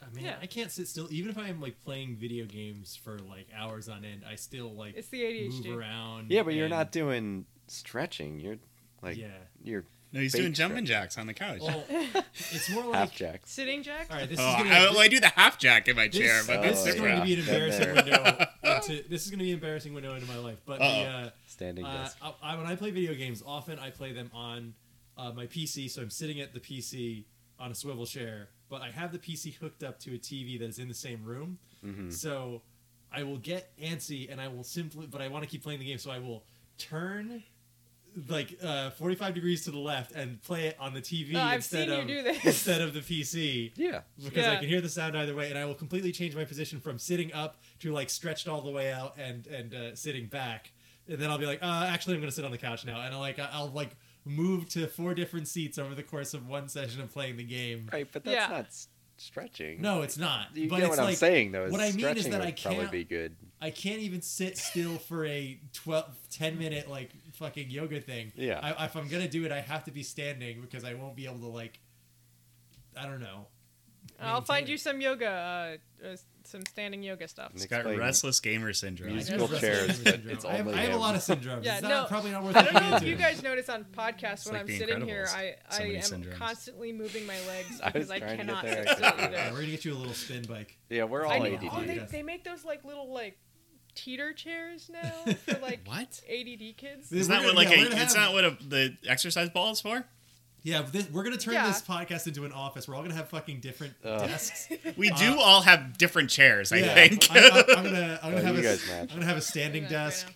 [SPEAKER 2] I mean,
[SPEAKER 4] Yeah.
[SPEAKER 2] I can't sit still. Even if I am like playing video games for like hours on end, I still like
[SPEAKER 4] It's the ADHD.
[SPEAKER 2] move around.
[SPEAKER 3] Yeah, but you're
[SPEAKER 2] Mm, and-
[SPEAKER 3] not doing stretching. You're like
[SPEAKER 2] yeah.
[SPEAKER 3] you're
[SPEAKER 1] No, he's
[SPEAKER 3] Big
[SPEAKER 1] doing jumping
[SPEAKER 3] stretch.
[SPEAKER 1] jacks on the couch.
[SPEAKER 2] Well, it's more like
[SPEAKER 3] half jacks.
[SPEAKER 4] Sitting, Jack.
[SPEAKER 2] all right. This
[SPEAKER 1] oh,
[SPEAKER 2] is
[SPEAKER 1] I,
[SPEAKER 2] gonna
[SPEAKER 1] well, I do the half jack in my
[SPEAKER 2] this,
[SPEAKER 1] chair, but
[SPEAKER 2] this
[SPEAKER 1] that's
[SPEAKER 3] Oh,
[SPEAKER 2] is
[SPEAKER 1] different.
[SPEAKER 2] going to be an
[SPEAKER 3] yeah. Been
[SPEAKER 2] embarrassing window. into- this is going to be an embarrassing window into my life. But the,
[SPEAKER 1] Uh-oh.
[SPEAKER 2] uh,
[SPEAKER 3] Standing
[SPEAKER 2] uh,
[SPEAKER 3] desk.
[SPEAKER 2] I, I, when I play video games, often I play them on uh, my PC. So I'm sitting at the PC on a swivel chair, but I have the PC hooked up to a TV that is in the same room.
[SPEAKER 3] Mm-hmm.
[SPEAKER 2] So I will get antsy, and I will simply, but I want to keep playing the game, so I will turn like uh, 45 degrees to the left and play it on the TV
[SPEAKER 4] Oh, I've
[SPEAKER 2] instead
[SPEAKER 4] seen you
[SPEAKER 2] of
[SPEAKER 4] do this.
[SPEAKER 2] instead of the PC
[SPEAKER 3] Yeah.
[SPEAKER 2] because I
[SPEAKER 4] Yeah.
[SPEAKER 2] can hear the sound either way, and I will completely change my position from sitting up to like stretched all the way out and and uh, sitting back, and then I'll be like, uh, actually, I'm gonna sit on the couch now, and I'll like I'll like move to four different seats over the course of one session of playing the game.
[SPEAKER 3] Right, but that's
[SPEAKER 4] Yeah.
[SPEAKER 3] not s- stretching.
[SPEAKER 2] No, it's not.
[SPEAKER 3] You
[SPEAKER 2] but
[SPEAKER 3] get
[SPEAKER 2] it's
[SPEAKER 3] what
[SPEAKER 2] like,
[SPEAKER 3] I'm saying, though. Is
[SPEAKER 2] What I mean is
[SPEAKER 3] stretching
[SPEAKER 2] that
[SPEAKER 3] would
[SPEAKER 2] I
[SPEAKER 3] probably
[SPEAKER 2] can't
[SPEAKER 3] be good.
[SPEAKER 2] I can't even sit still for a 12, 10 minute like fucking yoga thing.
[SPEAKER 3] Yeah.
[SPEAKER 2] I, if I'm gonna do it, I have to be standing because I won't be able to like. I don't know.
[SPEAKER 4] I'll find
[SPEAKER 2] Maintain
[SPEAKER 4] you
[SPEAKER 2] it.
[SPEAKER 4] some yoga, uh, uh, some standing yoga stuff.
[SPEAKER 1] He's
[SPEAKER 3] Nick-
[SPEAKER 1] got
[SPEAKER 3] Explain.
[SPEAKER 1] restless gamer syndrome.
[SPEAKER 2] I guess
[SPEAKER 3] musical
[SPEAKER 2] that's
[SPEAKER 3] chairs,
[SPEAKER 2] Syndrome
[SPEAKER 3] but
[SPEAKER 2] syndrome.
[SPEAKER 3] it's
[SPEAKER 2] I have,
[SPEAKER 3] only
[SPEAKER 2] I have a
[SPEAKER 3] him.
[SPEAKER 2] lot of syndromes.
[SPEAKER 4] Yeah,
[SPEAKER 2] it's not,
[SPEAKER 4] no,
[SPEAKER 2] probably not worth
[SPEAKER 4] I don't
[SPEAKER 2] looking
[SPEAKER 4] know if you
[SPEAKER 2] into.
[SPEAKER 4] guys notice on podcasts when
[SPEAKER 1] like
[SPEAKER 4] I'm
[SPEAKER 1] The
[SPEAKER 4] sitting here,
[SPEAKER 1] Incredibles.
[SPEAKER 4] I, I
[SPEAKER 1] So many
[SPEAKER 4] am
[SPEAKER 1] syndromes.
[SPEAKER 4] constantly moving my legs
[SPEAKER 3] I was
[SPEAKER 4] because I,
[SPEAKER 3] trying to get
[SPEAKER 4] cannot
[SPEAKER 3] there,
[SPEAKER 4] sit
[SPEAKER 3] I
[SPEAKER 4] still
[SPEAKER 3] couldn't.
[SPEAKER 2] Yeah, we're
[SPEAKER 4] either.
[SPEAKER 2] gonna get you a little spin bike.
[SPEAKER 3] Yeah, we're all
[SPEAKER 4] I
[SPEAKER 2] Oh,
[SPEAKER 4] know.
[SPEAKER 3] ADD.
[SPEAKER 4] Oh, they,
[SPEAKER 2] yeah.
[SPEAKER 4] they make those like little like teeter chairs now for like
[SPEAKER 1] What?
[SPEAKER 4] ADD kids.
[SPEAKER 1] It's
[SPEAKER 2] We're
[SPEAKER 1] not
[SPEAKER 2] gonna-
[SPEAKER 1] what like
[SPEAKER 2] yeah, we're
[SPEAKER 1] a,
[SPEAKER 2] gonna
[SPEAKER 1] it's
[SPEAKER 2] have-
[SPEAKER 1] not what a, the exercise ball is for.
[SPEAKER 2] Yeah, but this, we're gonna turn
[SPEAKER 4] Yeah.
[SPEAKER 2] this podcast into an office. We're all gonna have fucking different
[SPEAKER 3] Ugh.
[SPEAKER 2] desks.
[SPEAKER 1] We do
[SPEAKER 2] Uh,
[SPEAKER 1] all have different chairs, I
[SPEAKER 2] Yeah,
[SPEAKER 1] think.
[SPEAKER 2] I, I, I'm gonna, I'm
[SPEAKER 3] Oh,
[SPEAKER 2] gonna have
[SPEAKER 3] you
[SPEAKER 2] a,
[SPEAKER 3] guys
[SPEAKER 2] am
[SPEAKER 3] match.
[SPEAKER 2] gonna have a standing
[SPEAKER 4] Right
[SPEAKER 2] desk.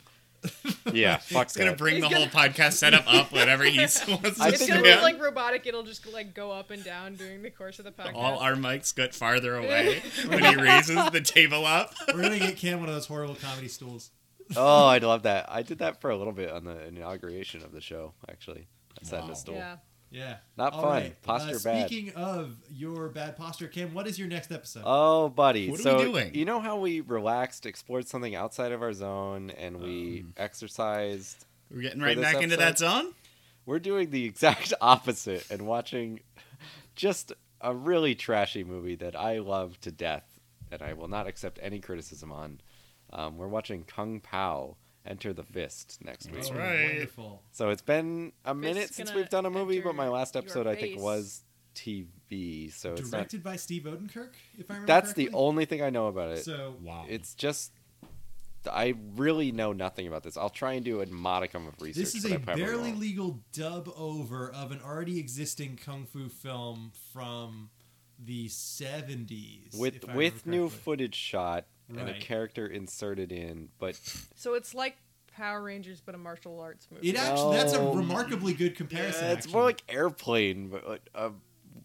[SPEAKER 4] now.
[SPEAKER 3] Yeah, fuck
[SPEAKER 1] It's gonna
[SPEAKER 3] that.
[SPEAKER 1] bring
[SPEAKER 4] He's
[SPEAKER 1] the whole
[SPEAKER 4] gonna-
[SPEAKER 1] podcast setup up whenever he wants
[SPEAKER 3] I
[SPEAKER 4] It's
[SPEAKER 1] to.
[SPEAKER 3] think
[SPEAKER 4] gonna
[SPEAKER 3] we're-
[SPEAKER 4] be like robotic. It'll just like go up and down during the course of the podcast.
[SPEAKER 1] All our mics get farther away when he raises the table up.
[SPEAKER 2] We're gonna get Cam one of those horrible comedy stools.
[SPEAKER 3] Oh, I'd love that. I did that for a little bit on the inauguration of the show. Actually, I sat in
[SPEAKER 2] Wow.
[SPEAKER 3] a stool.
[SPEAKER 4] yeah.
[SPEAKER 2] Yeah,
[SPEAKER 3] Not
[SPEAKER 2] All
[SPEAKER 3] fun.
[SPEAKER 2] right,
[SPEAKER 3] Posture
[SPEAKER 2] uh,
[SPEAKER 3] bad.
[SPEAKER 2] Speaking of your bad posture, Cam, what is your next episode?
[SPEAKER 3] Oh, buddy.
[SPEAKER 1] What are
[SPEAKER 3] so
[SPEAKER 1] we doing?
[SPEAKER 3] you know how we relaxed, explored something outside of our zone, and we
[SPEAKER 1] Um.
[SPEAKER 3] exercised.
[SPEAKER 1] We're getting right
[SPEAKER 3] this
[SPEAKER 1] back into that zone.
[SPEAKER 3] We're doing the exact opposite and watching just a really trashy movie that I love to death, and I will not accept any criticism on. Um, we're watching Kung Pao Enter the Fist next week.
[SPEAKER 1] That's
[SPEAKER 2] Oh,
[SPEAKER 1] right.
[SPEAKER 2] Wonderful.
[SPEAKER 3] So it's been a minute
[SPEAKER 4] is
[SPEAKER 3] since
[SPEAKER 4] gonna
[SPEAKER 3] we've done a movie,
[SPEAKER 4] enter
[SPEAKER 3] but my last
[SPEAKER 4] your
[SPEAKER 3] episode I think
[SPEAKER 4] face.
[SPEAKER 3] was TV. So it's not,
[SPEAKER 2] Directed by Steve Odenkirk, if I remember.
[SPEAKER 3] that's the
[SPEAKER 2] correctly.
[SPEAKER 3] only thing I know about it.
[SPEAKER 2] So
[SPEAKER 1] Wow.
[SPEAKER 3] It's just I really know nothing about this. I'll try and do a modicum of research.
[SPEAKER 2] This is
[SPEAKER 3] but I
[SPEAKER 2] a
[SPEAKER 3] probably
[SPEAKER 2] barely
[SPEAKER 3] won't.
[SPEAKER 2] legal dub over of an already existing kung fu film from the 70s.
[SPEAKER 3] with
[SPEAKER 2] if I
[SPEAKER 3] with
[SPEAKER 2] remember
[SPEAKER 3] new
[SPEAKER 2] correctly.
[SPEAKER 3] footage shot and a
[SPEAKER 2] Right.
[SPEAKER 3] character inserted in, but
[SPEAKER 4] So it's like Power Rangers, but a martial arts movie.
[SPEAKER 2] It actually that's a
[SPEAKER 3] No.
[SPEAKER 2] remarkably good comparison.
[SPEAKER 3] Yeah, it's
[SPEAKER 2] actually.
[SPEAKER 3] more like airplane, but uh,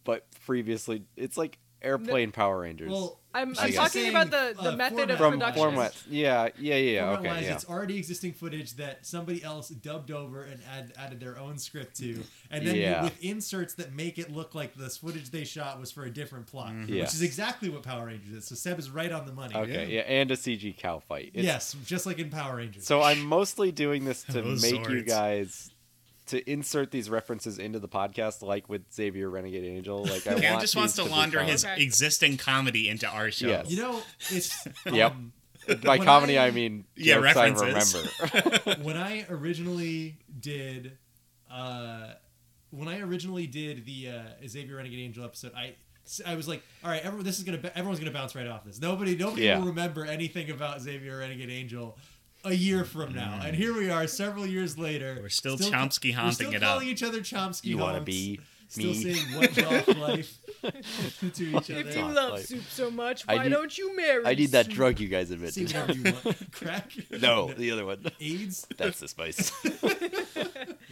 [SPEAKER 3] but previously it's like airplane Power Rangers.
[SPEAKER 2] well,
[SPEAKER 4] I'm,
[SPEAKER 3] I
[SPEAKER 4] I'm
[SPEAKER 3] guess.
[SPEAKER 4] talking about the, the
[SPEAKER 2] Uh,
[SPEAKER 4] method of
[SPEAKER 3] from
[SPEAKER 4] production.
[SPEAKER 3] format, yeah, yeah, yeah,
[SPEAKER 2] format-wise,
[SPEAKER 3] okay, yeah.
[SPEAKER 2] it's already existing footage that somebody else dubbed over and add, added their own script to, and then
[SPEAKER 3] Yeah.
[SPEAKER 2] with inserts that make it look like this footage they shot was for a different plot,
[SPEAKER 3] Yeah.
[SPEAKER 2] which is exactly what Power Rangers is. So Seb is right on the money.
[SPEAKER 3] Okay, yeah. and a CG cow fight. It's-
[SPEAKER 2] yes, just like in Power Rangers.
[SPEAKER 3] So I'm mostly doing this to make
[SPEAKER 1] Those
[SPEAKER 3] you
[SPEAKER 1] swords.
[SPEAKER 3] guys to insert these references into the podcast, like with Xavier Renegade Angel. Like I
[SPEAKER 1] Cam
[SPEAKER 3] want
[SPEAKER 1] just wants
[SPEAKER 3] these
[SPEAKER 1] to
[SPEAKER 3] be
[SPEAKER 1] launder
[SPEAKER 3] fun.
[SPEAKER 1] his
[SPEAKER 4] Okay.
[SPEAKER 1] existing comedy into our show.
[SPEAKER 3] Yes.
[SPEAKER 2] You know, it's
[SPEAKER 3] Yep.
[SPEAKER 2] um,
[SPEAKER 3] By
[SPEAKER 2] when
[SPEAKER 3] comedy,
[SPEAKER 2] I-
[SPEAKER 3] I mean
[SPEAKER 1] Yeah,
[SPEAKER 3] jokes I remember.
[SPEAKER 1] references.
[SPEAKER 2] when I originally did, uh, when I originally did the uh, Xavier Renegade Angel episode, I I was like, all right, everyone, this is gonna ba- everyone's gonna bounce right off this. Nobody nobody
[SPEAKER 3] Yeah.
[SPEAKER 2] will remember anything about Xavier Renegade Angel a year from now, and here we are, several years later.
[SPEAKER 1] We're still Chomsky
[SPEAKER 2] we're
[SPEAKER 1] haunting
[SPEAKER 2] still
[SPEAKER 1] it
[SPEAKER 2] calling
[SPEAKER 1] up.
[SPEAKER 2] each other Chomsky.
[SPEAKER 3] You
[SPEAKER 2] want
[SPEAKER 3] wanna be
[SPEAKER 2] Still
[SPEAKER 3] me.
[SPEAKER 2] saying what golf life to each other.
[SPEAKER 4] If
[SPEAKER 3] Yeah.
[SPEAKER 4] you love
[SPEAKER 3] Like,
[SPEAKER 4] soup so much,
[SPEAKER 3] I
[SPEAKER 4] why
[SPEAKER 3] need-
[SPEAKER 4] don't you marry?
[SPEAKER 3] I need that
[SPEAKER 4] soup?
[SPEAKER 3] drug you guys admit.
[SPEAKER 2] See what you want. Crack.
[SPEAKER 3] no, the other one.
[SPEAKER 2] AIDS.
[SPEAKER 3] That's the spice.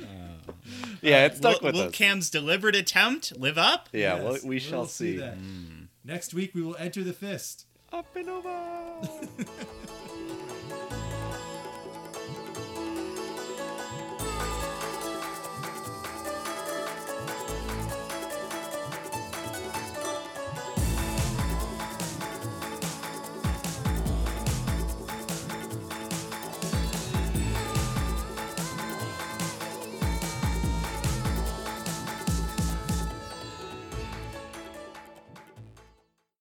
[SPEAKER 1] Oh,
[SPEAKER 3] yeah, it's stuck
[SPEAKER 1] will,
[SPEAKER 3] with
[SPEAKER 1] will
[SPEAKER 3] us.
[SPEAKER 1] Cam's deliberate attempt live up?
[SPEAKER 3] yeah,
[SPEAKER 2] Yes,
[SPEAKER 3] well, we shall
[SPEAKER 2] we'll
[SPEAKER 3] see.
[SPEAKER 2] that. Next week we will enter the fist.
[SPEAKER 3] Up and over.